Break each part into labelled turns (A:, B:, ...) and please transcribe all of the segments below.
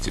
A: Se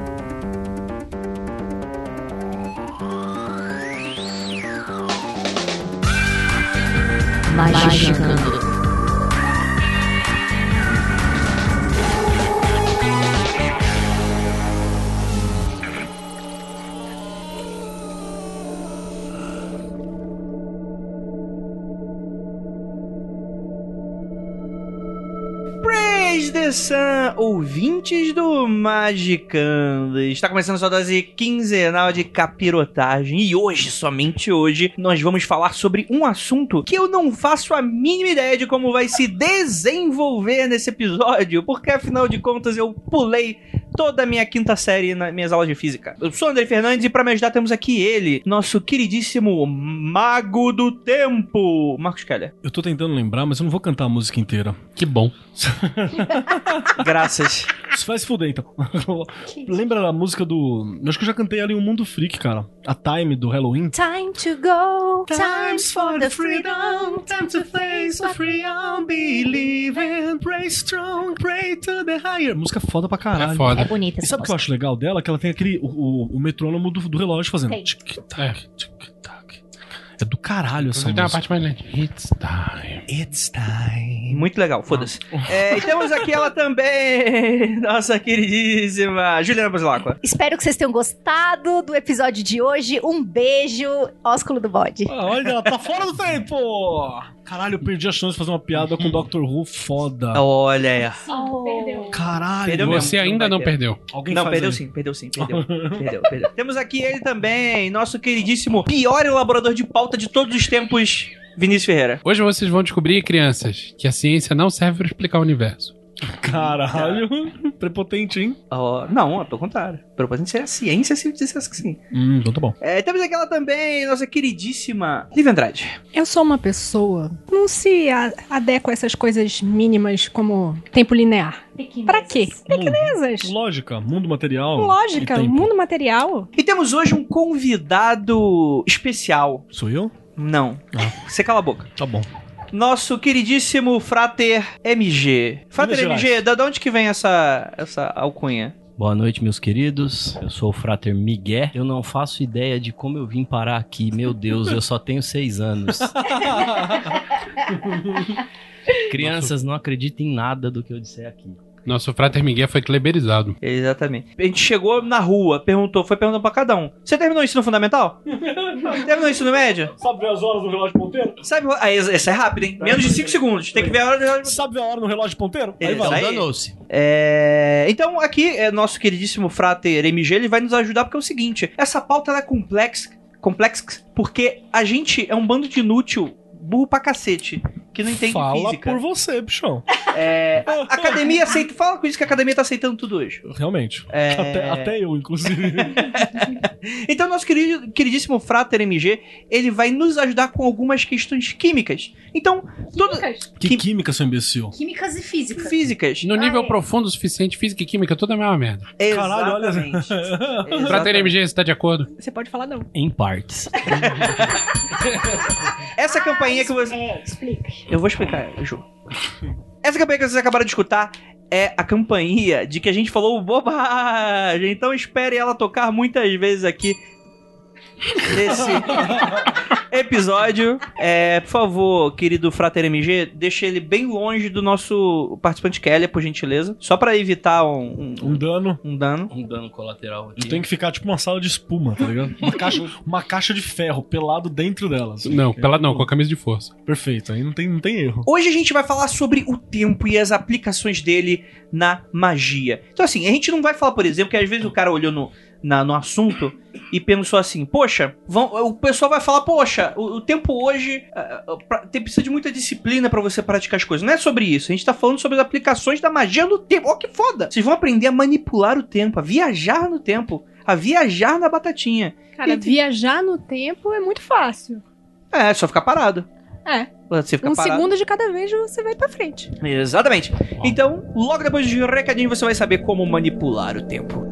B: Magicando.
C: Praise the Sun, ouvintes do Magicando. Está começando sua dose quinzenal de capirotagem e hoje, somente hoje, nós vamos falar sobre um assunto que eu não faço a mínima ideia de como vai se desenvolver nesse episódio, porque afinal de contas eu pulei toda a minha quinta série nas minhas aulas de física. Eu sou o André Fernandes e para me ajudar temos aqui ele, nosso queridíssimo mago do tempo, Marcos Keller.
D: Eu tô tentando lembrar, mas eu não vou cantar a música inteira.
E: Que bom.
C: Graças.
D: Isso vai se fuder, então. Lembra a música do. eu Acho que eu já cantei ali um Mundo Freak, cara. A Time do Halloween.
B: Time to go.
D: Times for the freedom, time to face the freedom, believe and pray strong, pray to the higher. Música foda pra caralho.
E: É foda.
B: É bonita
D: E
B: essa
D: sabe o que eu
B: música.
D: acho legal dela? Que ela tem aquele. O, o- o metrônomo do, do relógio fazendo.
B: Tem.
D: Tic-tac, tic-tac. É do caralho essa
E: Inclusive tem uma
D: música.
E: parte mais lenta. It's time.
D: It's time.
C: Muito legal, foda-se. É, e temos aqui ela também, nossa queridíssima Juliana Basilacqua.
B: Espero que vocês tenham gostado do episódio de hoje. Um beijo, ósculo do bode.
D: Ah, Olha, ela tá fora do tempo! Caralho, eu perdi a chance de fazer uma piada com o Dr. Who foda.
C: Olha aí.
B: Oh,
D: Caralho,
C: Perdeu mesmo.
E: Você
C: não
E: ainda
C: vai
E: não
C: ter.
E: perdeu.
D: Alguém
C: Não,
D: faz
C: perdeu
D: aí.
C: sim, perdeu sim, perdeu, perdeu, perdeu. Temos aqui ele também, nosso queridíssimo pior elaborador de pauta de todos os tempos, Vinícius Ferreira.
E: Hoje vocês vão descobrir, crianças, que a ciência não serve pra explicar o universo.
D: Caralho, prepotente, hein?
C: Ó, não, é pelo contrário. Proposito seria assim, a ciência se eu dissesse que sim.
D: Hum, então tá bom.
C: É, temos aqui ela também, nossa queridíssima Lívia Andrade.
F: Eu sou uma pessoa, não se a- adequa a essas coisas mínimas como tempo linear. Pra quê? Pequenezas.
D: Lógica, mundo material.
F: Lógica,
D: e tempo.
F: mundo material.
C: E temos hoje um convidado especial.
D: Sou eu?
C: Não, você cala a boca.
D: Tá bom.
C: nosso queridíssimo Frater MG. Frater
D: Minas
C: MG, da de onde que vem essa, essa alcunha?
G: Boa noite, meus queridos. Eu sou o Frater Miguel. Eu não faço ideia de como eu vim parar aqui. Meu Deus, eu só tenho seis anos. Crianças, não acreditem em nada do que eu disser aqui.
E: Nosso frater Miguel foi cleberizado.
C: Exatamente. A gente chegou na rua, perguntou, foi perguntando pra cada um. Você terminou o ensino fundamental? terminou o ensino médio?
D: Sabe ver as horas no relógio ponteiro?
C: Sabe. Ah, essa essa é rápida, hein? Menos de 5 segundos. Tem que ver a hora do relógio.
D: Sabe ver a hora no relógio ponteiro?
C: Aí vai.
G: Então,
C: Aí.
G: danou-se.
C: É, Então, aqui, é nosso queridíssimo frater MG, ele vai nos ajudar porque é o seguinte: essa pauta ela é complexa, complexa porque a gente é um bando de inútil, burro pra cacete, que não entende
D: Fala
C: física.
D: por você, bichão.
C: É, a a academia aceita. Fala com isso que a academia tá aceitando tudo hoje.
D: Realmente.
C: É.
D: Até, até eu, inclusive.
C: Então, nosso querido, queridíssimo Frater MG, ele vai nos ajudar com algumas questões químicas. Então, todas
D: que química, seu imbecil.
B: Químicas e física.
C: físicas.
E: No nível
B: é.
E: profundo o suficiente, física e química, toda é a mesma merda.
D: Caralho, olha.
C: Exatamente.
E: Frater MG, você tá de acordo?
F: Você pode falar não.
G: Em partes.
C: Essa campainha que você.
B: É, explica.
C: Eu vou explicar, Ju. Essa campainha que vocês acabaram de escutar é a campainha de que a gente falou bobagem. Então espere ela tocar muitas vezes aqui nesse episódio. É, por favor, querido Frater MG, deixe ele bem longe do nosso participante Kelly, por gentileza. Só pra evitar um, um-
D: Um dano.
C: um dano.
G: Um dano colateral
D: Eu
G: aqui.
D: tenho que ficar tipo uma sala de espuma, tá ligado? Uma caixa, uma caixa de ferro pelado dentro dela. assim.
E: Não, pela não, com a camisa de força.
D: Perfeito, aí não tem, não tem erro.
C: Hoje a gente vai falar sobre o tempo e as aplicações dele na magia. Então, assim, a gente não vai falar, por exemplo, que às vezes o cara olhou no, na- no assunto e pensou assim: poxa, vão- o pessoal vai falar, poxa, o, o tempo hoje ah, ah, pra- tem, precisa de muita disciplina pra você praticar as coisas. Não é sobre isso. A gente tá falando sobre as aplicações da magia no tempo. Ó, que foda! Vocês vão aprender a manipular o tempo, a viajar no tempo, a viajar na batatinha.
F: Cara,
C: Entendi.
F: viajar no tempo é muito fácil.
C: É, é só ficar parado.
F: É.
C: Você fica
F: um
C: parado.
F: segundo de cada vez você vai pra frente.
C: Exatamente. Então, logo depois de recadinho, você vai saber como manipular o tempo.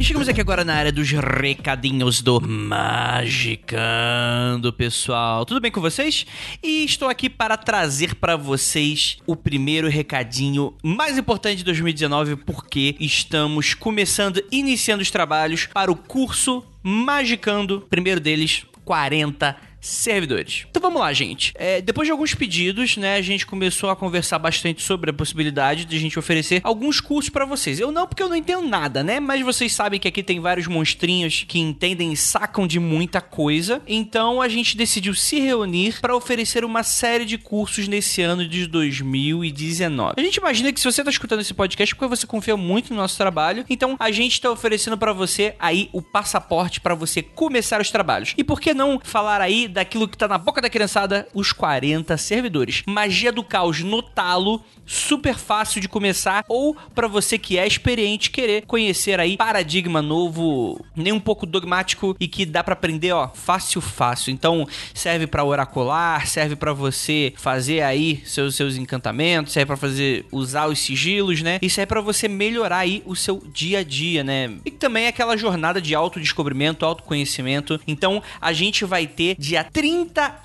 C: E Chegamos aqui agora na área dos recadinhos do Magicando, pessoal. Tudo bem com vocês? E estou aqui para trazer para vocês o primeiro recadinho mais importante de 2019, porque estamos começando, iniciando os trabalhos para o curso Magicando, primeiro deles, 40 servidores. Então vamos lá, gente. É, depois de alguns pedidos, né, a gente começou a conversar bastante sobre a possibilidade de a gente oferecer alguns cursos pra vocês. Eu não, porque eu não entendo nada, né? Mas vocês sabem que aqui tem vários monstrinhos que entendem e sacam de muita coisa. Então a gente decidiu se reunir pra oferecer uma série de cursos nesse ano de 2019. A gente imagina que se você tá escutando esse podcast é porque você confia muito no nosso trabalho, então a gente tá oferecendo pra você aí o passaporte pra você começar os trabalhos. E por que não falar aí daquilo que tá na boca da criançada, os 40 servidores. Magia do caos no talo, super fácil de começar ou pra você que é experiente querer conhecer aí paradigma novo, nem um pouco dogmático e que dá pra aprender, ó, fácil fácil. Então, serve pra oracular, serve pra você fazer aí seus seus encantamentos, serve pra fazer usar os sigilos, né? Isso é pra você melhorar aí o seu dia a dia, né? E também aquela jornada de autodescobrimento, autoconhecimento. Então, a gente vai ter dia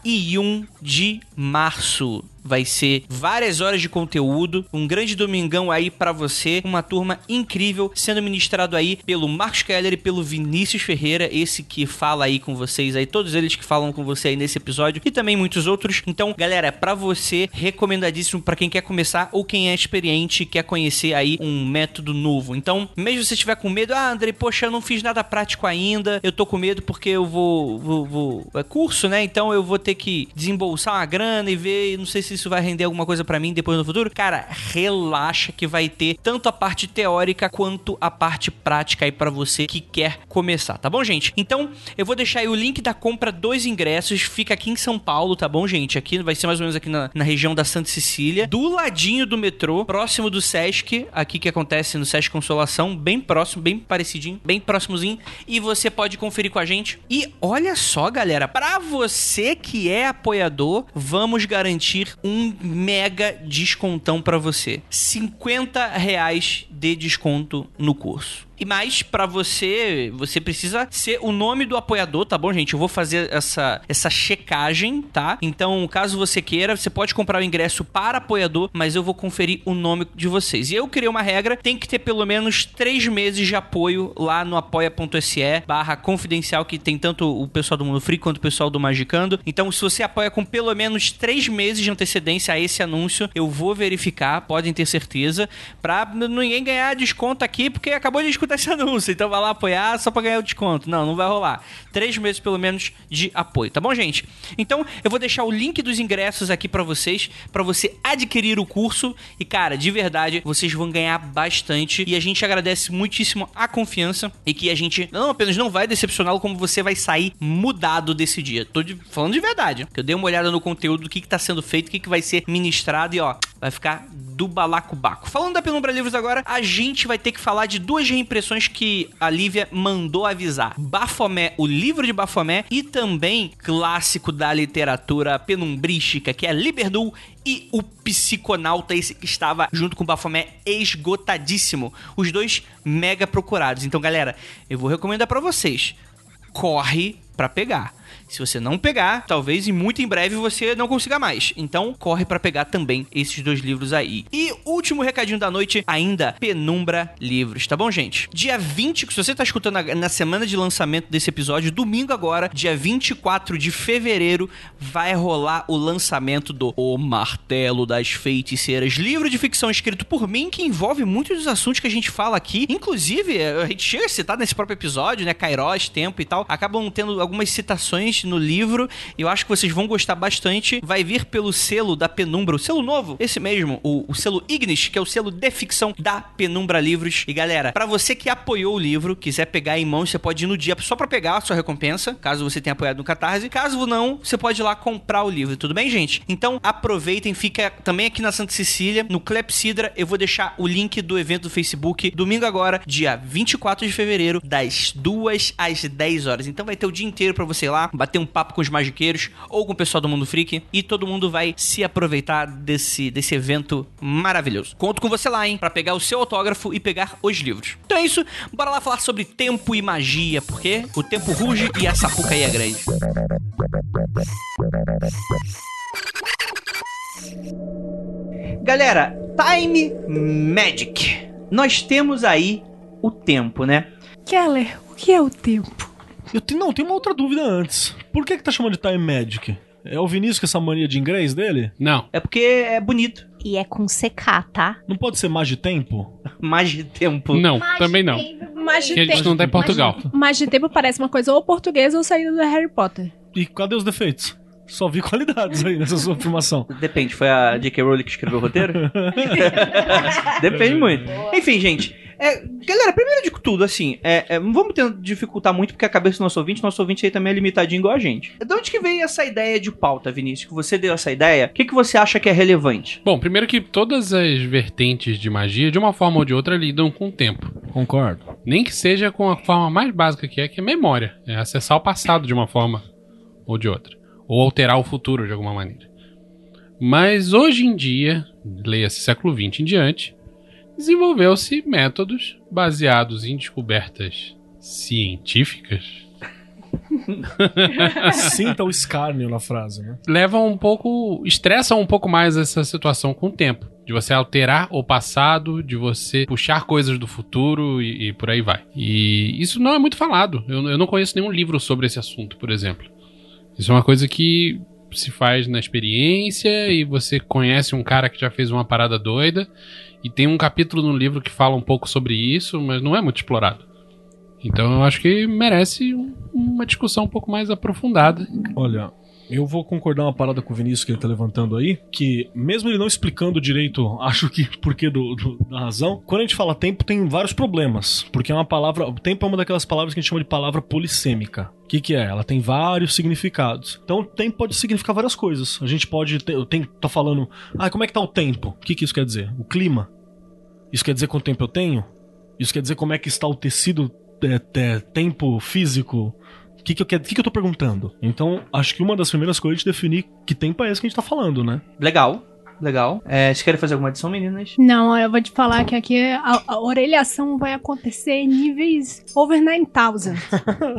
C: 31 de março. Vai ser várias horas de conteúdo, um grande domingão aí pra você, uma turma incrível sendo ministrado aí pelo Marcos Keller e pelo Vinícius Ferreira, esse que fala aí com vocês aí, todos eles que falam com você aí nesse episódio e também muitos outros. Então, galera, é pra você, recomendadíssimo pra quem quer começar ou quem é experiente e quer conhecer aí um método novo. Então, mesmo se você estiver com medo, ah, André, poxa, eu não fiz nada prático ainda, eu tô com medo porque eu vou, vou, vou- é curso, né? Então eu vou ter que desembolsar uma grana e ver, e não sei se isso vai render alguma coisa pra mim depois no futuro. Cara, relaxa que vai ter tanto a parte teórica quanto a parte prática aí pra você que quer começar, tá bom, gente? Então, eu vou deixar aí o link da compra dos ingressos, fica aqui em São Paulo, tá bom, gente? Aqui vai ser mais ou menos aqui na, na região da Santa Cecília, do ladinho do metrô, próximo do Sesc, aqui que acontece no Sesc Consolação, bem próximo, bem parecidinho, bem próximozinho, e você pode conferir com a gente. E olha só, galera, pra você que é apoiador, vamos garantir um mega descontão pra você. 50 reais de desconto no curso. E mais pra você, você precisa ser o nome do apoiador, tá bom, gente? Eu vou fazer essa, essa checagem, tá? Então, caso você queira, você pode comprar o ingresso para apoiador, mas eu vou conferir o nome de vocês. E eu criei uma regra, tem que ter pelo menos três meses de apoio lá no apoia.se barra confidencial, que tem tanto o pessoal do Mundo Free quanto o pessoal do Magicando. Então, se você apoia com pelo menos três meses de antecedência a esse anúncio, eu vou verificar, podem ter certeza, pra ninguém ganhar desconto aqui, porque acabou de escutar esse anúncio. Então vai lá apoiar só pra ganhar o desconto. Não, não vai rolar. Três meses pelo menos de apoio, tá bom, gente? Então eu vou deixar o link dos ingressos aqui pra vocês, pra você adquirir o curso. E cara, de verdade, vocês vão ganhar bastante. E a gente agradece muitíssimo a confiança e que a gente não apenas não vai decepcioná-lo, como você vai sair mudado desse dia. Tô de- falando de verdade, que eu dei uma olhada no conteúdo, do que, que tá sendo feito, o que, que vai ser ministrado e ó, vai ficar do balacobaco. Falando da Penumbra Livros agora, a gente vai ter que falar de duas reimpressões que a Lívia mandou avisar. Bafomé, o livro de Bafomé e também clássico da literatura penumbrística, que é Liberdul e o Psiconauta, esse que estava junto com o Bafomé esgotadíssimo. Os dois mega procurados. Então, galera, eu vou recomendar pra vocês. Corre pra pegar. Se você não pegar, talvez e muito em breve você não consiga mais. Então corre pra pegar também esses dois livros aí. E último recadinho da noite, ainda Penumbra Livros, tá bom, gente? Dia 20, que se você tá escutando na- na semana de lançamento desse episódio, domingo agora, dia 24 de fevereiro, vai rolar o lançamento do O Martelo das Feiticeiras, livro de ficção escrito por mim que envolve muitos dos assuntos que a gente fala aqui. eh, Inclusive, a gente chega a citar nesse próprio episódio, né, Kairos, tempo e tal, acabam tendo algumas citações existe no livro. E eu acho que vocês vão gostar bastante. Vai vir pelo selo da Penumbra, o selo novo, esse mesmo, o, o selo Ignis, que é o selo de ficção da Penumbra Livros. E galera, pra você que apoiou o livro, quiser pegar em mãos, você pode ir no dia só pra pegar a sua recompensa, caso você tenha apoiado no Catarse. Caso não, você pode ir lá comprar o livro, tudo bem, gente? Então aproveitem, fica também aqui na Santa Cecília, no Clepsidra. Eu vou deixar o link do evento do Facebook domingo agora, dia 24 de fevereiro, das 2 às 10 horas. Então vai ter o dia inteiro pra você ir lá, bater um papo com os magiqueiros ou com o pessoal do Mundo Freak e todo mundo vai se aproveitar desse, desse evento maravilhoso. Conto com você lá, hein, Pra pegar o seu autógrafo e pegar os livros. Então é isso, bora lá falar sobre tempo e magia, porque o tempo ruge e a sapuca aí é grande. Galera, Time Magic. Nós temos aí o tempo, né?
F: Keller, o que é o tempo?
D: Eu tenho, não, tem uma outra dúvida antes. Por que que tá chamando de Time Magic? É o Vinícius com essa mania de inglês dele?
E: Não.
C: É porque é bonito.
B: E é com CK, tá?
D: Não pode ser Magitempo?
C: Mais de tempo.
E: Não, também não.
F: Mais de
E: Porque a gente
F: tempo.
E: não tá em Portugal.
F: Mais de tempo parece uma coisa ou portuguesa ou saída do Harry Potter.
D: E cadê os defeitos? Só vi qualidades aí nessa sua afirmação.
C: Depende, foi a J.K. Rowling que escreveu o roteiro? Depende muito. Enfim, gente. é, galera, primeiro de tudo, assim, é, é, não vamos tentar dificultar muito, porque a cabeça do nosso ouvinte, nosso ouvinte aí também é limitadinho igual a gente. De onde que veio essa ideia de pauta, Vinícius? Que você deu essa ideia? O que, que você acha que é relevante?
E: Bom, primeiro que todas as vertentes de magia, de uma forma ou de outra, lidam com o tempo.
G: Concordo.
E: Nem que seja com a forma mais básica que é, que é memória. É acessar o passado de uma forma ou de outra. Ou alterar o futuro de alguma maneira. Mas hoje em dia, leia-se século XX em diante, desenvolveu-se métodos baseados em descobertas científicas.
D: Sinta o escárnio na frase, né?
E: levam um pouco, estressam um pouco mais essa situação com o tempo. De você alterar o passado, de você puxar coisas do futuro e, e por aí vai. E isso não é muito falado. Eu, eu não conheço nenhum livro sobre esse assunto, por exemplo. Isso é uma coisa que se faz na experiência e você conhece um cara que já fez uma parada doida. E tem um capítulo no livro que fala um pouco sobre isso, mas não é muito explorado. Então eu acho que merece um- uma discussão um pouco mais aprofundada.
D: Olha, eu vou concordar uma parada com o Vinícius que ele tá levantando aí, que mesmo ele não explicando direito, acho que porquê do, do- da razão, quando a gente fala tempo tem vários problemas, porque é uma palavra, o tempo é uma daquelas palavras que a gente chama de palavra polissêmica. O que que é? Ela tem vários significados. Então, tempo pode significar várias coisas. A gente pode, ter, eu tenho, tá falando, ah, como é que tá o tempo? O que que isso quer dizer? O clima? Isso quer dizer quanto tempo eu tenho? Isso quer dizer como é que está o tecido, é, é, tempo físico, o que, que, eu quero- o que, que eu tô perguntando? Então, acho que uma das primeiras coisas é definir que tempo é esse que a gente tá falando, né?
C: Legal, legal. É, vocês querem fazer alguma adição, meninas?
F: Não, eu vou te falar que aqui a, a orelhação vai acontecer em níveis over 9000.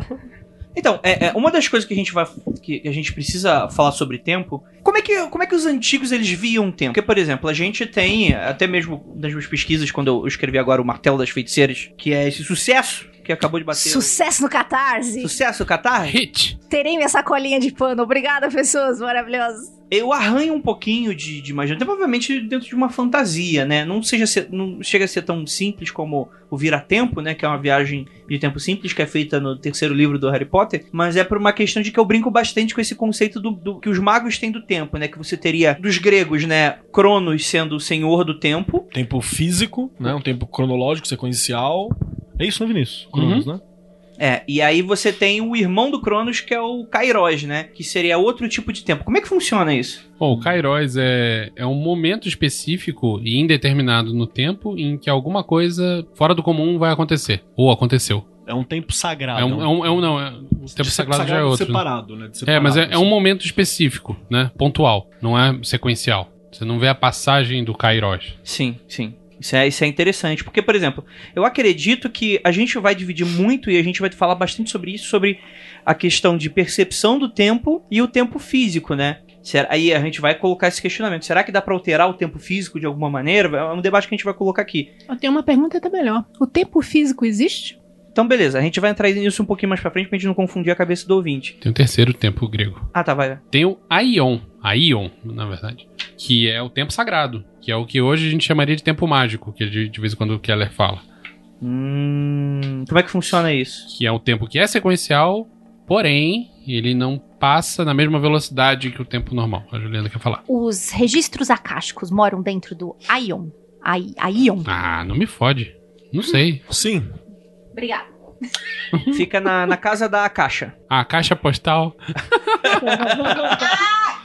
C: Então, é, é, uma das coisas que a gente vai que a gente precisa falar sobre tempo, como é que como é que os antigos eles viam o tempo? Porque por exemplo, a gente tem até mesmo nas minhas pesquisas quando eu escrevi agora o Martelo das Feiticeiras, que é esse sucesso que acabou de bater.
B: Sucesso no Catarse!
C: Sucesso, Catarse.
E: Hit!
B: Terei minha sacolinha de pano. Obrigada, pessoas maravilhosas.
C: Eu arranho um pouquinho de, de magia. Tempo, obviamente, dentro de uma fantasia, né? Não, seja ser- não chega a ser tão simples como o Vira-Tempo, né? Que é uma viagem de tempo simples que é feita no terceiro livro do Harry Potter. Mas é por uma questão de que eu brinco bastante com esse conceito do, do- que os magos têm do tempo, né? Que você teria dos gregos, né? Cronos sendo o senhor do tempo.
D: Tempo físico, né? Um tempo cronológico, sequencial. É isso, né, Vinícius?
E: Uhum.
D: Cronos, né?
C: É, e aí você tem o irmão do Cronos, que é o Kairos, né? Que seria outro tipo de tempo. Como é que funciona isso?
E: Bom, o Kairos é, é um momento específico e indeterminado no tempo em que alguma coisa fora do comum vai acontecer. Ou aconteceu.
D: É um tempo sagrado.
E: É um, é um- é um- não, é, o
D: De
E: tempo sagrado já é outro. né?
D: Separado, né? De
E: É,
D: separado,
E: mas é, é um
D: assim.
E: momento específico, né? Pontual. Não é sequencial. Você não vê a passagem do Kairos.
C: Sim, sim. Isso é, isso é interessante, porque, por exemplo, eu acredito que a gente vai dividir muito e a gente vai falar bastante sobre isso, sobre a questão de percepção do tempo e o tempo físico, né? Será- aí a gente vai colocar esse questionamento. Será que dá pra alterar o tempo físico de alguma maneira? É um debate que a gente vai colocar aqui.
F: Eu tenho uma pergunta até melhor. O tempo físico existe?
C: Então, beleza, a gente vai entrar nisso um pouquinho mais pra frente pra gente não confundir a cabeça do ouvinte.
E: Tem o terceiro tempo grego.
C: Ah, tá, vai.
E: Tem o Aion, Aion, na verdade, que é o tempo sagrado, que é o que hoje a gente chamaria de tempo mágico, que de, de vez em quando o Keller fala.
C: Hum, como é que funciona isso?
E: que é um tempo que é sequencial, porém ele não passa na mesma velocidade que o tempo normal. A Juliana quer falar.
B: Os registros acásticos moram dentro do Aion. Ai, Aion.
E: Ah, não me fode. Não sei.
D: Sim.
B: Obrigada.
C: Fica na, na casa da caixa.
E: Ah, caixa postal.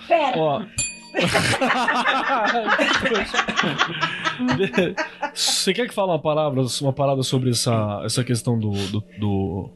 B: Pera.
D: Ó. Você quer que fale uma palavra, uma parada sobre essa, essa questão do. do. do,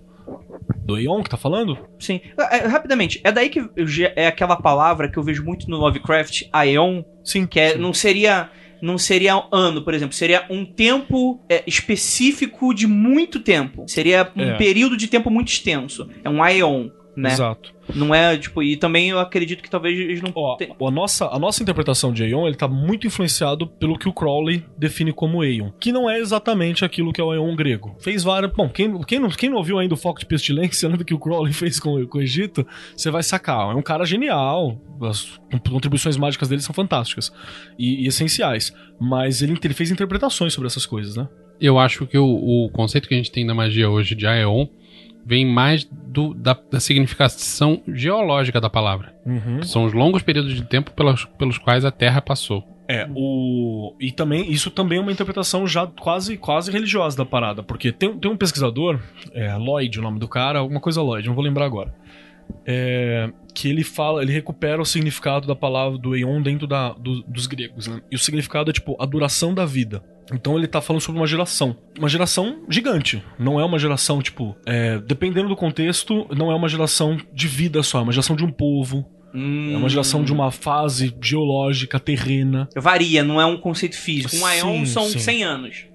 D: do Aeon que tá falando?
C: Sim. É, é, Rapidamente, é daí que eu ge- é aquela palavra que eu vejo muito no Lovecraft, Aeon,
D: Sim.
C: que é, não seria não seria um ano, por exemplo, seria um tempo é, específico de muito tempo. Seria um
D: É.
C: período de tempo muito extenso. É um Aeon, né?
D: Exato.
C: Não é, tipo, e também eu acredito que talvez eles não
D: Ó,
C: te-
D: a nossa, a nossa interpretação de Aeon, ele tá muito influenciado pelo que o Crowley define como Aeon, que não é exatamente aquilo que é o Aeon grego. Fez várias... Bom, quem, quem, não, quem não ouviu ainda o Foco de Pestilência, né, do que o Crowley fez com, com o Egito, você vai sacar. É um cara genial, as contribuições mágicas dele são fantásticas e, e essenciais, mas ele, ele fez interpretações sobre essas coisas, né?
E: Eu acho que o, o conceito que a gente tem da magia hoje de Aeon vem mais do, da, da significação geológica da palavra.
D: Uhum.
E: São os longos períodos de tempo pelos, pelos quais a Terra passou.
D: É, o. E também, isso também é uma interpretação já quase, quase religiosa da parada, porque tem, tem um pesquisador, é, Lloyd, o nome do cara, alguma coisa Lloyd, não vou lembrar agora. é, que ele fala, ele recupera o significado da palavra do Aeon dentro da, do- dos gregos, né? E o significado é tipo a duração da vida. Então ele tá falando sobre uma geração. Uma geração gigante. Não é uma geração, tipo. é, dependendo do contexto, não é uma geração de vida só, é uma geração de um povo,
C: Hum.
D: é uma geração de uma fase geológica, terrena.
C: Varia, não é um conceito físico. Um Aeon
D: Sim,
C: são
D: sim.
C: 100 anos.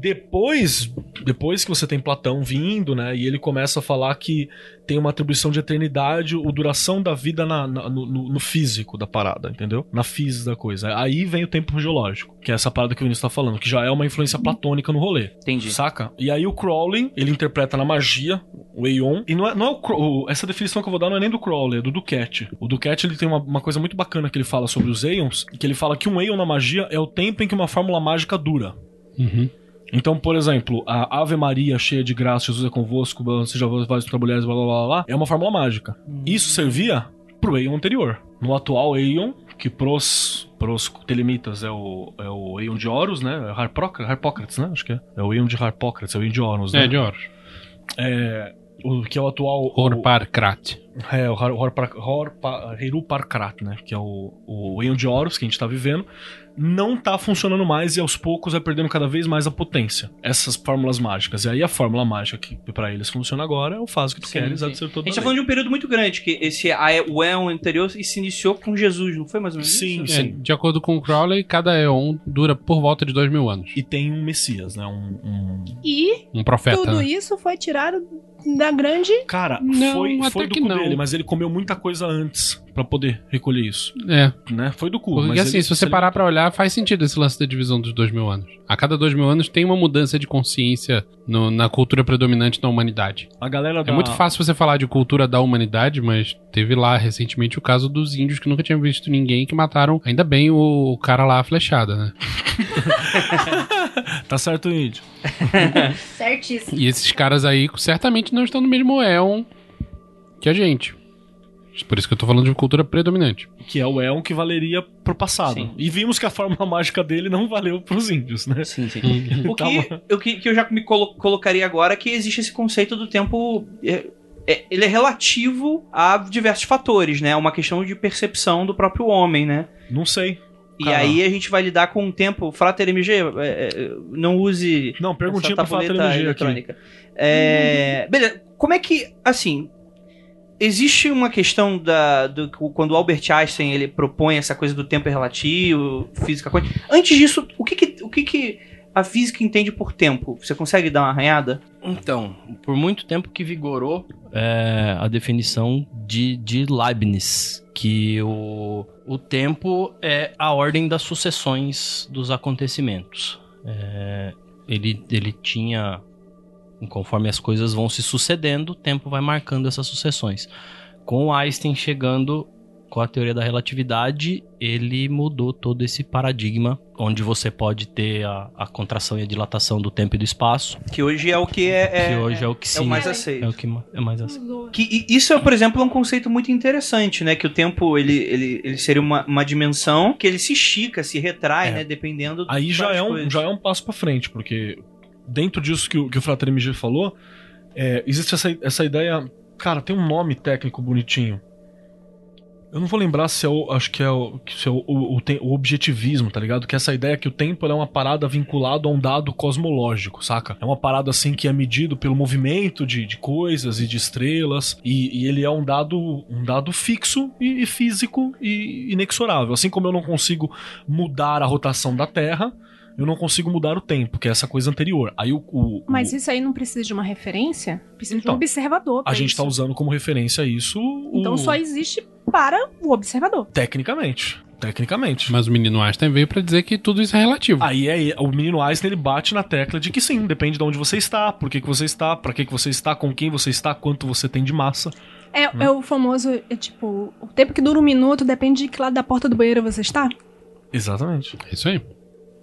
D: Depois, depois que você tem Platão vindo, né, e ele começa a falar que tem uma atribuição de eternidade, o duração da vida na- na- no, no- no físico da parada, entendeu? Na física da coisa. Aí vem o tempo geológico, que é essa parada que o Vinícius tá falando, que já é uma influência platônica no rolê.
C: Entendi.
D: Saca? E aí o Crowley, ele interpreta na magia, o Aeon. E não é, não é o, Crow- o- Essa definição que eu vou dar não é nem do Crowley, é do Duquette. O Duquette, ele tem uma, uma coisa muito bacana que ele fala sobre os Aeons, que ele fala que um Aeon na magia é o tempo em que uma fórmula mágica dura.
E: Uhum.
D: Então, por exemplo, a Ave Maria cheia de graça, Jesus é convosco, seja vós vários para mulheres, blá blá blá blá, é uma fórmula mágica.
E: Hum.
D: Isso servia pro Aeon anterior. No atual Aeon, que pros, pros telemitas é o, é o Aeon de Horus, né? É Harpocr- Harpócrates, né? Acho que é. É o Aeon de Harpócrates, é o Aeon de Horus, né?
E: É, de Horus.
D: É, o que é o atual... o-
E: Horparkrat.
D: é, o Har- Horpar- Horpa- Heruparkrat, né? Que é o, o Aeon de Horus que a gente tá vivendo. Não tá funcionando mais e aos poucos vai perdendo cada vez mais a potência. Essas fórmulas mágicas. E aí a fórmula mágica que pra eles funciona agora é o faz o que tu
C: Sim,
D: queres,
C: sim.
D: há de ser todo
C: A gente tá
D: da
C: falando
D: lei.
C: de um período muito grande, que esse Ae- o Aeon anterior e se iniciou com Jesus, não foi mais ou menos
D: Sim,
C: isso?
E: É,
D: sim.
E: de acordo com o Crowley, cada Aeon dura por volta de dois mil anos.
D: E tem um Messias, né? Um. um-
F: E
E: Um profeta.
F: tudo
E: né?
F: isso foi tirado da grande.
D: Cara,
E: Não,
D: foi,
E: até
D: foi do
E: que
D: cu
E: não.
D: dele, mas ele comeu muita coisa antes pra poder recolher isso.
E: É.
D: Né? Foi do cu.
E: Porque
D: mas
E: assim,
D: ele-
E: se você
D: ele-
E: parar pra olhar, faz sentido esse lance da divisão dos dois mil anos. A cada dois mil anos tem uma mudança de consciência no- na cultura predominante da humanidade.
D: A galera
E: É
D: da-
E: muito fácil você falar de cultura da humanidade, mas teve lá recentemente o caso dos índios que nunca tinham visto ninguém que mataram, ainda bem, o, o cara lá a flechada, né?
D: Tá certo, índio.
B: Certíssimo.
E: E esses caras aí certamente não estão no mesmo éon que a gente. Por isso que eu tô falando de cultura predominante.
D: que é o Elon que valeria pro passado.
C: Sim.
D: E vimos que a fórmula mágica dele não valeu pros índios, né?
C: Sim, sim. O
D: Tá bom.
C: que, o que, que eu já me colo- colocaria agora é que existe esse conceito do tempo. é, é, ele é relativo a diversos fatores, né? É uma questão de percepção do próprio homem, né?
D: Não sei.
C: E
D: Cara.
C: aí a gente vai lidar com o tempo. Frater MG, é, é, não use
D: Não, perguntinha
C: essa
D: pra Fata
C: tabuleta
D: LG aqui.
C: eletrônica. É, Beleza, como é que, assim, existe uma questão da, do, quando o Albert Einstein ele propõe essa coisa do tempo relativo, física quântica. Antes disso, o que que, o que que a física entende por tempo? Você consegue dar uma arranhada?
G: Então, por muito tempo que vigorou é, a definição de, de Leibniz, que o, o tempo é a ordem das sucessões dos acontecimentos. É, ele, ele tinha, conforme as coisas vão se sucedendo, o tempo vai marcando essas sucessões. Com Einstein chegando com a teoria da relatividade, ele mudou todo esse paradigma onde você pode ter a, a contração e a dilatação do tempo e do espaço,
C: Que hoje é o que é, é,
G: que hoje é o que
C: é
G: se
C: o mais
G: é
C: aceito.
G: o que ma- é mais aceito.
C: Que, e- isso é, por exemplo, um conceito muito interessante, né? Que o tempo, ele, ele, ele seria uma, uma dimensão que ele se estica, se retrai,
D: É.
C: né? Dependendo de
D: Aí já
C: várias
D: é, um,
C: coisas.
D: já é um passo pra frente, porque dentro disso que o, que o Frater MG falou, é, existe essa, essa ideia. Cara, tem um nome técnico bonitinho. Eu não vou lembrar se é o. Acho que é o, que se é o, o- o te- o objetivismo, tá ligado? Que é essa ideia que o tempo ele é uma parada vinculada a um dado cosmológico, saca? É uma parada assim que é medido pelo movimento de, de coisas e de estrelas. E, e ele é um dado, um dado fixo e, e físico e inexorável. Assim como eu não consigo mudar a rotação da Terra, eu não consigo mudar o tempo, que é essa coisa anterior. Aí o. o-
F: Mas
D: o-
F: isso aí não precisa de uma referência? Precisa de
D: Então,
F: um observador.
D: a
F: pra
D: gente
F: isso.
D: tá usando como referência isso. o-
F: Então só existe para o observador.
D: Tecnicamente. Tecnicamente.
E: Mas o menino Einstein veio pra dizer que tudo isso é relativo.
D: Aí é, o menino Einstein ele bate na tecla de que sim, depende de onde você está, por que, que você está, pra que, que você está, com quem você está, quanto você tem de massa.
F: É,
D: Hum.
F: é o famoso, é tipo, o tempo que dura um minuto depende de que lado da porta do banheiro você está.
D: Exatamente.
E: É isso aí.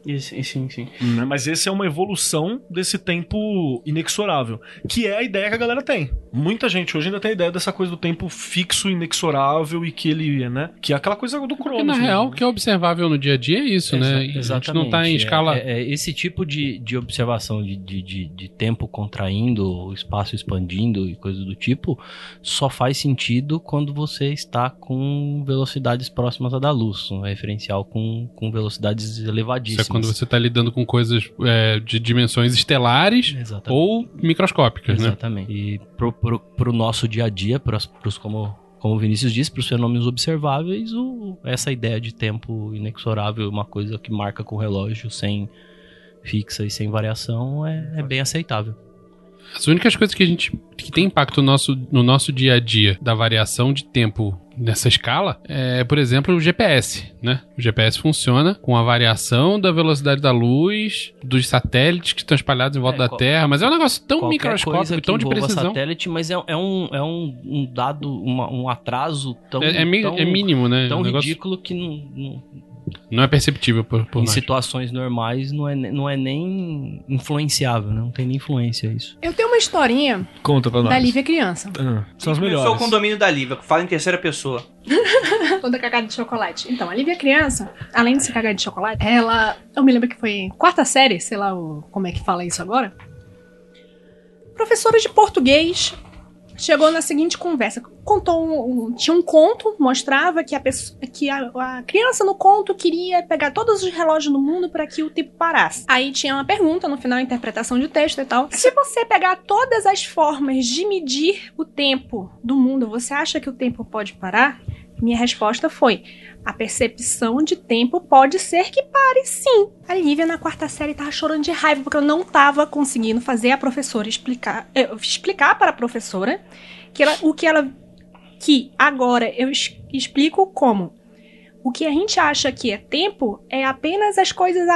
C: Isso, sim, sim.
D: Mas esse é uma evolução desse tempo inexorável, que é a ideia que a galera tem. Muita gente hoje ainda tem a ideia dessa coisa do tempo fixo, inexorável e que ele, é, né? Que é aquela coisa do
E: Porque
D: Cronos.
E: na
D: mesmo,
E: real, o
D: né?
E: que é observável no dia a dia é isso,
G: Exa-
E: né? E A gente não tá em
G: exatamente.
E: escala.
G: É, é- é esse tipo de, de observação de, de, de, de tempo contraindo, o espaço expandindo e coisa do tipo, só faz sentido quando você está com velocidades próximas à da luz, um referencial com, com velocidades
E: Isso é
G: elevadíssimas.
E: quando você tá lidando com coisas é, de dimensões estelares
G: Exatamente.
E: ou microscópicas, né?
G: Exatamente. E pro, pro, pro nosso dia a dia, pros, pros como, como o Vinícius disse, pros fenômenos observáveis, o, essa ideia de tempo inexorável, é uma coisa que marca com o relógio sem fixa e sem variação, é, é bem aceitável.
E: As únicas coisas que a gente que tem impacto no nosso, no nosso dia a dia da variação de tempo nessa escala é, por exemplo, o GPS, né? O GPS funciona com a variação da velocidade da luz, dos satélites que estão espalhados em volta
G: É,
E: da
G: qual-
E: Terra, mas é um negócio tão
G: Qualquer
E: microscópico, tão de
G: envolva
E: precisão.
G: satélite, mas é, é um, é um, um dado, uma- um atraso tão,
E: É, é mi-
G: tão,
E: é mínimo, né?
G: tão
E: o negócio
G: ridículo que não- não-
E: não é perceptível por, por
G: em
E: nós.
G: situações normais não é, ne- não é nem influenciável, né? não tem nem influência isso.
F: Eu tenho uma historinha
D: Conta pra nós.
F: da Lívia criança.
D: Ah, são
C: Melhor.
D: as
C: Começou
D: melhores.
C: com o domínio da Lívia, fala em terceira pessoa.
F: Toda é cagada de chocolate. Então, a Lívia criança, além de ser cagada de chocolate, ela. Eu me lembro que foi em quarta série, sei lá o- como é que fala isso agora. Professora de português chegou na seguinte conversa. Contou um, um- tinha um conto, mostrava que, a, pessoa, que a, a criança no conto queria pegar todos os relógios do mundo para que o tempo parasse. Aí tinha uma pergunta no final, interpretação de texto e tal. Se você pegar todas as formas de medir o tempo do mundo, você acha que o tempo pode parar? Minha resposta foi: a percepção de tempo pode ser que pare sim. A Lívia na quarta série tava chorando de raiva porque ela não tava conseguindo fazer a professora explicar, eh, explicar para a professora que ela, o que ela que agora eu es- explico como o que a gente acha que é tempo é apenas as coisas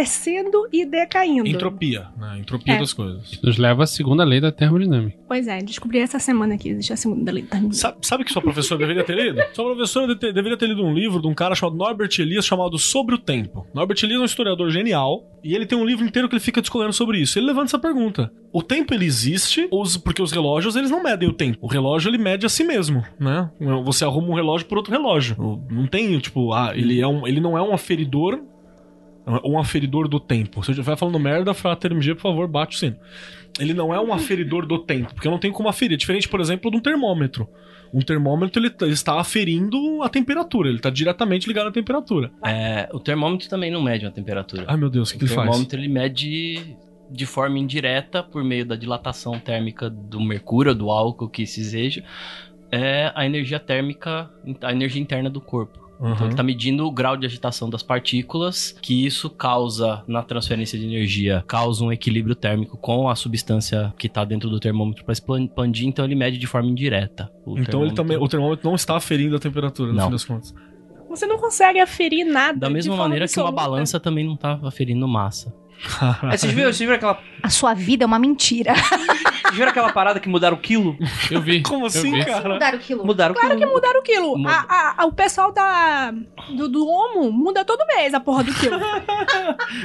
F: apodrecendo e decaindo.
D: Entropia, né? Entropia
F: É.
D: das coisas.
E: Nos leva à segunda lei da termodinâmica.
F: Pois é, descobri essa semana que existe a segunda lei. da-
D: Sabe, sabe que sua professora deveria ter lido? Sua professora de- ter- deveria ter lido um livro de um cara chamado Norbert Elias chamado Sobre o Tempo. Norbert Elias é um historiador genial e ele tem um livro inteiro que ele fica discorrendo sobre isso. Ele levanta essa pergunta: o tempo ele existe ou os- porque os relógios eles não medem o tempo? O relógio ele mede a si mesmo, né? Você arruma um relógio por outro relógio. Não tem tipo, ah, ele é um, ele não é um aferidor. Um aferidor do tempo. Se eu estiver falando merda, Frater MG, por favor, bate o sino. Ele não é um aferidor do tempo, porque eu não tenho como aferir. É Diferente, por exemplo, de um termômetro. Um termômetro ele, ele está aferindo a temperatura, ele está diretamente ligado à temperatura.
E: Ah.
G: É, o termômetro também não mede uma temperatura.
D: Ai meu Deus, o que, que ele
G: Então, o
D: faz?
G: termômetro ele mede de forma indireta, por meio da dilatação térmica do mercúrio, do álcool que se seja, é a energia térmica, a energia interna do corpo. Então
D: Aham.
G: ele está medindo o grau de agitação das partículas, que isso causa na transferência de energia, causa um equilíbrio térmico com a substância que está dentro do termômetro para expandir, então ele mede de forma indireta. o
D: Então ele
G: termômetro.
D: também, o termômetro não está aferindo a temperatura, no
G: Não.
D: fim das contas.
F: Você não consegue aferir nada.
G: Da
F: de
G: mesma
F: forma
G: maneira que uma
F: absoluta.
G: balança também não está tá aferindo massa.
C: Aí É, vocês viram, vocês viram aquela,
B: A sua vida é uma mentira.
C: vocês viram aquela parada que mudaram o quilo?
E: Eu vi.
D: Como
E: eu
D: assim,
E: vi.
D: cara?
B: Mudaram o quilo.
C: Mudaram o quilo.
F: que mudaram o quilo.
G: Muda.
F: A- a- a- o pessoal da, do, do Homo muda todo mês a porra do quilo.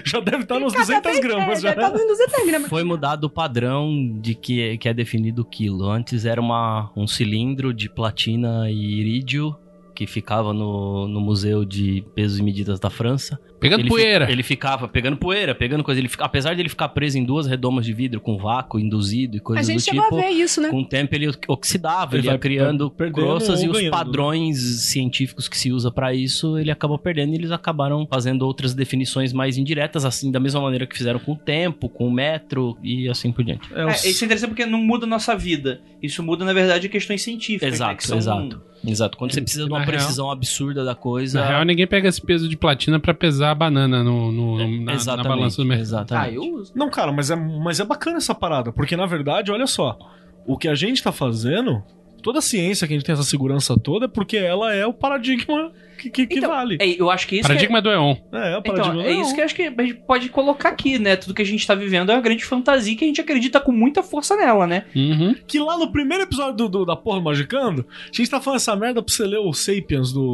D: Já deve estar nos
F: Cada
D: 200
F: vez-
D: gramas,
F: é,
D: já.
F: Tá dando 200 gramas.
G: Foi mudado o padrão de que, que é definido o quilo. Antes era uma, um cilindro de platina e irídio que ficava no, no Museu de Pesos e Medidas da França.
E: Pegando
G: ele fi-
E: poeira.
G: ele ficava pegando poeira, pegando coisa. Ele fica- apesar de ele ficar preso em duas redomas de vidro com vácuo induzido e
F: A
G: coisas do
F: gente chegou
G: tipo.
F: a ver isso, né?
G: Com o tempo ele oxidava,
D: Ele
G: ele, ia
D: vai
E: Então,
G: criando
D: perdendo
G: grossas
D: ou
G: e os
D: ganhando.
G: padrões científicos que se usa pra isso, ele acabou perdendo e eles acabaram fazendo outras definições mais indiretas, assim, da mesma maneira que fizeram com o tempo, com o metro e assim por diante.
C: É, isso é interessante porque não muda a nossa vida. Isso muda, na verdade, questões científicas. né, que
G: Exato,
C: são-
G: exato. Exato. Quando você precisa de uma
E: Na real-
G: precisão absurda da coisa.
E: Na real, ninguém pega esse peso de platina pra pesar a banana no, no- no- na, na
G: exatamente,
E: balança do mercado.
D: Ah,
G: Exatamente.
D: Não, cara, mas é, mas é bacana essa parada, porque na verdade, olha só, o que a gente tá fazendo, toda a ciência que a gente tem essa segurança toda, é porque ela é o paradigma que, que- que
C: Então,
D: vale.
C: É, eu acho que isso que é-
E: Paradigma do EON.
D: É, é o
C: Então,
D: paradigma.
C: é isso que eu acho que a gente pode colocar aqui, né? Tudo que a gente tá vivendo é uma grande fantasia que a gente acredita com muita força nela, né?
E: Uhum.
D: que lá no primeiro episódio do, do- da Porra do Magicando, a gente tá falando essa merda pra você ler o Sapiens do.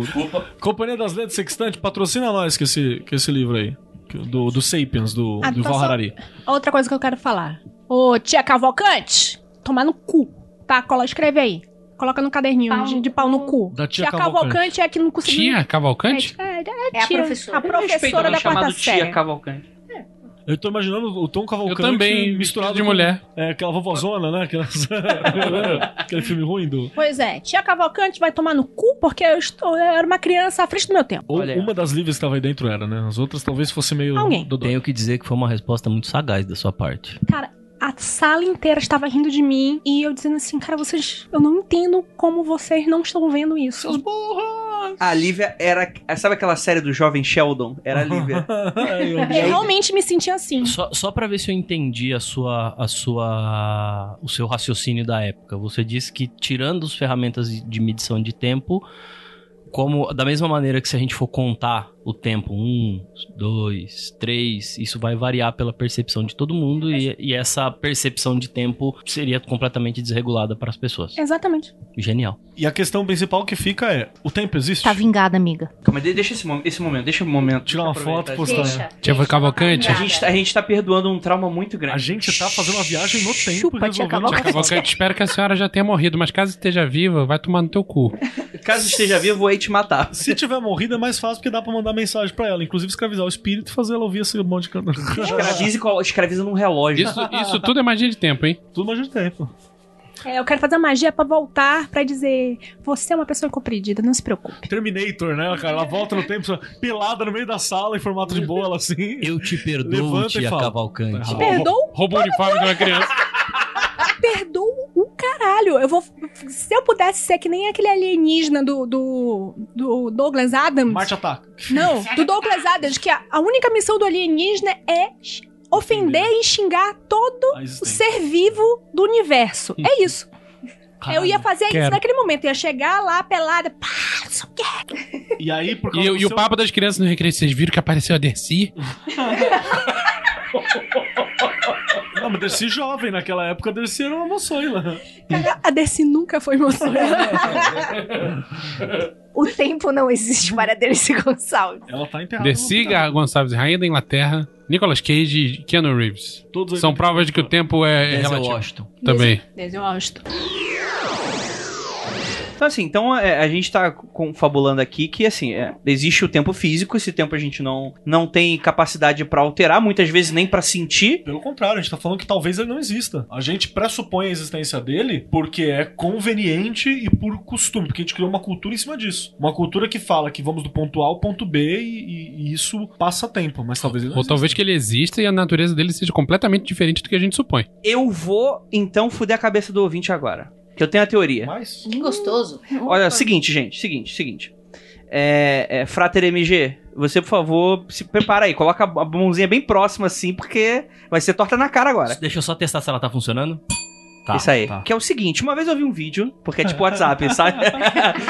D: Companhia das Letras Sextante, patrocina nós com esse, com esse livro aí. que- Do, do Sapiens, do,
F: Ah,
D: do
F: tá
D: Val
F: só-
D: Harari.
F: Outra coisa que eu quero falar. Ô, tia Cavalcante, tomar no cu. Tá, cola, escreve aí. Coloca no caderninho
B: Pau
F: de,
B: no
F: de pau no
B: cu.
F: cu.
D: Da tia
F: tia Cavalcante é a que não conseguiu.
E: Tia Cavalcante?
F: É, é, é,
B: É a
F: tia,
B: professora.
F: A professora da quarta
C: chamada
F: série.
C: Tia Cavalcante.
D: Eu tô imaginando o Tom
E: Eu
D: Cavalcante
E: também, misturado
D: misturado
E: de
D: com-
E: mulher.
D: É, aquela vovozona, né? Aquelas- Aquele filme ruim do.
F: Pois é, tia Cavalcante vai tomar no cu porque eu, estou, eu era uma criança à frente do meu tempo.
D: Ou
G: Olha.
D: uma das livres que tava aí dentro era, né? As outras talvez fosse meio.
F: Alguém.
D: dodói.
G: Tenho que dizer que foi uma resposta muito sagaz da sua parte.
F: Cara, a sala inteira estava rindo de mim e eu dizendo assim, cara, vocês. Eu não entendo como vocês não estão vendo isso.
C: A Lívia era. Sabe aquela série do jovem Sheldon? Era a Lívia.
D: Ai, eu-
F: Eu realmente me senti assim.
G: Só, só para ver se eu entendi a sua, a sua, o seu raciocínio da época. Você disse que tirando as ferramentas de- de medição de tempo, como da mesma maneira que se a gente for contar o tempo um, dois, três, isso vai variar pela percepção de todo mundo e, e essa percepção de tempo seria completamente desregulada para as pessoas.
C: É.
F: Exatamente.
G: Genial.
D: E a questão principal que fica é: o tempo existe?
B: Tá vingada, amiga.
C: Calma, de- deixa esse, mo- esse momento, deixa o momento.
D: Tirar uma
C: Deixa eu aproveitar
D: foto,
C: esse
D: postar.
C: momento.
E: Tia Cavalcante?
C: A gente, tá- a gente tá perdoando um trauma muito grande.
D: A gente tá fazendo uma viagem no tempo
B: Chupa,
D: e
B: tia
D: resolvendo-
B: Cavalcante.
E: Cavalcante, espero que a senhora já tenha morrido, mas caso esteja viva, vai tomar no teu cu.
C: Caso esteja vivo, eu vou aí te matar.
D: Se tiver morrido é mais fácil porque dá pra mandar mensagem pra ela, inclusive escravizar o espírito e fazer ela ouvir esse monte de canto.
C: Escraviza, e colo- escraviza num relógio.
E: Isso, isso tudo é magia de tempo, hein?
D: Tudo mais de tempo.
F: É, eu quero fazer magia pra voltar pra dizer: você é uma pessoa incompreendida, não se preocupe.
D: Terminator, né, cara? Ela volta no tempo, pelada no meio da sala em formato de bola assim.
G: Eu te perdoo,
D: Levanta e
G: tia
D: fala.
G: Cavalcante.
D: Tá bom.
F: Perdoa,
E: Rouba o uniforme de uma criança.
F: perdoa o caralho. Eu vou. Se eu pudesse ser que nem aquele alienígena do, do, do Douglas Adams.
D: Marte ataca.
F: Não, do Douglas Adams, que a, a única missão do alienígena é x- ofender e xingar todo
D: A
F: o
D: existência.
F: ser vivo do universo.
G: Uhum.
F: É isso. eu ia fazer
E: quero.
F: isso naquele momento. Eu ia chegar lá pelada. Pá, não sei o quê.
D: E aí, por
E: E,
D: causa do
E: e o
D: seu-
E: papo das crianças no recreio, vocês viram que apareceu a Dercy?
D: Não, mas Dercy jovem, naquela época Dercy era uma moçoila.
F: Cara, a Desi nunca foi emocionada.
B: O tempo não existe para Dercy Gonçalves.
D: Ela tá enterrada.
E: Dercy
D: no lugar.
E: Gar- Gonçalves, Rainha da Inglaterra, Nicolas Cage e Keanu Reeves.
D: Todos aí
E: São
D: do-
E: provas de que o tempo é
G: Denzel
E: relativo
G: Washington.
E: também.
F: Desi, eu gosto.
C: Então, assim, então é, a gente tá confabulando aqui que, assim, é, existe o tempo físico, esse tempo a gente não, não tem capacidade pra alterar, muitas vezes nem pra sentir.
D: Pelo contrário, a gente tá falando que talvez ele não exista. A gente pressupõe a existência dele porque é conveniente e por costume, porque a gente criou uma cultura em cima disso. Uma cultura que fala que vamos do ponto A ao ponto B e, e- e isso passa tempo, mas talvez ele não
E: Ou
D: exista.
E: talvez que ele exista e a natureza dele seja completamente diferente do que a gente supõe.
C: Eu vou, então, fuder a cabeça do ouvinte agora. Que eu tenho a teoria.
D: Mas...
B: Que gostoso.
C: Olha, seguinte, gente, seguinte, seguinte. É, é, Frater MG, você, por favor, se prepara aí. Coloca a mãozinha bem próxima, assim, porque vai ser torta na cara agora.
G: Deixa eu só testar se ela tá funcionando.
D: Tá,
C: Isso aí.
D: tá.
C: Que é o seguinte, uma vez eu vi um vídeo, porque é tipo WhatsApp, sabe?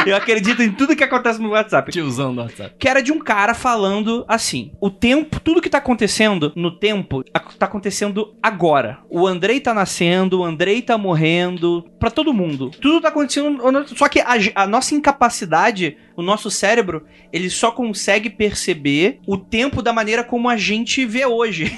C: eu acredito em tudo que acontece no WhatsApp.
G: Tiozão do WhatsApp.
C: Que era de um cara falando assim: o tempo, tudo que tá acontecendo no tempo, ac- tá acontecendo agora. O Andrei tá nascendo, o Andrei tá morrendo, pra todo mundo. Tudo tá acontecendo. Só que a, ge- a nossa incapacidade, o nosso cérebro, ele só consegue perceber o tempo da maneira como a gente vê hoje.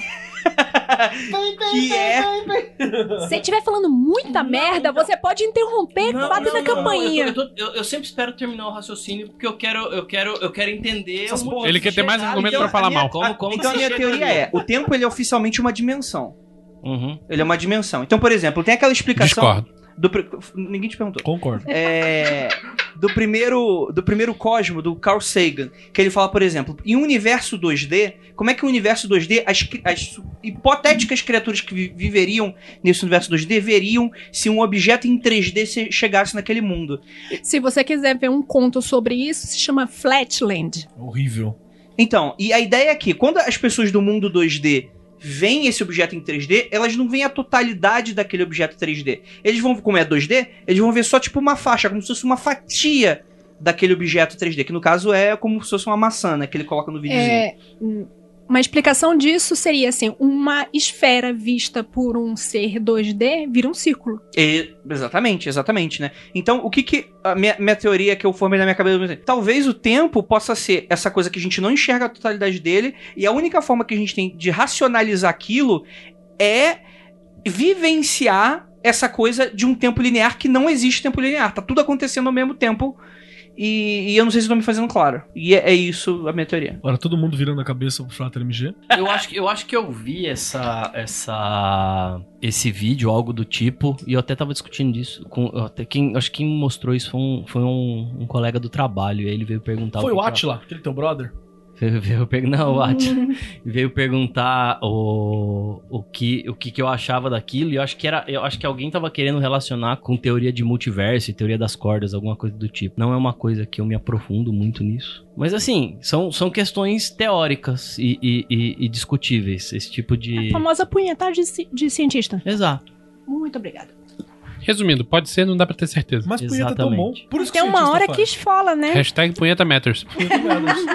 C: que é
F: Se você estiver falando muita merda, você pode interromper
G: Não,
F: batendo
G: não,
F: a
G: não,
F: campainha.
G: Eu, tô- eu tô- eu- eu sempre espero terminar o raciocínio porque eu quero, eu quero, eu quero entender.
C: Essas
G: o-
C: porra,
E: Ele quer ter mais
C: chegaram,
E: argumento
C: então,
E: pra falar
C: a minha-
E: mal.
G: Como- como
C: então a
G: se
C: minha
G: chega
C: teoria
G: ali?
C: é, o tempo ele é oficialmente uma dimensão.
G: Uhum.
C: Ele é uma dimensão. Então, por exemplo, tem aquela explicação
E: Discordo.
C: do pri- ninguém te perguntou.
D: Concordo.
C: É, do primeiro do primeiro Cosmo do Carl Sagan, que ele fala, por exemplo, em um universo 2D, como é que o universo 2D as, cri- as su- hipotéticas criaturas que vi- viveriam nesse universo 2D veriam se um objeto em 3D se- chegasse naquele mundo.
F: Se você quiser ver um conto sobre isso, se chama Flatland.
D: é Horrível.
C: Então, e a ideia é que quando as pessoas do mundo 2D veem esse objeto em 3D, elas não veem a totalidade daquele objeto 3D. Eles vão, como é 2D, eles vão ver só tipo uma faixa, como se fosse uma fatia daquele objeto 3D, que no caso é como se fosse uma maçã, né, que ele coloca no videozinho.
F: É, hum, uma explicação disso seria assim: uma esfera vista por um ser 2D vira um círculo.
C: E- exatamente, exatamente, né? Então, o que que. A minha, minha teoria que eu formei na minha cabeça. Talvez o tempo possa ser essa coisa que a gente não enxerga a totalidade dele, e a única forma que a gente tem de racionalizar aquilo é vivenciar essa coisa de um tempo linear que não existe tempo linear. Tá tudo acontecendo ao mesmo tempo. E, e eu não sei se estou me fazendo claro. E é, é isso a minha teoria.
D: Agora todo mundo virando a cabeça pro Frater MG.
G: Eu acho, que- eu acho que eu vi essa, essa, esse vídeo, algo do tipo, e eu até tava discutindo isso com eu até quem, acho que quem mostrou isso foi um, foi um, um colega do trabalho, e aí ele veio perguntar.
D: Foi o
G: que que
D: Atila, aquele teu brother.
G: Veio, veio per- Não, o Atila. veio perguntar o, o, que, o que, que eu achava daquilo. E eu acho que era. Eu acho que alguém tava querendo relacionar com teoria de multiverso e teoria das cordas, alguma coisa do tipo. Não é uma coisa que eu me aprofundo muito nisso. Mas assim, são, são questões teóricas e, e- e- e discutíveis. Esse tipo de.
F: A famosa punhetagem de, ci- de cientista.
G: Exato.
F: Muito obrigada.
E: Resumindo, pode ser, não dá pra ter certeza.
D: Mas punheta é tão bom.
G: Exatamente.
D: Por isso que
F: Tem uma
D: cientista
F: hora
D: faz.
F: que esfola,
D: É.
F: né?
E: Hashtag punheta matters.
D: Punheta matters.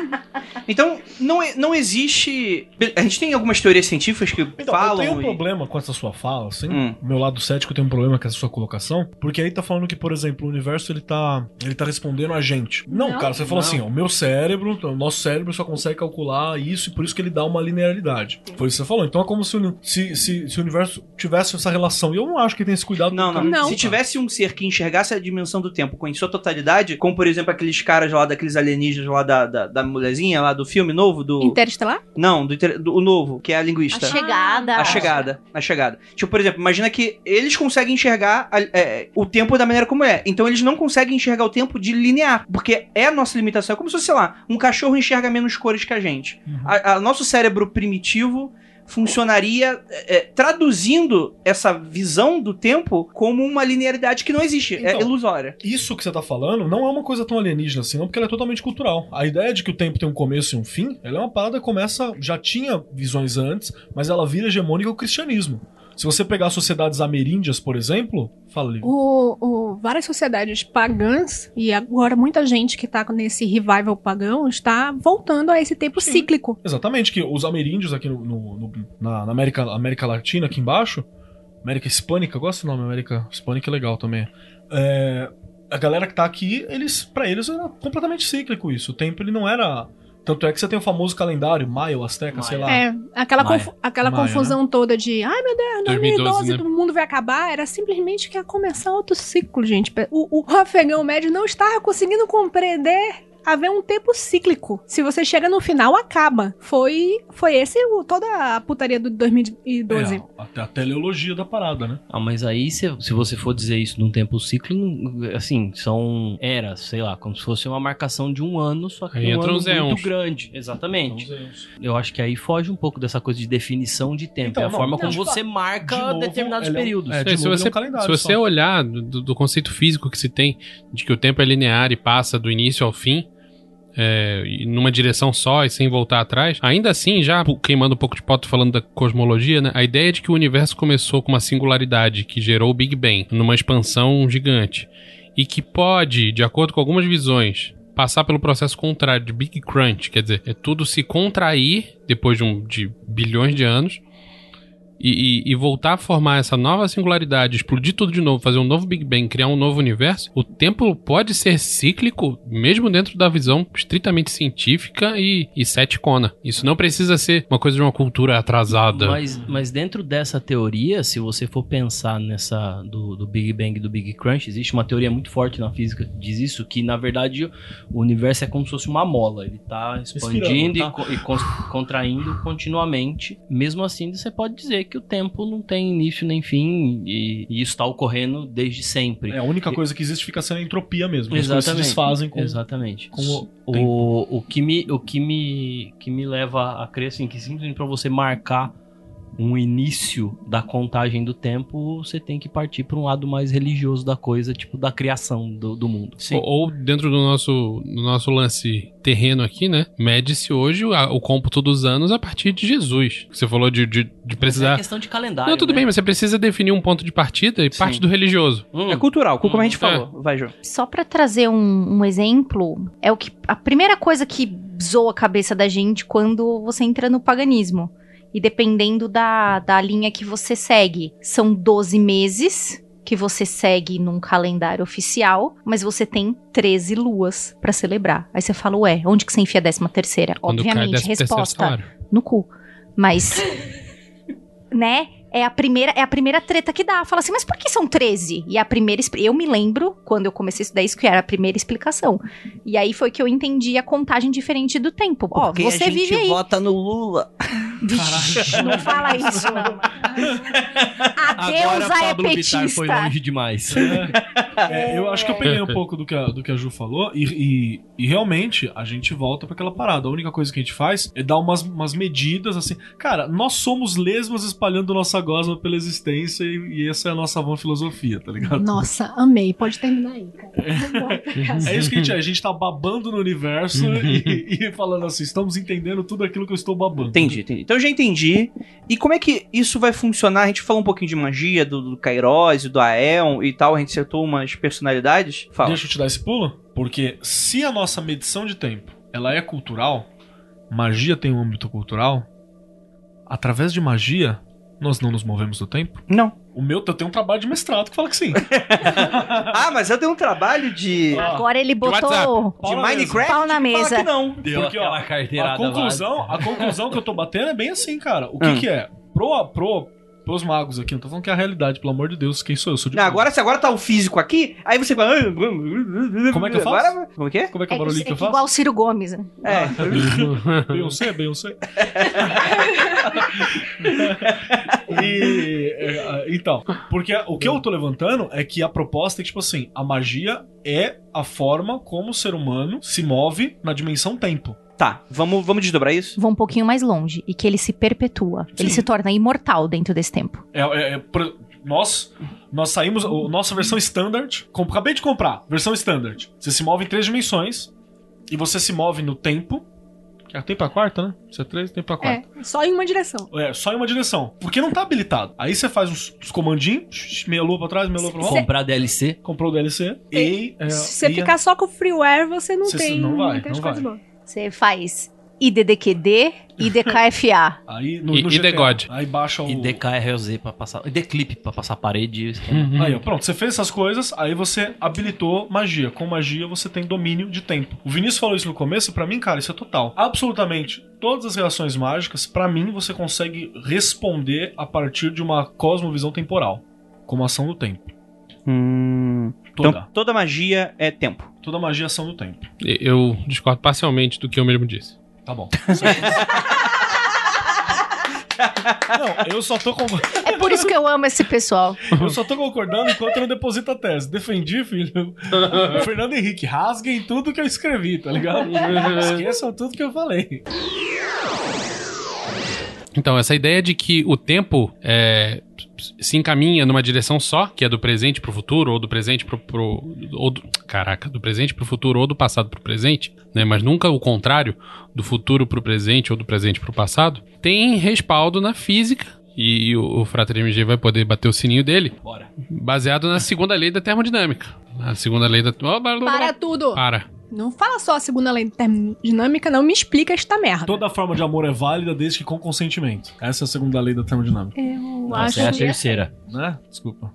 C: Então, não, é- não existe. A gente tem algumas teorias científicas que
D: Então,
C: falam.
D: eu tenho um
C: e-
D: problema com essa sua fala, assim.
C: Hum.
D: O Meu lado cético tem um problema com essa sua colocação, porque aí tá falando que, por exemplo, o universo ele tá, ele tá respondendo a gente. Não,
F: Não.
D: cara, você falou assim, ó, o meu cérebro, o nosso cérebro só consegue calcular isso e por isso que ele dá uma linearidade. Foi isso que você falou. Então é como se, o uni- se, se, se o universo tivesse essa relação. E eu não acho que tem esse cuidado.
C: Não,
D: do
C: não.
D: cara.
F: Não.
C: Se tivesse um ser que enxergasse a dimensão do tempo com em sua totalidade, como por exemplo aqueles caras lá daqueles alienígenas lá da, da, da mulherzinha lá do filme novo, do.
F: Interestelar?
C: Não, do, inter- do- o novo, que é a
B: A
C: linguista.
B: chegada.
C: A chegada, a chegada. Tipo, por exemplo, imagina que eles conseguem enxergar a- é, o tempo da maneira como é. Então eles não conseguem enxergar o tempo de linear, porque é a nossa limitação. É como se, fosse, sei lá, um cachorro enxerga menos cores que a gente.
D: Uhum.
C: A, a- nosso cérebro primitivo funcionaria é, é, traduzindo essa visão do tempo como uma linearidade que não existe, é
D: Então.
C: ilusória.
D: Isso que você tá falando não é uma coisa tão alienígena assim, não, porque ela é totalmente cultural. A ideia de que o tempo tem um começo e um fim, ela é uma parada que começa, já tinha visões antes, mas ela vira hegemônica ao cristianismo. Se você pegar sociedades ameríndias, por exemplo, fala ali.
F: O, o- várias sociedades pagãs, e agora muita gente que tá nesse revival pagão está voltando a esse tempo cíclico.
D: Exatamente, que os ameríndios aqui no, no- no- na, na América, América Latina, aqui embaixo, América Hispânica, eu gosto do nome, América Hispânica é legal também. É, a galera que tá aqui, eles, para eles era completamente cíclico isso. O tempo ele não era. Tanto é que você tem o famoso calendário, Maio, Azteca, sei lá.
F: É, aquela,
G: Maia.
F: confu- aquela
D: Maia,
F: confusão toda de, ai meu Deus,
E: 2012,
F: 2012
E: né?
F: o mundo vai acabar, era simplesmente que ia começar outro ciclo, gente. O, o afegão médio não estava conseguindo compreender haver um tempo cíclico. Se você chega no final, acaba. Foi foi esse o, toda a putaria do 2012.
D: É, até a teleologia da parada, né?
G: Ah, mas aí, se, se você for dizer isso num tempo ciclo, não- assim, são eras, sei lá, como se fosse uma marcação de um ano, só que
E: Aí
G: um
E: entram
G: ano
E: os éons.
G: muito grande. Exatamente.
D: Então,
G: Eu acho que aí foge um pouco dessa coisa de definição de tempo.
D: Então,
G: é a
D: não,
G: forma
D: não,
G: como
D: de
G: você marca
D: de novo,
G: determinados
D: ele é um-
G: períodos.
D: é, de
E: É,
D: novo,
E: se
D: ele é um
E: você,
D: calendário
E: se você
D: só.
E: olhar do, do conceito físico que se tem de que o tempo é linear e passa do início ao fim, é, e numa direção só e sem voltar atrás, ainda assim, já pu- queimando um pouco de pauta falando da cosmologia, né? A ideia de que o universo começou com uma singularidade que gerou o Big Bang, numa expansão gigante, e que pode, de acordo com algumas visões, passar pelo processo contrário de Big Crunch, quer dizer, é tudo se contrair depois de, um- de bilhões de anos. E, e- e voltar a formar essa nova singularidade, explodir tudo de novo, fazer um novo Big Bang, criar um novo universo, o tempo pode ser cíclico, mesmo dentro da visão estritamente científica e, e ceticona. Isso não precisa ser uma coisa de uma cultura atrasada.
G: Mas, mas dentro dessa teoria, se você for pensar nessa do, do Big Bang e do Big Crunch, existe uma teoria muito forte na física que diz isso, que na verdade o universo é como se fosse uma mola. Ele está expandindo
D: Respirando,
G: e
D: tá?
G: co- e, cons- contraindo continuamente. Mesmo assim, você pode dizer que o tempo não tem início nem fim e, e isso está ocorrendo desde sempre.
D: É, a única coisa que existe fica sendo a entropia mesmo. As coisas se desfazem com...
G: Exatamente.
D: com o
G: o, o que me o que me que me leva a crer assim que simplesmente para você marcar um início da contagem do tempo, você tem que partir para um lado mais religioso da coisa, tipo da criação do, do mundo.
E: Ou, ou dentro do nosso, do nosso lance terreno aqui, né? Mede-se hoje o, a- o cômputo dos anos a partir de Jesus. Você falou de, de, de
G: É
E: precisar.
G: questão de calendário.
E: Não, tudo
G: né?
E: bem, mas você precisa definir um ponto de partida e
G: Sim.
E: parte do religioso.
G: Hum,
C: É cultural, como a gente
E: É.
C: falou. Vai, João.
B: Só pra trazer um, um exemplo, é o que a primeira coisa que zoa a cabeça da gente quando você entra no paganismo. E dependendo da, da linha que você segue, são 12 meses que você segue num calendário oficial, mas você tem 13 luas pra celebrar. Aí você fala, ué, onde que você enfia a décima terceira? Obviamente,
E: décimo terceiro
B: resposta
E: salário.
B: no cu. Mas. né? É a, primeira, é a primeira treta que dá. Fala assim, mas por que são 13? E a primeira. expli- Eu me lembro, quando eu comecei a estudar isso, que era a primeira explicação. E aí foi que eu entendi a contagem diferente do tempo. Ó,
C: Porque
B: você
C: a gente
B: vive aí.
C: vota no Lula.
B: Vixe, não fala isso, não. A
G: Agora
B: deusa é
G: Pablo Vittar foi
B: petista.
G: longe demais.
D: É, eu acho que eu peguei um pouco do que a, do que a Ju falou e, e- e realmente a gente volta pra aquela parada. A única coisa que a gente faz é dar umas, umas medidas assim. Cara, nós somos lesmas espalhando nossa gosma pela existência e, e essa é a nossa vã filosofia, tá ligado?
F: Nossa, amei. Pode terminar aí, cara.
D: É isso que a gente é. A gente tá babando no universo e, e falando assim, estamos entendendo tudo aquilo que eu estou babando.
C: Entendi, entendi. Então eu já entendi. E como é que isso vai funcionar? A gente falou um pouquinho de magia, do, do Kairos e do Aeon e tal. A gente setou umas personalidades. Fala.
D: Deixa eu te dar esse pulo, porque se a nossa medição de tempo ela é cultural, magia tem um âmbito cultural, através de magia nós não nos movemos no tempo.
C: Não.
D: O meu, eu tenho um trabalho de mestrado que fala que sim.
C: Ah, mas eu tenho um trabalho de,
D: Ah,
B: Agora ele botou
C: de
D: Paula
C: Minecraft.
B: pau na
C: que fala
B: mesa.
C: que não.
G: Deu
D: Porque, ó,
G: aquela
D: mesmo.
G: carteirada
D: A conclusão, a conclusão que eu tô batendo é bem assim, cara. O que
C: Hum.
D: que é? Pro, pro, pros magos aqui, não tô falando que é a realidade, pelo amor de Deus, quem sou eu? Sou de
C: Não, agora, se agora tá o físico aqui, aí você fala.
D: Como é que eu faço?
C: Agora, como que é?
D: Como é que
B: É,
D: é o barulho que
B: é
D: eu faço?
B: igual o Ciro Gomes. né?
D: Ah.
C: É.
D: Uhum. Beyoncé, Beyoncé. e, é, então, porque o que eu tô levantando é que a proposta é que, tipo assim, a magia é a forma como o ser humano se move na dimensão tempo.
C: Tá, vamos, vamos desdobrar isso?
B: Vão um pouquinho mais longe. E que ele se perpetua. Ele
D: Sim.
B: se torna imortal dentro desse tempo.
D: É, é- é por- nós, nós saímos, a nossa versão standard, com- acabei de comprar, versão standard. Você se move em três dimensões e você se move no tempo. que é Tempo é a quarta, né? Isso é três, tempo é a quarta.
F: É, só em uma direção.
D: É, só em uma direção. Porque não tá habilitado. Aí você faz uns, uns comandinhos, meia lua pra trás, meia lua pra
G: Vou
D: volta.
G: Comprar DLC.
D: Comprou o DLC. E. é,
F: Se você
D: e-
F: ficar só com o freeware, você não
D: Você
F: tem,
D: não vai,
F: tem
D: não vai.
F: boas.
B: Você faz IDDQD, IDKFA.
D: Aí no,
E: E-
D: no
E: e The
D: GTA,
E: God.
D: Aí baixa o.
G: E DKRZ pra passar. E Declip pra passar parede.
E: Uhum.
D: Aí, ó, pronto, você fez essas coisas, aí você habilitou magia. Com magia você tem domínio de tempo. O Vinícius falou isso no começo, e pra mim, cara, isso é total. Absolutamente todas as reações mágicas, pra mim, você consegue responder a partir de uma cosmovisão temporal como ação do tempo.
C: Hum,
D: Toda.
C: Então, toda magia é tempo.
D: Toda magia é ação do tempo.
E: E- Eu discordo parcialmente do que eu mesmo disse.
D: Tá bom. Não, eu só tô com-
B: É por isso que eu amo esse pessoal.
D: eu só tô concordando enquanto eu não deposito a tese. Defendi, filho. O Fernando Henrique, rasguem tudo que eu escrevi, tá ligado? Esqueçam tudo que eu falei.
E: Então, essa ideia de que o tempo é, se encaminha numa direção só, que é do presente pro futuro, ou do presente pro. pro ou do- caraca, do presente pro futuro, ou do passado pro presente, né? Mas nunca o contrário, do futuro pro presente, ou do presente pro passado, tem respaldo na física. E o, o Frater MG vai poder bater o sininho dele. Bora. Baseado na segunda lei da termodinâmica. A segunda lei da. Oh, blá, blá, blá.
F: Para tudo!
D: Ah.
E: Para.
F: Não fala só a segunda lei da termodinâmica, não me explica esta merda.
D: Toda forma de amor é válida desde que com consentimento. Essa é a segunda lei da termodinâmica.
F: Eu
G: Essa é a
F: acho que...
G: terceira.
D: Né? Desculpa.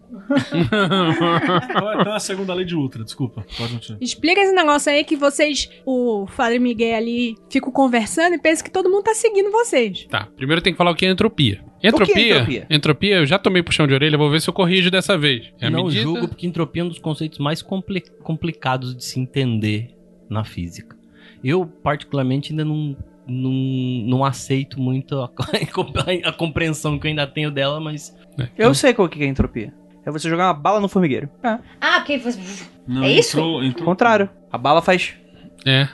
D: então é a segunda lei de Ultra, desculpa. Pode continuar.
F: Explica esse negócio aí que vocês, o Padre Miguel ali, ficam conversando e pensam que todo mundo tá seguindo vocês.
E: Tá, primeiro tem que falar o que é entropia. Entropia,
C: é entropia?
E: entropia? eu já tomei puxão de orelha, vou ver se eu corrijo dessa vez. É a
G: não
E: medida-
G: julgo, porque entropia é um dos conceitos mais compli- complicados de se entender na física. Eu, particularmente, ainda não, não, não aceito muito a, a compreensão que eu ainda tenho dela, mas
C: Eu sei qual que é a entropia. É você jogar uma bala no formigueiro. É.
B: Ah, porque você.
D: Não,
B: É isso?
D: entrou-
C: O
D: entrou-
C: contrário. A bala faz
E: É.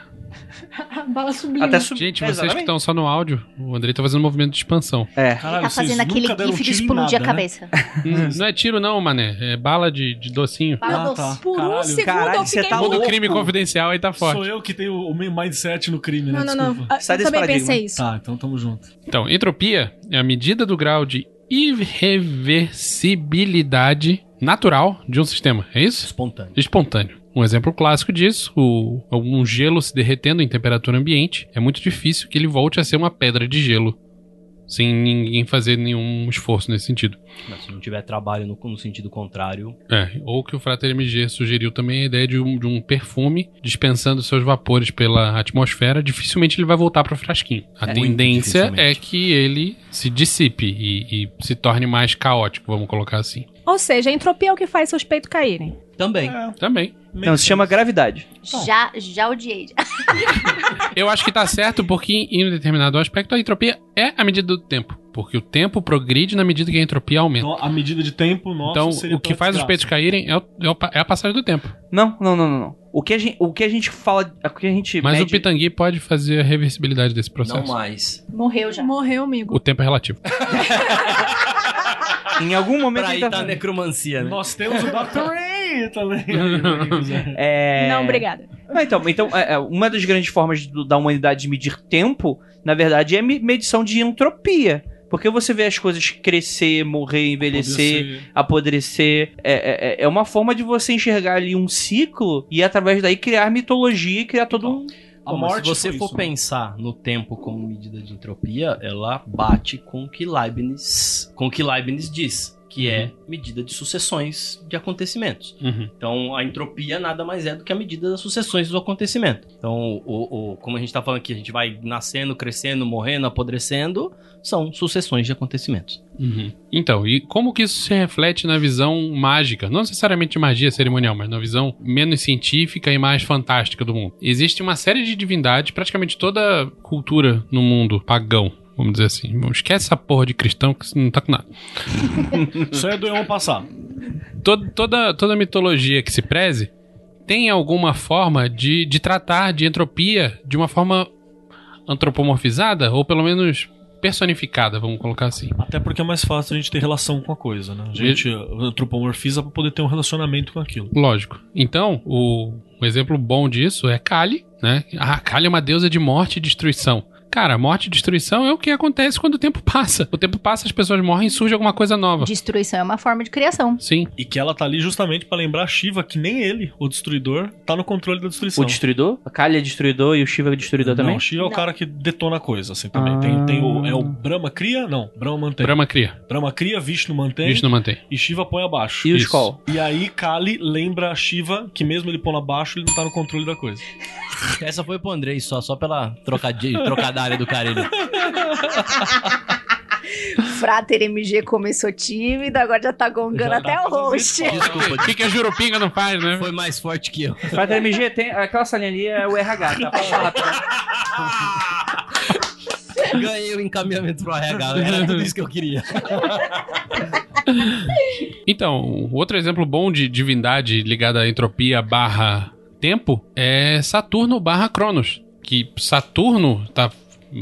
F: A bala subiu.
C: até subir.
E: Gente, vocês que estão só no áudio, o Andrei tá fazendo um movimento de expansão.
C: É.
D: Caralho,
B: tá
D: vocês
B: fazendo
D: nunca
B: aquele
D: deram
B: gif de
D: tiro em nada,
B: explodir a
D: né?
B: cabeça.
E: Hum, não é tiro não, mané, é bala de, de docinho.
B: Fala,
D: Ah, tá.
B: doce.
F: Por um
D: Caralho,
F: segundo
C: caralho,
F: eu
C: você
F: fiquei
C: tá
E: Todo
C: louco.
E: crime confidencial aí tá
D: Sou
E: forte.
D: eu que tenho o meu mindset no crime, né?
F: Não, não, não.
D: Desculpa.
F: Ah,
C: Sai
F: Eu
C: desse
F: também
C: paradigma.
F: pensei isso.
D: Tá, então tamo junto.
E: Então, entropia é a medida do grau de irreversibilidade natural de um sistema, é isso?
G: espontâneo.
E: espontâneo. Um exemplo clássico disso, o, um gelo se derretendo em temperatura ambiente, é muito difícil que ele volte a ser uma pedra de gelo, sem ninguém fazer nenhum esforço nesse sentido.
G: Mas se não tiver trabalho no, no sentido contrário,
E: É, ou que o Frater MG sugeriu também a ideia de um, de um perfume dispensando seus vapores pela atmosfera, dificilmente ele vai voltar para o frasquinho. A
G: É, muito
E: tendência é
G: dificilmente.
E: que ele se dissipe e, e se torne mais caótico, vamos colocar assim.
F: Ou seja, a entropia é o que faz seus peitos caírem.
G: também.
D: É,
E: Também.
C: Então, se chama gravidade.
B: Já, já odiei.
E: Eu acho que tá certo porque em um determinado aspecto a entropia é a medida do tempo. Porque o tempo progride na medida que a entropia aumenta.
D: Então, a medida de tempo nossa
E: Então,
D: seria
E: o que
D: pela
E: faz os
D: desgraça.
E: peitos caírem é, o- é o pa- é a passagem do tempo.
C: Não, não, não, não. não. O que a gente, o que a gente fala. O que a gente.
E: Mas o
C: mede-
E: pitangui pode fazer a reversibilidade desse
G: Não
E: processo.
G: mais.
B: Morreu já.
F: Morreu, amigo.
E: O tempo é relativo.
C: Em algum momento.
G: Pra
C: ele
G: aí
C: tá
G: tá a necromancia, né?
D: Nós temos o tá Dr. Ray também.
C: É...
F: Não, obrigada.
C: Ah, então, então é, é, uma das grandes formas do- da humanidade de medir tempo, na verdade, é me- medição de entropia. Porque você vê as coisas crescer, morrer, envelhecer, apodrecer. É, é- é uma forma de você enxergar ali um ciclo e, através daí, criar mitologia e criar todo um.
D: A
G: Bom, mas
D: morte
G: se você
D: foi
G: for
D: isso, né?
G: pensar no tempo como medida de entropia, ela bate com o que Leibniz, com o que Leibniz diz, que é medida de sucessões de acontecimentos.
E: Uhum.
G: Então, a entropia nada mais é do que a medida das sucessões do acontecimento. Então, o, o- como a gente está falando aqui, a gente vai nascendo, crescendo, morrendo, apodrecendo, são sucessões de acontecimentos.
E: Uhum. Então, e como que isso se reflete na visão mágica? Não necessariamente de magia cerimonial, mas na visão menos científica e mais fantástica do mundo. Existe uma série de divindades, praticamente toda cultura no mundo pagão, vamos dizer assim. Esquece essa porra de cristão que isso não tá com nada.
D: Isso aí é do Ion passar.
E: Todo- toda, toda mitologia que se preze tem alguma forma de, de tratar de entropia de uma forma antropomorfizada, ou pelo menos personificada, vamos colocar assim.
D: Até porque é mais fácil a gente ter relação com a coisa, né? A gente antropomorfiza pra poder ter um relacionamento com aquilo.
E: Lógico. Então, o, um exemplo bom disso é Kali, né? Ah, Kali é uma deusa de morte e destruição. Cara, morte e destruição é o que acontece quando o tempo passa. O tempo passa, as pessoas morrem, surge alguma coisa nova.
B: Destruição é uma forma de criação.
E: Sim.
D: E que ela tá ali justamente pra lembrar a Shiva que nem ele, o destruidor, tá no controle da destruição.
C: O destruidor? A Kali é destruidor e o Shiva é destruidor também?
D: Não, o Shiva é o
B: Não.
D: cara que detona a coisa, assim, também.
C: Ah.
D: Tem, tem o, é o Brahma cria? Não, Brahma mantém. Brahma,
E: Brahma cria.
D: cria, Vishnu mantém
E: Vishnu mantém.
D: e Shiva põe abaixo.
C: E o
D: Isso.
C: Skol?
D: E aí Kali lembra a Shiva que mesmo ele pondo abaixo, ele não tá no controle da coisa.
G: Essa foi pro Andrei só, só pela trocadilha, trocadária do cara. Ele,
B: Frater MG começou tímido, agora já tá gongando
D: Já
B: até o
D: tá
B: host.
G: Desculpa,
E: O que, que a Jurupinga não faz, né?
G: foi mais forte que eu.
C: Frater MG, tem, aquela salinha ali é o RH, tá passado.
G: Ganhei o encaminhamento pro RH, era tudo isso que eu queria.
E: Então, outro exemplo bom de divindade ligada à entropia barra tempo é Saturno barra Cronos. Que Saturno tá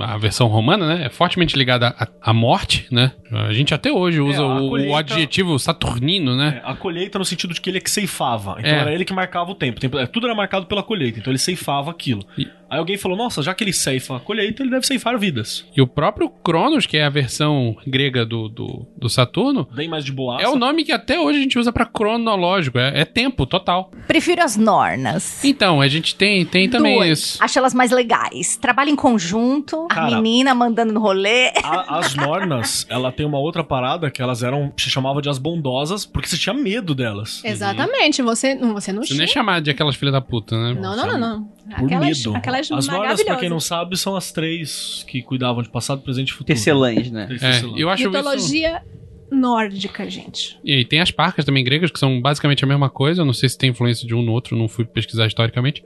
E: a versão romana, né? É fortemente ligada à, à morte, né? A gente até hoje usa
D: É, a
E: o, o
D: colheita-
E: adjetivo saturnino, né?
D: É, a colheita no sentido de que ele é que ceifava. Então
E: É.
D: era ele que marcava o tempo. O tempo- é, Tudo era marcado pela colheita, então ele ceifava aquilo.
E: E-
D: Aí alguém falou, nossa, já que ele ceifa a colheita, ele deve ceifar vidas.
E: E o próprio Cronos, que é a versão grega do, do, do Saturno,
D: Bem mais de boaça.
E: é o nome que até hoje a gente usa pra cronológico, é, é tempo total.
B: Prefiro as nornas.
E: Então, a gente tem, tem também isso.
B: Acho elas mais legais. Trabalho em conjunto, a
D: Cara.
B: menina mandando no rolê.
D: A- as Nornas, ela tem uma outra parada que elas eram, se chamava de as bondosas, porque você tinha medo delas.
F: Uhum. Exatamente, você, não- você não
E: Isso nem é
F: tinha.
E: chamado de aquelas filhas da puta, né?
F: Não, não, não, não.
D: Por
F: Aquelas,
D: medo.
F: aquelas
D: as Nornas, pra quem não
F: maravilhosas.
D: sabe, são as três que cuidavam de passado, presente e futuro.
C: Tecelãs, né?
E: É,
D: Tercelã.
E: eu acho isso...
F: Mitologia nórdica, gente.
E: E aí tem as parcas também gregas, que são basicamente a mesma coisa. Eu não sei se tem influência de um no outro, não fui pesquisar historicamente.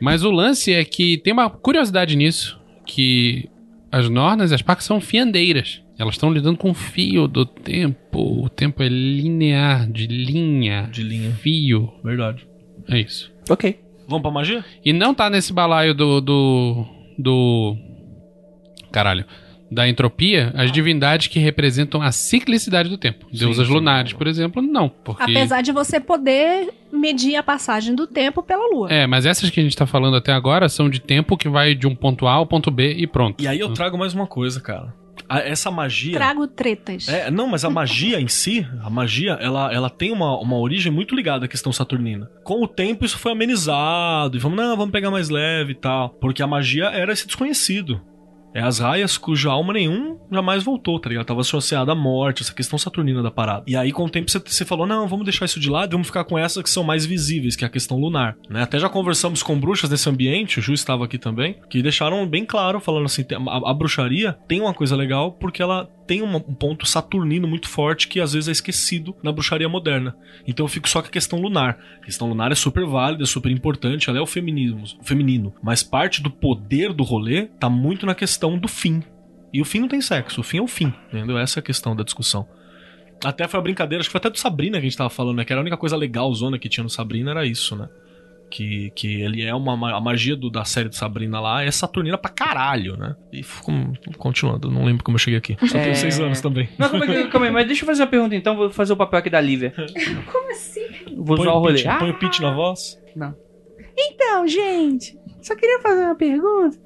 E: Mas o lance é que tem uma curiosidade nisso, que as nornas e as parcas são fiandeiras. Elas estão lidando com o fio do tempo. O tempo é linear, de linha,
D: De linha.
E: fio.
D: Verdade.
E: É isso.
C: Ok.
D: Vamos pra magia?
E: E não tá nesse balaio do. do. do. Caralho. Da entropia, as divindades que representam a ciclicidade do tempo. Deusas
D: sim.
E: lunares, por exemplo, não. Porque...
F: Apesar de você poder medir a passagem do tempo pela lua.
E: É, mas essas que a gente tá falando até agora são de tempo que vai de um ponto A ao ponto B e pronto.
D: E aí eu trago mais uma coisa, cara. Hum. A- essa magia.
F: Trago tretas.
D: É, não, mas a magia em si, a magia, ela, ela tem uma, uma origem muito ligada à questão saturnina. Com o tempo, isso foi amenizado. E vamos, não, vamos pegar mais leve e tal. Porque a magia era esse desconhecido. É as raias cuja alma nenhum jamais voltou, tá ligado? Tava associada à morte, essa questão saturnina da parada. E aí, com o tempo, você- você falou: não, vamos deixar isso de lado e vamos ficar com essas que são mais visíveis, que é a questão lunar. né? Até já conversamos com bruxas nesse ambiente, o Ju estava aqui também, que deixaram bem claro, falando assim: tem- a, a bruxaria tem uma coisa legal porque ela tem uma- um ponto saturnino muito forte que às vezes é esquecido na bruxaria moderna. Então eu fico só com a questão lunar. A questão lunar é super válida, é super importante, ela é o feminismo, feminino. Mas parte do poder do rolê tá muito na questão do fim. E o fim não tem sexo, o fim é o fim, entendeu? Essa é a questão da discussão. Até foi a brincadeira, acho que foi até do Sabrina que a gente tava falando, né? Que era a única coisa legal zona que tinha no Sabrina era isso, né? Que, que ele é uma. ma- A magia do- da série do Sabrina lá é saturnina pra caralho, né? E fico, continuando, não lembro como eu cheguei aqui. Só
C: É.
D: tenho seis anos também.
C: Não, como é que, calma aí, mas deixa eu fazer uma pergunta então, vou fazer o papel aqui da Lívia.
F: Como assim?
C: Vou usar o rolê. Ah,
D: pitch, põe o pitch na voz.
F: Então, gente, só queria fazer uma pergunta.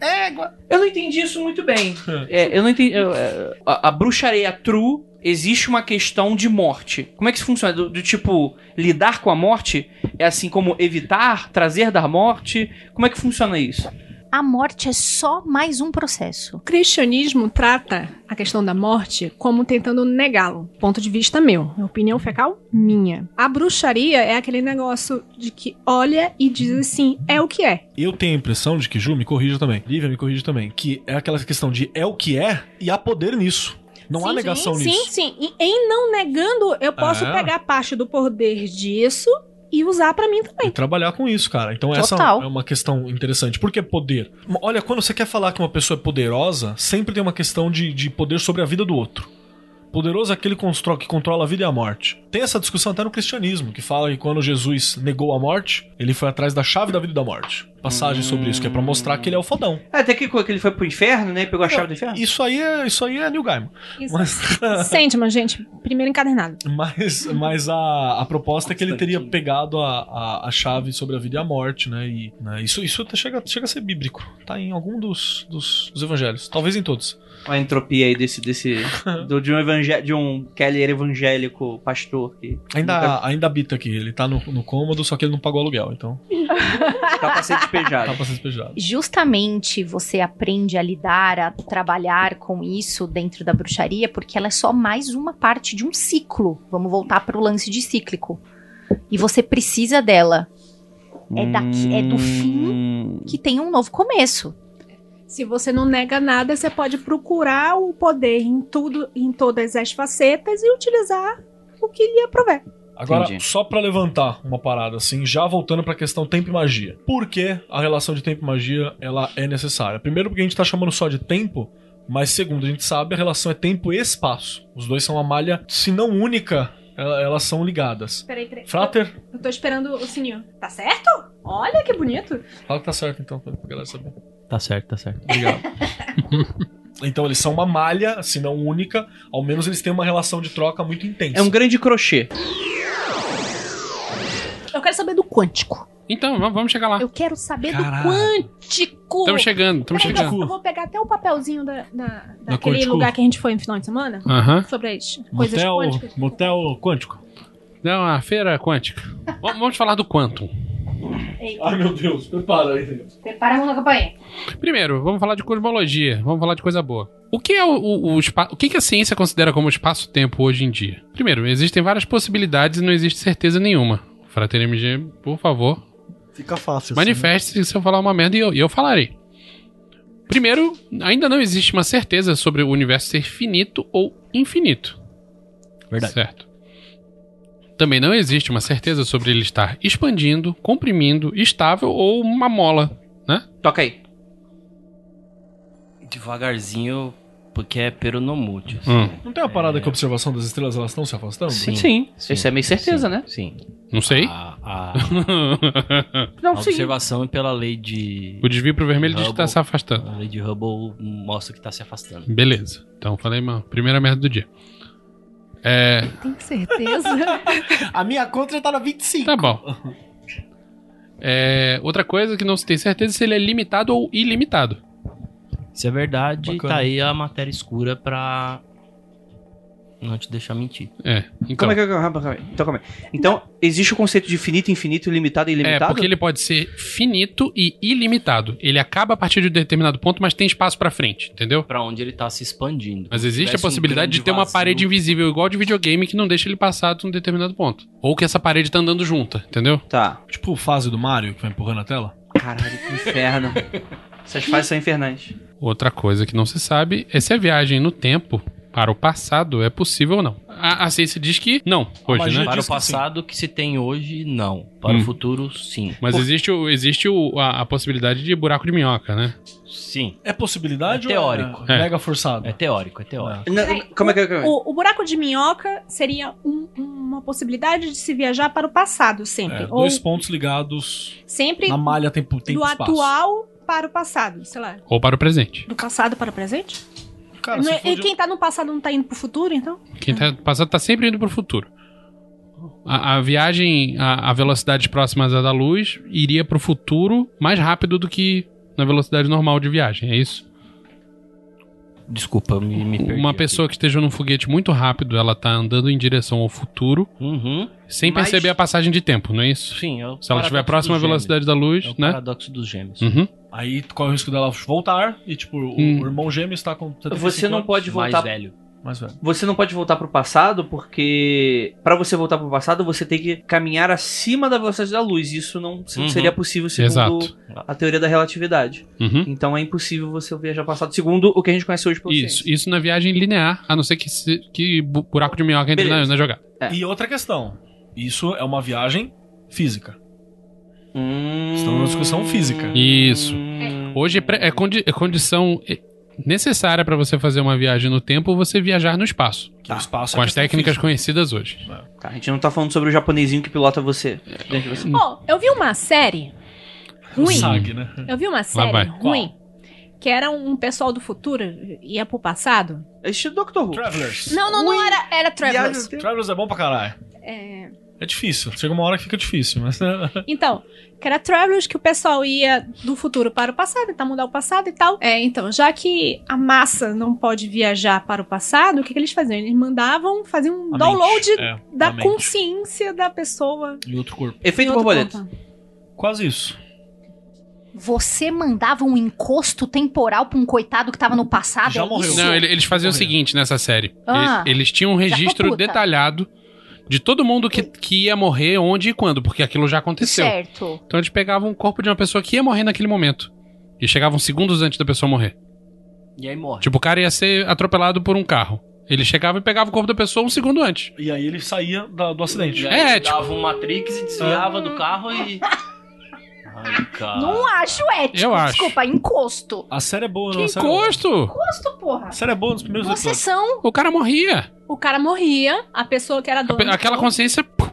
C: Eu não entendi isso muito bem. É, eu não entendi. eu, é, a, a bruxaria true existe uma questão de morte. Como é que isso funciona? Do, do tipo, lidar com a morte? É assim como evitar, trazer da morte? Como é que funciona isso?
B: A morte é só mais um processo.
F: O cristianismo trata a questão da morte como tentando negá-lo. Ponto de vista meu. Opinião fecal? Minha. A bruxaria é aquele negócio de que olha e diz assim, é o que é.
D: Eu tenho a impressão de que Ju me corrija também. Lívia me corrija também. Que é aquela questão de é o que é e há poder nisso. Não há
F: Sim,
D: negação
F: sim,
D: nisso.
F: Sim, sim. E em não negando, eu posso
D: É.
F: pegar parte do poder disso e usar pra mim também.
D: E trabalhar com isso, cara. Então essa
B: Total.
D: é uma questão interessante. Por que poder? Olha, quando você quer falar que uma pessoa é poderosa, sempre tem uma questão de, de poder sobre a vida do outro. Poderoso é aquele constro- que controla a vida e a morte. Tem essa discussão até no cristianismo, que fala que quando Jesus negou a morte, ele foi atrás da chave da vida e da morte. Passagem sobre isso, que é pra mostrar que ele é o fodão.
C: É, Até que, que ele foi pro inferno, né? Pegou a chave do inferno?
D: Isso aí é, isso aí é New Gaiman. Mas,
F: Sêntima, gente. Primeiro encadernado.
D: mas, mas a, a proposta é que ele teria pegado a, a, a chave sobre a vida e a morte, né? E né, isso, isso até chega, chega a ser bíblico. Tá em algum dos, dos, dos evangelhos. Talvez em todos.
C: Olha a entropia aí desse. desse do, de, um evangé- de um Keller evangélico pastor que
D: Ainda, ainda habita aqui. Ele tá no, no cômodo, só que ele não pagou aluguel. Então
C: tá pra ser despejado.
D: tá pra ser despejado.
B: Justamente você aprende a lidar, a trabalhar com isso dentro da bruxaria, porque ela é só mais uma parte de um ciclo. Vamos voltar pro lance de cíclico. E você precisa dela, É daqui- é do
C: fim.
B: que tem um novo começo.
F: Se você não nega nada, você pode procurar o poder em tudo, em todas as facetas e utilizar o que lhe aprover.
D: Agora,
C: Entendi.
D: só pra levantar uma parada assim, já voltando pra questão tempo e magia. Por que a relação de tempo e magia ela é necessária? Primeiro porque a gente tá chamando só de tempo, mas segundo, a gente sabe a relação é tempo e espaço. Os dois são uma malha, se não única, ela- elas são ligadas.
F: Peraí, peraí.
D: Frater,
F: Eu tô esperando o sininho. Tá certo? Olha que bonito.
D: fala que tá certo então, pra pra galera saber.
G: Tá certo, tá certo.
D: Então eles são uma malha, se não única, ao menos eles têm uma relação de troca muito intensa.
C: É um grande crochê.
F: Eu quero saber do quântico.
E: Então, v- vamos chegar lá.
F: Eu quero saber
D: Caralho.
F: do quântico.
E: Estamos chegando, estamos
F: Peraí, então,
E: chegando.
F: Eu vou pegar até o papelzinho da, da- daquele
D: quântico.
F: lugar que a gente foi no final de semana.
E: Aham.
F: Sobre as coisas
D: motel,
F: quânticas.
D: motel quântico.
E: Não, a feira quântica. V- vamos falar do quantum.
D: Ai meu Deus, prepara aí.
B: Prepara a mão na campanha.
E: Primeiro, vamos falar de cosmologia, vamos falar de coisa boa. O que é o, o, o espa- o que que a ciência considera como espaço-tempo hoje em dia? Primeiro, existem várias possibilidades e não existe certeza nenhuma. Frater MG, por favor,
H: Fica fácil. assim, né?
E: manifeste-se se eu falar uma merda e eu, e eu falarei. Primeiro, ainda não existe uma certeza sobre o universo ser finito ou infinito.
G: Verdade.
E: Certo. Também não existe uma certeza sobre ele estar expandindo, comprimindo, estável ou uma mola.
C: Toca aí.
G: Devagarzinho, porque é peronomútil. assim.
E: Hum.
D: Não tem uma parada
C: É.
D: que a observação das estrelas elas estão se afastando?
C: Sim, isso é meio certeza, né?
G: Sim.
E: Não sei.
G: A, a- a
H: Ah.
F: Não, sim.
G: observação é pela lei de.
E: o desvio pro vermelho diz que tá
G: Hubble.
E: se afastando.
G: A lei de Hubble mostra que tá se afastando.
E: Beleza. Então falei uma primeira merda do dia. É,
B: Tem certeza.
H: A minha conta já tá na 25.
E: Tá bom. É, outra coisa que não se tem certeza é se ele é limitado ou ilimitado.
G: Se é verdade,
H: Bacana.
G: tá aí a matéria escura pra. Não te deixar mentir.
E: É. Então,
C: Como é que eu- ah, calma aí. Então, calma aí. Então, existe o conceito de finito, infinito, limitado e ilimitado?
E: É, porque ele pode ser finito e ilimitado. Ele acaba a partir de um determinado ponto, mas tem espaço pra frente, entendeu?
G: Pra onde ele tá se expandindo.
E: Mas existe a
G: Tivesse um
E: possibilidade de
G: grande
E: ter uma
G: vazio.
E: parede invisível igual de videogame que não deixa ele passar de um determinado ponto. Ou que essa parede tá andando junta, entendeu?
C: Tá.
D: Tipo fase do Mario que vai empurrando a tela?
C: Caralho, que inferno. Essas fases são infernais.
E: Outra coisa que não se sabe é se a viagem no tempo para o passado é possível ou não. A, a ciência diz que não, hoje,
D: magia
E: né?
D: Eu
G: Para o
D: disse que
G: passado que se tem hoje, não. Para
E: Hum.
G: o futuro, sim.
E: Mas existe, o- existe o- a, a possibilidade de buraco de minhoca, né?
G: Sim.
D: É possibilidade
G: É
D: ou
G: teórico.
E: É.
D: mega forçado?
G: É teórico, é teórico.
C: Não,
F: Peraí,
C: como é que eu...
F: O, o buraco de minhoca seria um- uma possibilidade de se viajar para o passado sempre.
D: É,
F: ou
D: dois pontos ligados
F: sempre
D: na
F: do
D: malha tempo tempo e espaço.
F: atual para o passado. Sei lá,
E: Ou para o presente.
F: do passado para o presente?
D: Cara,
F: Não
D: se
F: é-
D: for
F: e
D: de-
F: quem tá no passado não tá indo pro futuro, então?
E: Quem tá no passado tá sempre indo pro futuro. A, a viagem a, a velocidades próximas à da luz iria pro futuro mais rápido do que na velocidade normal de viagem, é isso?
G: Ah. Desculpa, me, me perdi.
E: Uma
G: aqui.
E: pessoa que esteja num foguete muito rápido, ela tá andando em direção ao futuro
G: Uhum.
E: sem
G: Mas-
E: perceber a passagem de tempo, não é isso?
G: Sim, é o
E: Se ela estiver
G: paradoxo
E: próxima à
G: dos gêmeos.
E: velocidade da luz,
G: É o
E: né?
G: paradoxo dos gêmeos.
E: Uhum.
D: Aí corre o risco dela voltar e, tipo, o-
E: Hum.
D: o irmão gêmeo está com. 75
C: Você não
D: anos,
C: pode voltar...
G: Mais velho.
D: Mais velho.
C: Você não pode voltar pro passado porque para você voltar pro passado você tem que caminhar acima da velocidade da luz. Isso não se-
G: Uhum.
C: seria possível segundo
E: Exato.
C: a teoria da relatividade.
E: Uhum.
C: Então é impossível você viajar pro passado segundo o que a gente conhece hoje pela
E: Isso,
C: ciência.
E: isso na viagem linear, a não ser que, se- que bu- buraco de minhoca entre né, na,
C: Beleza.
E: na jogada.
C: É.
D: E outra questão: isso é uma viagem física.
C: Hum...
D: Estamos numa discussão física.
E: Isso.
C: Hum.
E: Hoje é, pre- é condi- é condição eh, necessária para você fazer uma viagem no tempo você viajar no espaço,
D: Que o espaço
E: com
D: é
E: as
D: questão
E: técnicas
D: física.
E: conhecidas hoje.
C: Tá, a gente não tá falando sobre o japonesinho que pilota você. Dentro de você.
F: Ó, eu vi uma série
D: O
F: ruim.
D: SAG, né?
F: Eu vi uma
E: vai.
F: série ruim. Que era um pessoal do futuro e ia pro passado.
C: Este é Doctor Who.
D: Travelers.
F: Não, não, não era, era
C: Viagem
F: Travelers.
C: no tempo.
D: Travelers é bom pra caralho.
F: É,
D: É difícil. Chega uma hora que fica difícil, mas. né?
F: então, que era Travelers que o pessoal ia do futuro para o passado, tentar mudar o passado e tal. É, então, já que a massa não pode viajar para o passado, o que, que eles faziam? Eles mandavam fazer um
D: A
F: download
D: mente, é, a
F: da
D: mente.
F: consciência da pessoa.
D: Em outro corpo.
F: em
C: Efeito
F: outro
C: Tipo borboleta.
F: ponto.
D: Quase isso.
B: Você mandava um encosto temporal pra um coitado que tava no passado?
D: Já
B: é
D: morreu.
B: isso?
E: Não, ele- eles faziam o
D: Morrendo.
E: seguinte nessa série.
B: Ah.
E: Eles, eles tinham um
B: tô
E: registro
B: puta.
E: detalhado de todo mundo que, que ia morrer, onde e quando, porque aquilo já aconteceu.
B: é, Certo.
E: Então eles pegavam o corpo de uma pessoa que ia morrer naquele momento. E chegavam segundos antes da pessoa morrer.
G: E aí morre.
E: Tipo, o cara ia ser atropelado por um carro. Ele chegava e pegava o corpo da pessoa um segundo antes.
D: E aí ele saía da- do acidente.
G: E
E: É,
G: aí
E: tipo-
G: dava um Matrix e desviava do carro e. Ai, cara.
B: Não acho ético.
E: Ah. Eu acho.
B: Desculpa, encosto.
D: A série é boa,
E: Que
D: não? a série é boa.
E: encosto!
B: Encosto, porra.
D: A série é boa nos primeiros
B: Vocês
D: episódios.
B: são
E: O cara morria.
F: O cara morria, a pessoa que era dona. do
E: Aquela
F: corpo-
E: consciência. puf,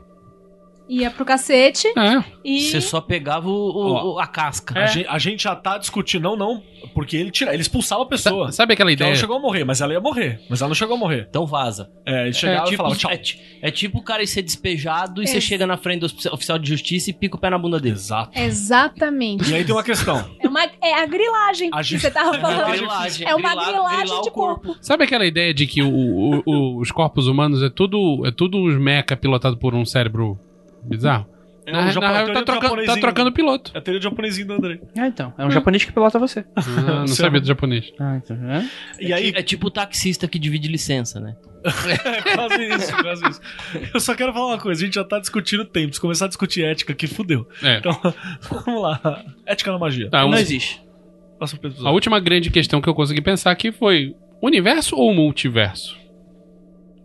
F: ia pro cacete
E: É.
F: e.
G: Você só pegava o- o- o- a casca.
D: A, gen- a gente, já tá discutindo, não, não. Porque ele, tira, ele expulsava a pessoa.
E: Sa- Sabe aquela
D: Porque
E: ideia?
D: ela não chegou a morrer, mas ela ia morrer. Mas ela não chegou a morrer.
G: Então vaza.
D: É, ele chegava
G: é,
D: e falava, tchau.
G: é ti- é tipo o cara ser despejado e você
F: Esse.
G: chega na frente do ofici- oficial de justiça e pica o pé na bunda dele.
D: Exato.
F: Exatamente.
D: E aí tem uma questão.
F: É, uma, é a grilagem
D: A gente-
F: que você tava falando. É uma
G: Grilar-
F: grilagem
G: grilar
F: de
G: o corpo.
E: Sabe aquela ideia de que o- o- o- os corpos humanos é tudo, é tudo uns meca pilotado por um cérebro bizarro?
D: É
E: na,
D: um japa-
E: na real,
D: teoria
E: tá
D: do
E: trocando, tá
D: japonesinho.
E: trocando piloto.
D: É a teoria do japonesinho do André.
G: Ah, então.
C: É um japonês que pilota você.
E: Ah, não
D: Seu-
E: sabia do japonês.
G: Ah, então. É?
D: E aí,
G: É tipo o taxista que divide licença, né?
D: é quase isso, quase isso. Eu só quero falar uma coisa, a gente já tá discutindo tempo. Se começar a discutir ética aqui, fudeu.
E: É.
D: Então, vamos lá. Ética na magia.
E: Tá, um-
G: Não existe.
D: Passa pro
E: a
D: episódio.
E: última grande questão que eu consegui pensar aqui foi universo ou multiverso?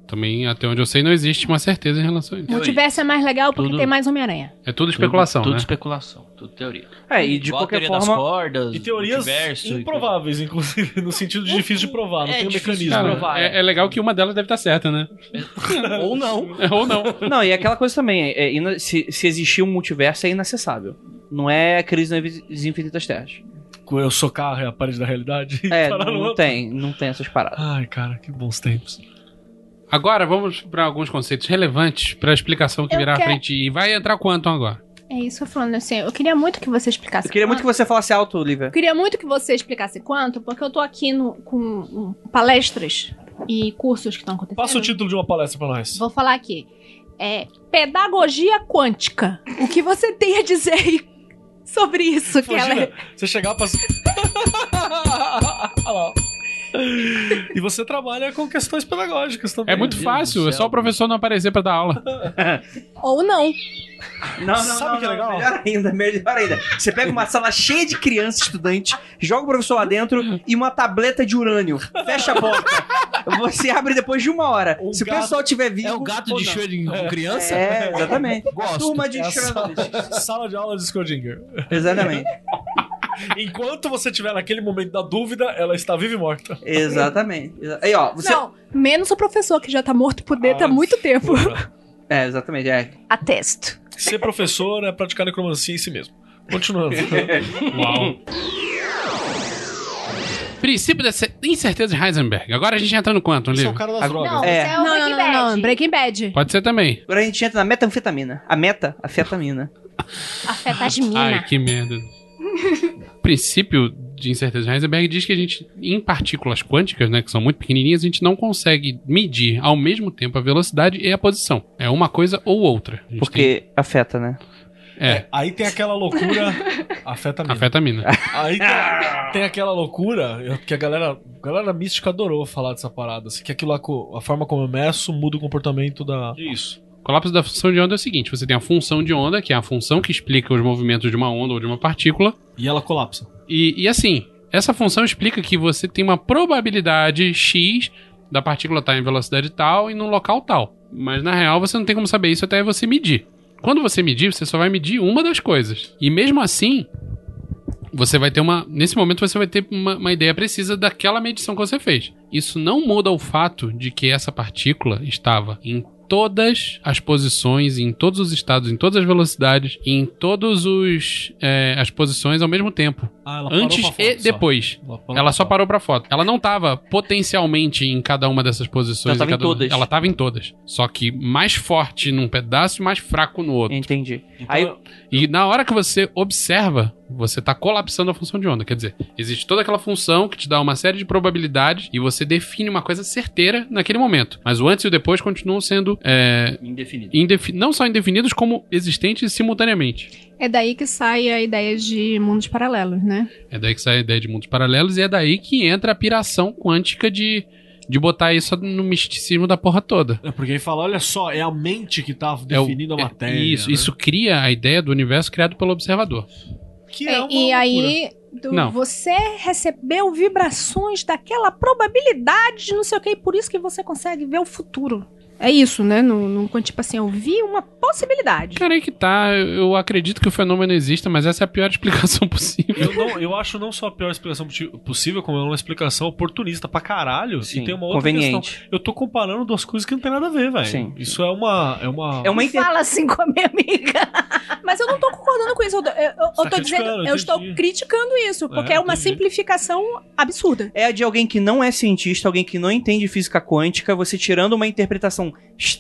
E: Também, até onde eu sei, não existe uma certeza em relação a isso.
F: O multiverso é mais legal porque
G: Tudo-
F: tem mais Homem-Aranha.
E: É tudo especulação,
G: Tudo, tudo
E: né?
G: especulação, tudo teoria.
C: É, e de
G: Igual a
C: qualquer
G: teoria
C: forma.
G: das cordas,
D: E teorias
G: multiverso, e-
D: improváveis, inclusive, no sentido de difícil de provar, não
G: É
D: tem um
G: difícil de
D: mecanismo.
G: provar.
D: né?
E: Cara, é, é legal que uma delas deve estar certa, né?
G: Ou não.
E: Ou não.
C: Não, e aquela coisa também, é- é ina- se, se existir um multiverso é inacessável. Não é a crise nas infinitas terras.
D: Eu socar a parede da realidade e
C: É,
D: parar no
C: não
D: outro.
C: tem, não tem essas paradas.
D: Ai, cara, que bons tempos.
E: Agora vamos para alguns conceitos relevantes para a explicação que
F: Eu
E: virá à
F: quero-
E: frente. E vai entrar quanto agora?
F: É isso que eu tô falando assim. Eu queria muito que você explicasse.
C: Eu queria muito que você falasse alto, Olivia.
F: Eu queria muito que você explicasse quanto, porque eu tô aqui no- com um, palestras e cursos que estão acontecendo.
D: Passa o
C: É.
D: título de uma palestra pra nós.
F: Vou falar aqui. É pedagogia quântica. O que você tem a dizer aí sobre isso? Que ela
D: Imagina,
F: é...
D: você chegar pra. Olha lá. e você trabalha com questões pedagógicas também.
E: É muito
G: Deus
E: fácil,
G: do
E: é
G: céu.
E: só o professor não aparecer para dar aula.
F: Ou não.
C: Não, não,
D: Sabe
C: não,
D: que é
C: não,
D: legal?
C: Melhor ainda, melhor ainda. Você pega uma sala cheia de crianças, estudantes, joga o professor lá dentro e uma tableta de urânio. Fecha a porta. Você abre depois de uma hora.
D: O
C: Se
D: gato-
C: o pessoal tiver vivo.
G: É o gato
D: ou
G: de
D: não.
G: Schrödinger com criança?
C: É, exatamente.
G: Gosto.
C: Turma de
D: É a sala,
C: Schrödinger.
D: sala de aula de Schrödinger.
C: Exatamente.
D: Enquanto você tiver naquele momento da dúvida, ela está viva e morta.
C: Exatamente. Exa- Aí, ó, você.
F: Não, menos o professor que já tá morto por dentro há muito tempo.
C: É, exatamente. É.
B: Atesto.
D: Ser professor é praticar necromancia em si mesmo. Continuando.
E: Uau. Princípio da ce- incerteza de Heisenberg. Agora a gente entra no quanto,
D: Esse é
E: livro?
D: o cara das
C: Agora-
D: drogas.
B: Não,
C: É.
B: isso é o Breaking Bad.
F: Breaking Bad.
E: Pode ser também.
C: Agora a gente entra na metanfetamina. A meta, a fetamina.
E: Ai,
B: Afetasmina.
E: que merda. Princípio de incerteza de Heisenberg diz que a gente, em partículas quânticas, né, que são muito pequenininhas, a gente não consegue medir ao mesmo tempo a velocidade e a posição. É uma coisa ou outra. A gente
C: Porque afeta, né?
E: tem- é,
D: Aí tem aquela loucura. Afeta mesmo.
E: afetamina.
D: Aí tem, tem aquela loucura eu- que a galera, a galera mística adorou falar dessa parada. Assim, que aquilo lá, co- a forma como eu meço muda o comportamento da. Isso.
E: Colapso da função de onda é o seguinte: você tem a função de onda, que é a função que explica os movimentos de uma onda ou de uma partícula,
D: E ela colapsa.
E: e, e assim, essa função explica que você tem uma probabilidade X da partícula estar em velocidade tal e num local tal. Mas na real você não tem como saber isso até você medir. Quando você medir, você só vai medir uma das coisas. E mesmo assim, você vai ter uma. Nesse momento você vai ter uma, uma ideia precisa daquela medição que você fez. Isso não muda o fato de que essa partícula estava em todas as posições, em todos os estados, em todas as velocidades, em todas as posições ao mesmo tempo.
D: Ah, ela parou
E: Antes
D: pra fora
E: e
D: só.
E: depois.
D: Ela, parou
E: Ela
D: pra
E: só
D: fora.
E: parou pra foto. Ela não tava potencialmente em cada uma dessas posições.
C: Ela tava em
E: cada uma-
C: todas.
E: Ela tava em todas. Só que mais forte num pedaço e mais fraco no outro.
C: Entendi.
D: Então,
C: Aí,
E: E na hora que você observa, você tá colapsando a função de onda. Quer dizer, existe toda aquela função que te dá uma série de probabilidades e você define uma coisa certeira naquele momento. Mas o antes e o depois continuam sendo é,
G: Indefinido.
E: indefi- não só indefinidos, como existentes simultaneamente.
F: É daí que sai a ideia de mundos paralelos, né?
E: É daí que sai a ideia de mundos paralelos e é daí que entra a piração quântica de, de botar isso no misticismo da porra toda.
D: É porque ele fala, olha só, é a mente que tá
E: É o-
D: definindo
E: é-
D: a matéria.
E: Isso,
D: né?
E: isso cria a ideia do universo criado pelo observador.
D: Que
F: É,
D: é uma
F: e
D: loucura.
F: aí, do-
E: Não.
F: você recebeu vibrações daquela probabilidade, de não sei o que, e por isso que você consegue ver o futuro. É isso, né? Não, não, tipo assim, eu vi uma possibilidade.
E: Cara, aí que tá. Eu acredito que o fenômeno exista, mas essa é a pior explicação possível.
D: Eu, não- eu acho não só a pior explicação possi- possível, como é uma explicação oportunista pra caralho.
G: Sim,
D: e tem uma outra
C: conveniente.
D: questão. Eu tô comparando duas coisas que não tem nada a ver,
G: Sim.
D: velho. Isso é uma. É uma.
C: É uma inter...
B: Fala assim com a minha amiga.
F: Mas eu não tô concordando com isso. Eu, eu- eu
D: Você tá
F: tô dizendo,
D: criticando,
F: eu estou
D: entendi.
F: criticando isso, porque
D: É,
F: é, uma
D: entendi.
F: simplificação absurda.
C: É a de alguém que não é cientista, alguém que não entende física quântica, você tirando uma interpretação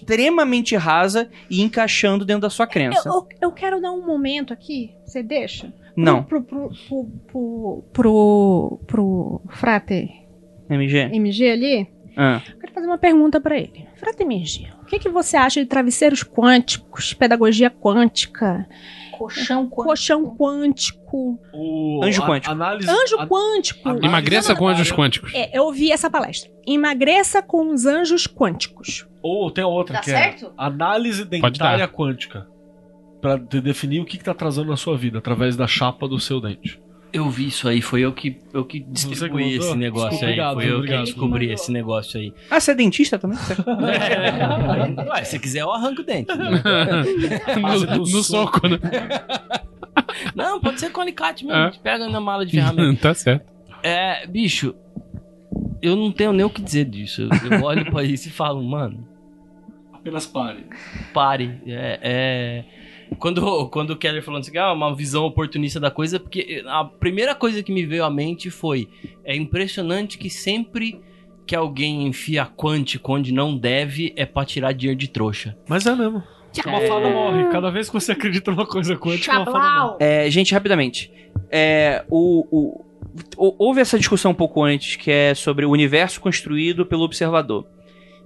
C: extremamente rasa e encaixando dentro da sua
F: Eu,
C: crença.
F: eu- eu quero dar um momento aqui, você deixa?
C: Não,
F: Pro, pro, pro, pro, pro, pro Frater
C: MG.
F: MG ali?
C: Ah.
F: Eu quero fazer uma pergunta pra ele. Frater MG, o que, que você acha de travesseiros quânticos, pedagogia quântica,
B: Colchão
F: colchão quântico,
D: o-
C: Anjo
D: a-
C: quântico.
D: Análise.
F: anjo
D: a-
F: quântico?
D: análise
E: Emagreça com anjos
D: trabalha-
E: quânticos.
F: É, eu ouvi essa palestra. Emagreça com os anjos quânticos.
D: Ou tem outra
F: Tá
B: Dá
D: que é
B: tá certo?
D: análise dentária quântica. Pra de- definir o que, que tá atrasando na sua vida através da chapa do seu dente.
G: Eu vi isso aí, foi eu que, eu que distribuí
D: mandou?
G: esse negócio
D: Desculpa,
G: aí.
D: obrigado,
G: foi eu
D: obrigado.
G: que descobri esse negócio aí.
C: Ah, você é dentista também?
G: Ué, se quiser, eu arranco o dente. né?
E: no, no soco, né?
G: Não, pode ser com alicate mesmo.
E: É.
G: a gente Pega na mala de ferramenta.
E: tá certo.
G: É, bicho, eu não tenho nem o que dizer disso. Eu, eu olho pra isso e falo, mano,
D: Apenas pare.
G: pare. É, é- Quando, quando o Keller falando assim, ah, uma visão oportunista da coisa, porque a primeira coisa que me veio à mente foi: é impressionante que sempre que alguém enfia quântico onde não deve é pra tirar dinheiro de trouxa.
D: Mas é mesmo. Uma fada
G: É.
D: morre. Cada vez que você acredita numa coisa quântica, uma fada morre.
C: É, gente, rapidamente. É, o- o- o- houve essa discussão um pouco antes, que é sobre o universo construído pelo observador.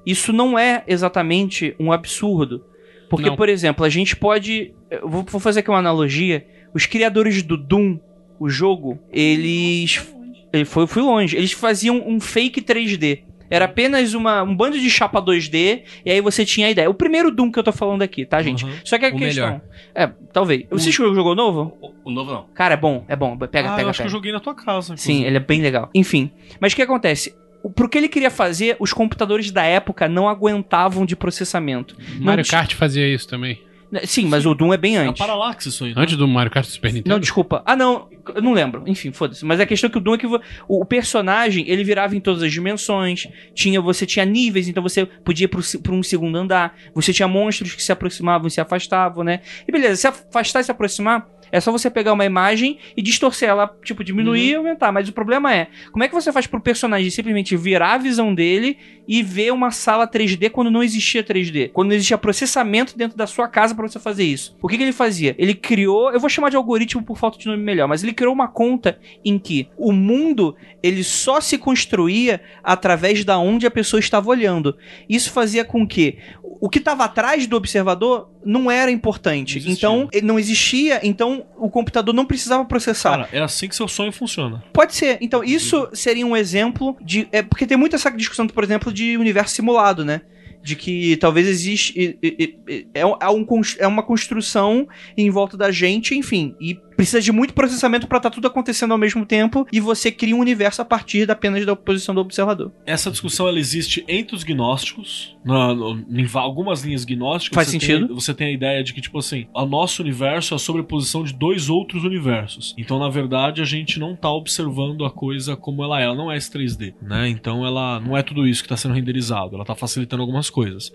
C: Isso não é exatamente um absurdo. Porque,
E: Não.
C: por exemplo, a gente pode. eu Vou, vou fazer aqui uma analogia. Os criadores do Doom, o jogo, eles. Ele foi, fui longe. Eles faziam um fake 3D. Era apenas uma, um bando de chapa 2D, e aí você tinha a ideia. O primeiro Doom que eu tô falando aqui, tá, gente?
D: Uhum.
C: Só que a
G: O
C: questão.
G: melhor.
C: É, talvez. Você jogou jogo novo?
G: O, o novo não.
C: Cara, é bom, é bom. Pega,
D: ah,
C: pega,
D: eu acho que
C: pega.
D: eu joguei na tua casa.
C: Sim, ele é bem legal. Enfim, mas o que acontece? O- Pro que ele queria fazer, os computadores da época não aguentavam de processamento.
E: Mario
C: ti-
E: Kart fazia isso também.
C: Né, Sim, mas o Doom é bem
D: É a
C: antes.
D: paralaxe isso aí. né?
E: Antes do Mario Kart do Super
C: Não,
E: Nintendo.
C: desculpa. Ah, não. Eu não lembro. Enfim, foda-se. Mas a questão é que o Doom é que vo- o, o personagem, ele virava em todas as dimensões. Tinha, você tinha níveis, então você podia ir pro, se- pro um segundo andar. Você tinha monstros que se aproximavam e se afastavam, né? E beleza, se afastar e se aproximar, é só você pegar uma imagem e distorcer ela, tipo, diminuir e aumentar. Mas o problema é, como é que você faz pro personagem simplesmente virar a visão dele e ver uma sala 3D quando não existia 3D? Quando não existia processamento dentro da sua casa pra você fazer isso. O que, que ele fazia? Ele criou, eu vou chamar de algoritmo por falta de nome melhor, mas ele criou uma conta em que o mundo ele só se construía através da onde a pessoa estava olhando. Isso fazia com que o que estava atrás do observador não era importante.
D: Não existia.
C: então, ele não existia, então o computador não precisava processar.
D: Cara, é assim que seu sonho funciona.
C: Pode ser. Então, isso seria um exemplo de. É, porque tem muita essa discussão, por exemplo, de universo simulado, né? De que talvez existe. e- e- e- É, um- é um cons- é uma construção em volta da gente, enfim. E precisa de muito processamento pra estar tudo acontecendo ao mesmo tempo. E você cria um universo a partir da- apenas da posição do observador.
D: Essa discussão ela existe entre os gnósticos, na- no- em va- algumas linhas gnósticas.
C: Faz
D: você
C: sentido.
D: Tem, você tem a ideia de que, tipo assim, o nosso universo é a sobreposição de dois outros universos. Então, na verdade, a gente não tá observando a coisa como ela é. Ela não é esse 3D, né? Então, ela não é tudo isso que tá sendo renderizado. Ela tá facilitando algumas coisas.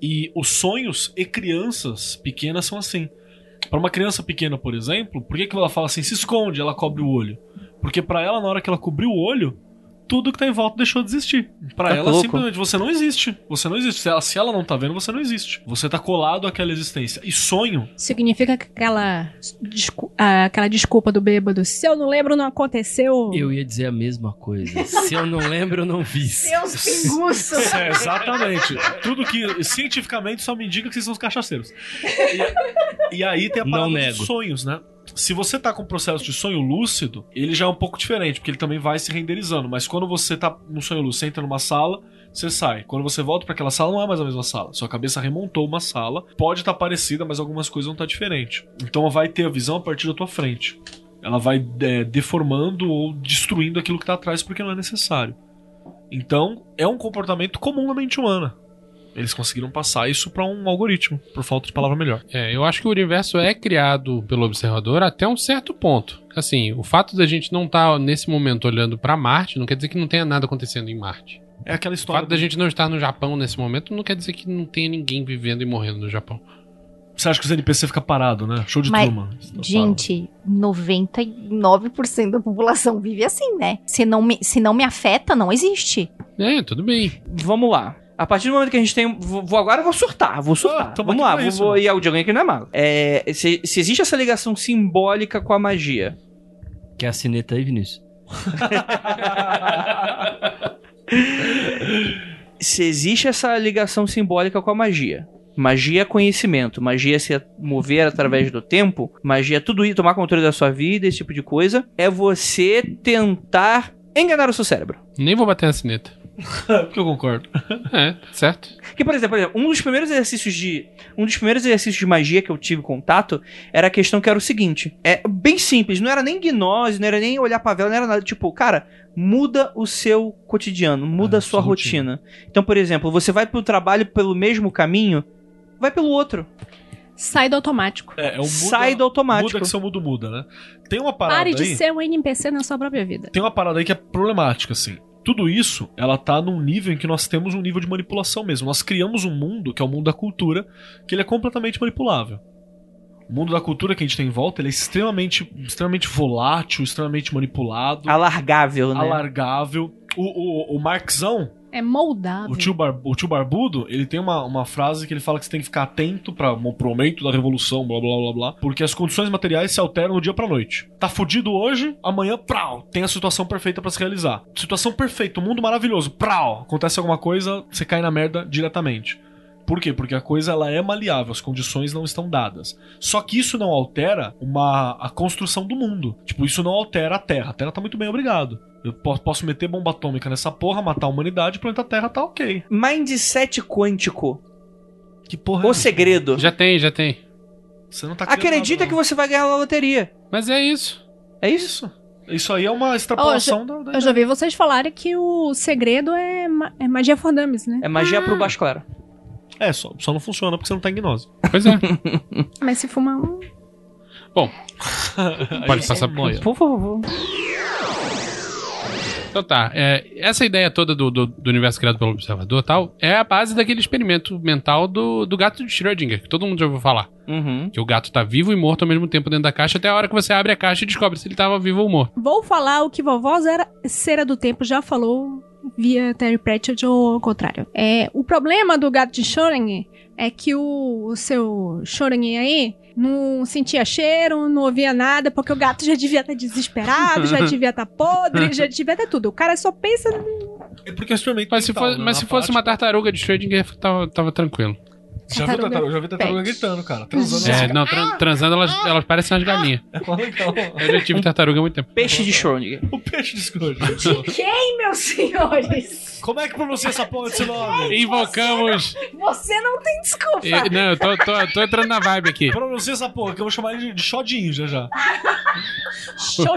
D: E os sonhos e crianças pequenas são assim. Pra uma criança pequena, por exemplo, por que, que ela fala assim, se esconde, ela cobre o olho? Porque pra ela, na hora que ela cobriu o olho, tudo que tá em volta deixou de existir. Pra
C: Tá
D: ela,
C: louco.
D: simplesmente, você não existe. Você não existe. Se ela, se ela não tá vendo, você não existe. Você tá colado àquela existência. E sonho,
F: Significa que aquela, descu- ah, aquela desculpa do bêbado. Se eu não lembro, não aconteceu.
G: Eu ia dizer a mesma coisa. Se eu não lembro, eu não vi.
B: Seus pinguços.
D: É, exatamente. Tudo que cientificamente só me indica que vocês são os cachaceiros. E, e aí tem a
G: Não
D: parada
G: nego.
D: dos sonhos, né? Se você tá com um processo de sonho lúcido, ele já é um pouco diferente, porque ele também vai se renderizando. Mas quando você tá num sonho lúcido, você entra numa sala, você sai. Quando você volta pra aquela sala, não é mais a mesma sala. Sua cabeça remontou uma sala. Pode estar parecida, mas algumas coisas vão estar diferentes. Então vai ter a visão a partir da tua frente. Ela vai é, deformando ou destruindo aquilo que tá atrás porque não é necessário. Então, é um comportamento comum na mente humana. Eles conseguiram passar isso pra um algoritmo, por falta de palavra melhor.
E: É, eu acho que o universo é criado pelo observador até um certo ponto. Assim, o fato da gente não estar nesse momento olhando pra Marte não quer dizer que não tenha nada acontecendo em Marte.
D: É
E: O
D: aquela história.
E: fato da gente não estar no Japão nesse momento não quer dizer que não tenha ninguém vivendo e morrendo no Japão.
D: Você acha que os NPC ficam parados, né? Show de
B: Mas,
D: turma.
B: Gente, 99% da população vive assim, né? Se não me, se não me afeta, não existe.
E: É, tudo bem.
C: Vamos lá. A partir do momento que a gente tem. um, Vou, vou agora eu vou surtar, vou surtar.
D: Ah, tamo
C: Vamos
D: aqui
C: lá,
D: pra
C: vou,
D: isso,
C: vou,
D: mano.
C: e é o de alguém que não é mago. É, se, se existe essa ligação simbólica com a magia.
G: Quer a sineta aí, Vinícius?
C: Se existe essa ligação simbólica com a magia. Magia é conhecimento, magia é se mover através do tempo, magia é tudo isso, tomar controle da sua vida, esse tipo de coisa. É você tentar enganar o seu cérebro.
E: Nem vou bater na sineta.
D: Porque eu concordo.
E: É, tá certo.
C: Que, por exemplo, por exemplo, um dos primeiros exercícios de. Um dos primeiros exercícios de magia que eu tive contato era a questão que era o seguinte. É bem simples, não era nem gnose, não era nem olhar pra vela, não era nada. Tipo, cara, muda o seu cotidiano, muda
D: É,
C: a sua
D: sua
C: rotina.
D: rotina.
C: Então, por exemplo, você vai pro trabalho pelo mesmo caminho, vai pelo outro.
F: Sai do automático.
D: É, é o muda,
C: sai do automático.
D: Muda que seu mundo muda, né? Tem uma parada
F: Pare
D: aí.
F: de ser um NPC na sua própria vida.
D: tem uma parada aí que é problemática, assim. Tudo isso, ela tá num nível em que nós temos um nível de manipulação mesmo. Nós criamos um mundo, que é o mundo da cultura, que ele é completamente manipulável. O mundo da cultura que a gente tem em volta, ele é extremamente, extremamente volátil, extremamente manipulado,
C: Alargável, né?
D: alargável. O, o, o Marxão,
F: É moldável.
D: o tio, Bar- o tio Barbudo, ele tem uma, uma frase que ele fala que você tem que ficar atento para pro aumento da revolução, blá blá blá blá, porque as condições materiais se alteram do dia pra noite. Tá fudido hoje, amanhã, prau, tem a situação perfeita pra se realizar. Situação perfeita, um mundo maravilhoso, prau, acontece alguma coisa, você cai na merda diretamente. Por quê? Porque a coisa ela é maleável, as condições não estão dadas. Só que isso não altera uma, a construção do mundo. Tipo, isso não altera a Terra. A Terra tá muito bem, obrigado. Eu po- posso meter bomba atômica nessa porra, matar a humanidade, o planeta Terra tá ok.
C: Mindset quântico.
D: Que porra é
C: O
D: essa?
C: segredo.
E: Já tem, já tem.
D: Você não tá criando
C: Acredita
D: nada,
C: que você vai ganhar na loteria.
E: Mas é isso.
C: É
D: não.
C: isso?
D: Isso. Isso aí é uma extrapolação da, da
F: Eu já vi vocês falarem que o segredo é, ma- é magia for dummies, né?
C: É magia pro baixo claro.
D: É, só, só não funciona porque você não tá em gnose.
E: Pois é.
F: Mas se fumar um.
E: Pode
C: é,
E: passar por
C: Por favor.
E: Então tá, é, essa ideia toda do, do- do universo criado pelo observador e tal é a base daquele experimento mental do, do gato de Schrödinger, que todo mundo já ouviu falar.
C: Uhum.
E: Que o gato tá vivo e morto ao mesmo tempo dentro da caixa, até a hora que você abre a caixa e descobre se ele tava vivo ou morto.
F: Vou falar o que vovó Zera- Cera do Tempo já falou via Terry Pratchett ou ao contrário. É, o problema do gato de Schrödinger é que o, o seu Schrödinger aí não sentia cheiro, não ouvia nada, porque o gato já devia estar desesperado, já devia estar podre, já devia estar tudo. O cara só pensa
D: É porque é extremamente
E: Mas se,
D: mental,
E: fo-
D: né?
E: mas
D: Na
E: se fosse
D: parte-
E: uma tartaruga de Schrödinger, tava, tava tranquilo.
D: Já viu
F: né?
D: tartaruga, já vi tartaruga
B: Pet.
D: gritando, cara. Transando
E: É,
D: assim.
E: não, tran- transando elas, elas parecem umas galinhas.
D: É mó legal.
E: Eu já tive tartaruga há muito tempo.
C: Peixe de Schrödinger.
D: O peixe de escuro.
F: Quem, meus senhores?
D: Como é que pronuncia essa porra desse nome?
E: Invocamos!
F: Você não tem desculpa.
E: Eu- não, eu tô, tô- tô entrando na vibe aqui.
D: Pronuncia essa porra, que eu vou chamar ele de- de Xodinho já já.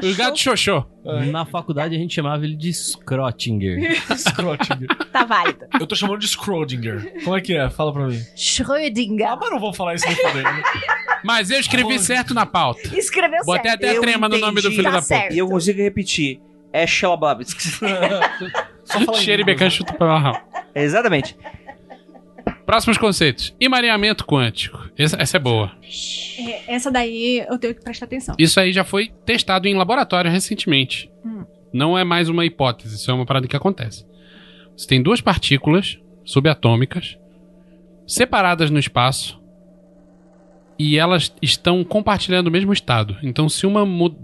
E: Os gatos xoxô.
D: É.
G: Na faculdade a gente chamava ele de Scrottinger.
D: Scrottinger.
B: Tá válido.
D: Eu tô chamando de Scrodinger. Como é que é? Fala pra mim. Ah,
F: É
B: Schrödinger.
D: mas não vou falar isso no poder. né?
E: Mas eu escrevi certo na pauta.
B: Escreveu Tá certo.
E: Botei até a
C: Eu
E: trema no nome do
C: entendi.
E: filho
B: Tá
E: da puta.
B: certo.
C: E eu consigo repetir. É Shelababs.
D: Só fala em
E: Cheiro e
D: inglês.
E: becan chuta pra barra.
C: Exatamente. É
E: Próximos conceitos. Emaranhamento quântico. Essa, essa é boa.
F: É, essa daí eu tenho que prestar atenção.
E: Isso aí já foi testado em laboratório recentemente.
F: Hum.
E: Não é mais uma hipótese, isso é uma parada que acontece. Você tem duas partículas subatômicas separadas no espaço e elas estão compartilhando o mesmo estado. Então, se uma. mu-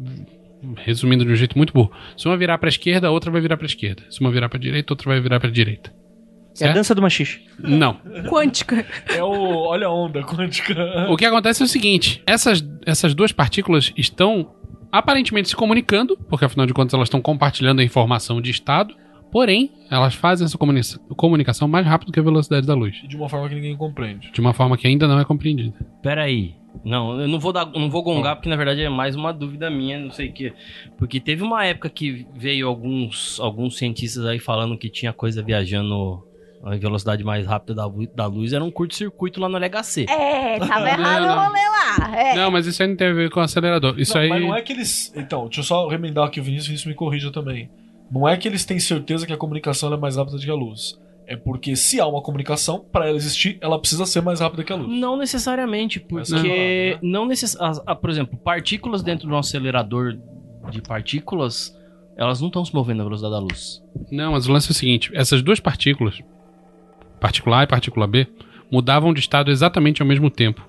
E: Resumindo de um jeito muito burro. Se uma virar pra esquerda, a outra vai virar pra esquerda. Se uma virar pra direita, a outra vai virar pra direita.
C: É a
E: Certo?
C: dança do machixe.
E: Não.
F: Quântica.
D: É o. Olha a onda quântica.
E: O que acontece é o seguinte: essas, essas duas partículas estão aparentemente se comunicando, porque afinal de contas elas estão compartilhando a informação de estado, porém, elas fazem essa comuni- comunicação mais rápido que a velocidade da luz.
D: De uma forma que ninguém compreende.
E: De uma forma que ainda não é compreendida.
G: Peraí. Não, eu não vou dar, não vou gongar porque na verdade é mais uma dúvida minha, não sei o quê. Porque teve uma época que veio alguns alguns cientistas aí falando que tinha coisa viajando A velocidade mais rápida da, lu- da luz era um curto-circuito lá no LHC.
B: É, tava errado
E: Não, não.
B: o rolê lá. É.
E: Não, mas isso aí não tem a ver com o acelerador. Isso
D: não,
E: aí.
D: Mas não é que eles. Então, deixa eu só remendar aqui o Vinícius, Vinícius me corrija também. Não é que eles têm certeza que a comunicação ela é mais rápida do que a luz. É porque se há uma comunicação, pra ela existir, ela precisa ser mais rápida que a luz.
G: Não necessariamente,
D: Mas não é
G: porque
D: rápido,
G: não necess... as- ah, por exemplo, partículas dentro de um acelerador de partículas, elas não estão se movendo na velocidade da luz.
E: Não, mas o lance é o seguinte: essas duas partículas, partícula A e partícula B, mudavam de estado exatamente ao mesmo tempo.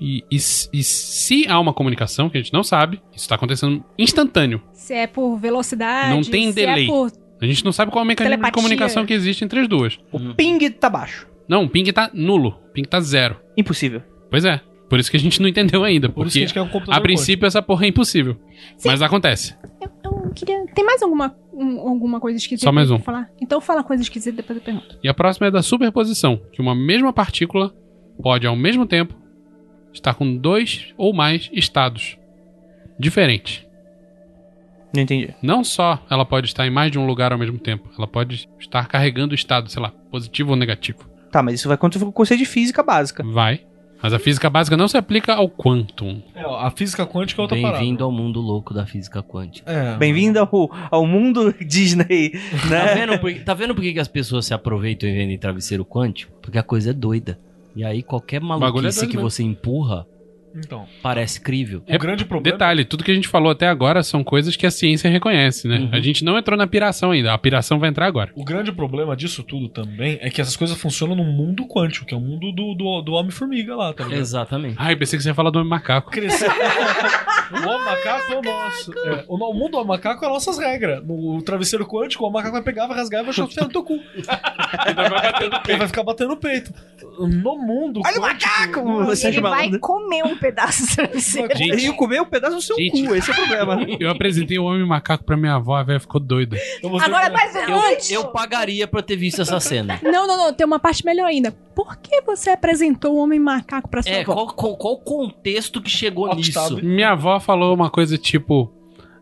E: E, e se- e se há uma comunicação que a gente não sabe, isso está acontecendo instantâneo.
F: Se é por velocidade.
E: Não tem
F: se
E: delay.
F: É por...
E: A gente não sabe qual é o mecanismo
F: Telepatia.
E: de comunicação que existe entre as duas.
C: O ping tá baixo.
E: Não, o ping tá nulo, o ping tá zero.
C: Impossível.
E: Pois é. Por isso que a gente não entendeu ainda,
D: Por isso que
E: porque
D: a gente quer um computador.
E: a princípio essa porra é impossível.
F: Sim.
E: Mas acontece.
F: Eu, eu queria. Tem mais alguma, um- alguma coisa esquisita?
E: Só mais
F: pra
E: um.
F: Falar? Então fala coisa esquisita depois eu pergunto.
E: E a próxima é da superposição, que uma mesma partícula pode, ao mesmo tempo, estar com dois ou mais estados diferentes.
C: Não entendi.
E: Não só ela pode estar em mais de um lugar ao mesmo tempo, ela pode estar carregando o estado, sei lá, positivo ou negativo.
C: Tá, mas isso vai contra o conceito de física básica.
E: Vai. Mas a física básica não se aplica ao quantum.
D: É, ó, a física quântica é outra parada.
G: Bem-vindo ao mundo louco da física quântica.
D: É,
C: Bem-vindo ao, ao mundo Disney,
E: É.
G: Tá
C: né?
G: vendo, por, tá vendo por que que as pessoas se aproveitam e vendem travesseiro quântico? Porque a coisa é doido. E aí qualquer
E: bagulho é
G: maluquice
E: doido
G: que
E: mesmo.
G: você empurra
D: Então,
G: parece crível.
D: o
E: É,
D: grande problema.
E: Detalhe, tudo que a gente falou até agora são coisas que a ciência reconhece, né?
G: Uhum.
E: A gente não entrou na piração ainda, a piração vai entrar agora.
D: O grande problema disso tudo também é que essas coisas funcionam no mundo quântico, que é o mundo do, do, do Homem-Formiga lá,
E: É,
D: tá ligado?
G: Exatamente.
E: Ai, pensei que você ia falar do homem macaco.
D: Crescer. o homem macaco é o nosso. É, o, no- o mundo do homem macaco é as nossas regras. No travesseiro quântico, o homem macaco vai pegar, vai rasgar e vai chutar no teu cu. Ele vai ficar batendo o peito. No mundo.
C: Olha o
D: quântico,
C: macaco!
D: não-
C: Você
B: Ele
C: acha
B: vai
C: malandro?
B: comer um pedaço de travesseiro.
E: Gente.
C: E comer um pedaço do seu
E: Gente.
C: cu, esse é o problema.
E: Eu apresentei o homem macaco pra minha avó, a velha ficou doida.
D: Eu mostrei
B: Agora
D: pra-
B: mais
G: Eu,
B: antes.
G: eu pagaria pra ter visto essa cena.
F: Não, não, não. Tem uma parte melhor ainda. Por que você apresentou o homem macaco pra sua
G: É,
F: avó?
G: qual, qual, qual o contexto que chegou
D: Hot
G: nisso?
D: tub.
E: Minha avó falou uma coisa tipo: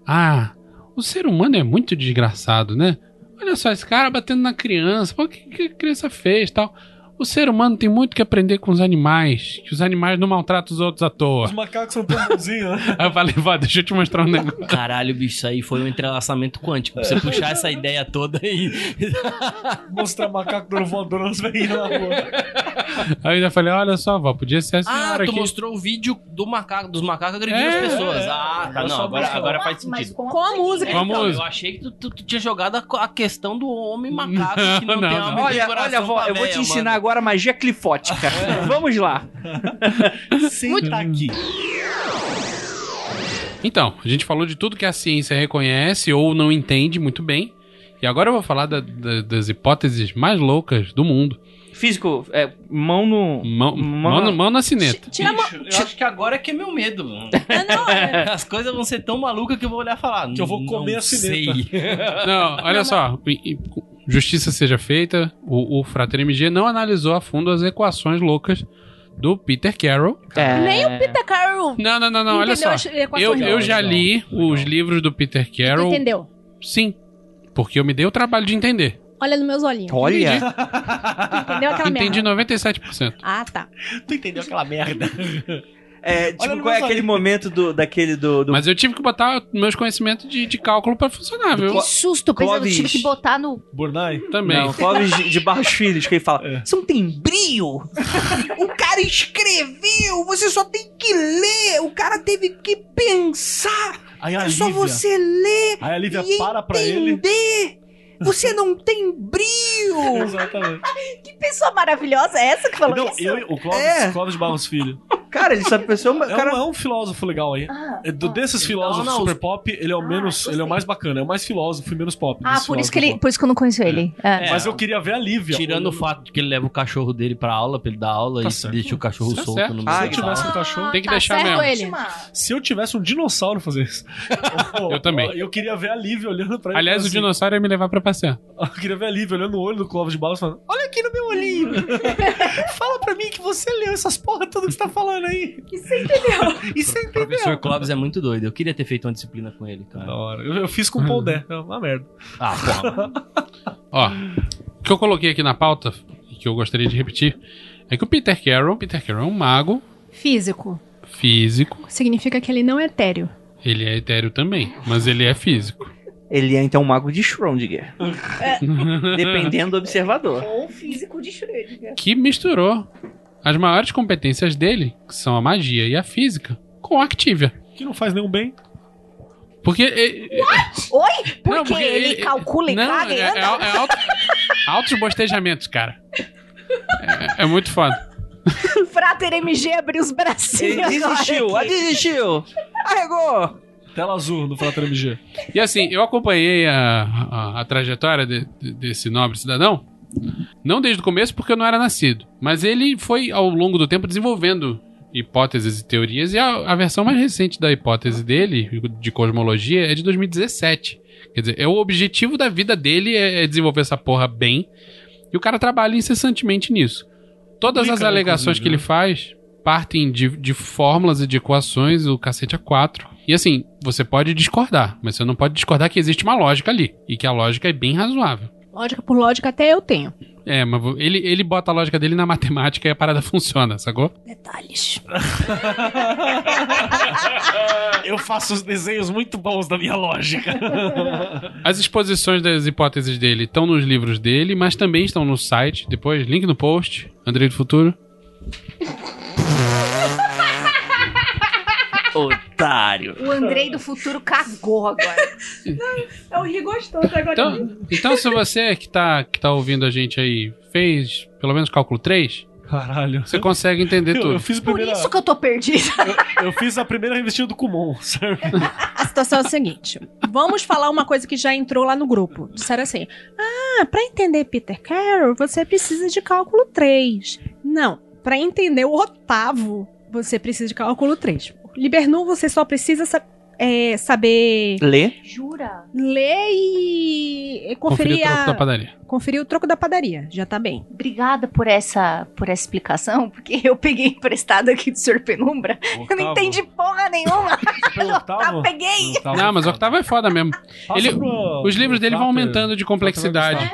E: Ah, o ser humano é muito desgraçado, né? Olha só esse cara batendo na criança, pô, o que, que a criança fez e tal. O ser humano tem muito que aprender com os animais, que os animais não maltratam os outros à
D: Os
E: toa.
D: macacos são tão bonzinhos, né?
E: Aí eu falei, vó, deixa eu te mostrar um negócio.
G: Caralho, bicho, isso aí foi um entrelaçamento quântico.
E: É.
G: Você puxar essa ideia toda aí.
D: Mostrar macaco dando voadora nas veinhas na rua.
E: Aí eu ainda falei, olha só, vó, podia ser a
G: Ah,
E: senhora
G: tu
E: aqui.
G: mostrou o vídeo do macaco, dos macacos agredindo
E: É,
G: as pessoas.
D: é.
G: Ah, tá.
D: Eu
G: Não,
D: só
G: agora,
D: mostrei.
G: agora faz
B: Mas
G: sentido.
B: com
F: Com a música.
E: Com a
G: Então, eu
E: música.
G: achei que tu, tu- tu tinha jogado a, co- a questão do homem macaco que não,
E: Não,
G: tem
E: não,
G: a
E: não.
C: Olha, olha, vó, eu vou te ensinar agora magia clifótica. Vamos lá. Senta aqui.
E: Então, a gente falou de tudo que a ciência reconhece ou não entende muito bem. E agora eu vou falar da- da- das hipóteses mais loucas do mundo.
C: Físico, é, mão no.
E: Mão,
C: Mano-
E: mão, na- mão na cineta.
F: Tira a mão.
G: eu acho que agora é que é meu medo. mano.
F: Não, não, é-
G: As coisas vão ser tão malucas que eu vou olhar e falar.
D: Que eu vou
G: "Não
D: comer a cineta."
G: sei.
E: Não, olha só. e- e- Justiça seja feita, o, o Frater MG não analisou a fundo as equações loucas do Peter Carroll.
C: É.
F: Nem o Peter Carroll.
E: Não, não, não, não, olha
F: entendeu
E: só.
F: as equações
E: Eu, eu
F: dele.
E: já
G: Legal,
E: li os livros do Peter
F: Tu
E: Carroll.
F: Entendeu?
E: Sim. Porque eu me dei o trabalho de entender.
F: Olha nos meus olhinhos.
C: Olha.
F: Tu Entendeu aquela
E: Entendi
F: merda?
E: 97%.
F: Ah, tá.
H: Tu entendeu aquela merda?
C: É, tipo,
H: Olha no
C: qual é
H: meu
C: aquele
H: olho.
C: momento do, daquele do. do-
E: Mas eu tive que botar meus conhecimentos de, de cálculo pra funcionar, viu?
B: Que susto, pensando que eu tive
C: Clóvis.
B: que botar no.
D: Burnai.
E: Também.
C: Não, Clóvis de, de Barros Filhos, que ele fala:
D: É.
C: Você não tem brilho? o cara escreveu, você só tem que ler, o cara teve que pensar,
H: Aí a
C: é só
H: Lívia,
C: você ler
H: aí a Lívia
C: e
H: para pra ele.
C: entender. Você não tem brilho!
D: Exatamente.
B: Que pessoa maravilhosa é essa que falou
D: Não,
B: isso?
D: eu, o Clóvis,
C: É.
D: Clóvis Barros Filho.
C: Cara, ele sabe pessoa.
D: É,
C: Cara,
D: um, é um filósofo legal aí.
B: Ah,
D: É do- desses filósofos
G: Não, não,
D: super pop, ele é o
B: Ah,
D: menos. Ele é o mais bacana, é o mais filósofo e menos pop.
B: ah,
D: desses
B: por isso que ele.
D: filósofos
B: Por isso que eu não conheço ele. É.
D: pop. Mas eu queria ver a Lívia.
G: Tirando o
D: olhando-
G: fato de que ele leva o cachorro dele pra aula, pra ele dar aula
D: Tá
G: e
D: certo.
G: deixa o cachorro
E: Tá
G: solto
E: certo.
G: no
D: Se
G: meio da
D: eu
G: aula.
D: tivesse um cachorro.
E: Tem que
B: tá
E: deixar
B: certo
E: mesmo.
F: ele.
D: Se eu tivesse um dinossauro fazer isso.
E: Eu também.
D: Eu queria ver a Lívia olhando pra ele.
E: Aliás, o
D: assim.
E: dinossauro ia me levar pra passear.
D: Eu queria ver a Lívia olhando o olho do Clóvis de Barros falando: Olha aqui no meu olhinho. Fala pra mim que você leu essas porra toda que você tá falando aí. Isso
G: O professor Clóvis é muito doido. Eu queria ter feito uma disciplina com ele, cara.
D: Hum. Da hora. Eu, eu fiz com o Paul Dé. É uma merda.
G: Ah, pô.
E: Ó, que eu coloquei aqui na pauta, e que eu gostaria de repetir, é que o Peter Carroll, Peter Carroll é um mago
F: Físico.
E: físico,
F: Significa que ele não é etéreo.
E: ele é etéreo também, mas ele é físico.
C: Ele é então um mago de Schrödinger. É. dependendo do observador.
I: Ou físico de Schrödinger.
E: que misturou as maiores competências dele, que são a magia e a física, com a Activia.
D: Que não faz nenhum bem.
E: Porque. é- é-
I: Oi? Por
E: não,
I: quê? ele, calcula e
E: não,
I: caga e
E: é,
I: anda?
E: é, é alto- altos bostejamentos, cara. É, é muito foda.
I: Frater MG abriu os
C: Ele
I: bracinhos
C: desistiu, ah,
I: agora aqui.
C: desistiu. Arregou.
D: Tela azul do Frater MG.
E: E assim, eu acompanhei a, a- a trajetória de- de- desse nobre cidadão. Não desde o começo, porque eu não era nascido. Mas ele foi, ao longo do tempo, desenvolvendo hipóteses e teorias. E a, a versão mais recente da hipótese dele, de cosmologia, é de 2017. Quer dizer, é o objetivo da vida dele é, é desenvolver essa porra bem. E o cara trabalha incessantemente nisso. Todas as
D: Publica,
E: alegações que ele
D: inclusive,
E: faz partem de, de fórmulas e de equações, o cacete a quatro. E assim, você pode discordar, mas você não pode discordar que existe uma lógica ali. E que a lógica é bem razoável.
F: Lógica por lógica, até eu tenho.
E: É, mas vo- ele, ele bota a lógica dele na matemática e a parada funciona, sacou?
I: Detalhes.
H: Eu faço os desenhos muito bons da minha lógica.
E: As exposições das hipóteses dele estão nos livros dele, mas também estão no site. Depois, link no post. Andrei do Futuro.
C: Otário.
B: O Andrei do futuro cagou agora.
F: Eu É ri gostoso agora.
E: Então, então se você que tá, que tá ouvindo a gente aí fez pelo menos cálculo 3,
D: Caralho.
E: você consegue entender
D: Eu, eu
E: tudo.
D: fiz a
B: Por
D: primeira,
B: isso que eu tô perdida.
D: eu fiz a primeira revistinha do Kumon, certo?
F: A situação é a seguinte: vamos falar uma coisa que já entrou lá no grupo. Disseram assim: Ah, pra entender Peter Carroll, você precisa de cálculo 3. Não, pra entender o Otavo, você precisa de cálculo 3. Libernu, você só precisa sa- é, saber
C: Lê.
B: Jura?
F: ler e e
E: Conferir o
F: conferir,
E: troco da
F: a-
E: padaria.
F: conferir o troco da padaria. Já tá bem.
B: Obrigada por essa, por essa explicação, porque eu peguei emprestado aqui do Sr. Penumbra. Eu
D: Tá
B: não entendi porra nenhuma.
D: Pelo
B: Eu
D: Octavo.
B: peguei.
E: Não, mas o Octavo é foda mesmo. Ele- Os livros dele vão aumentando de complexidade.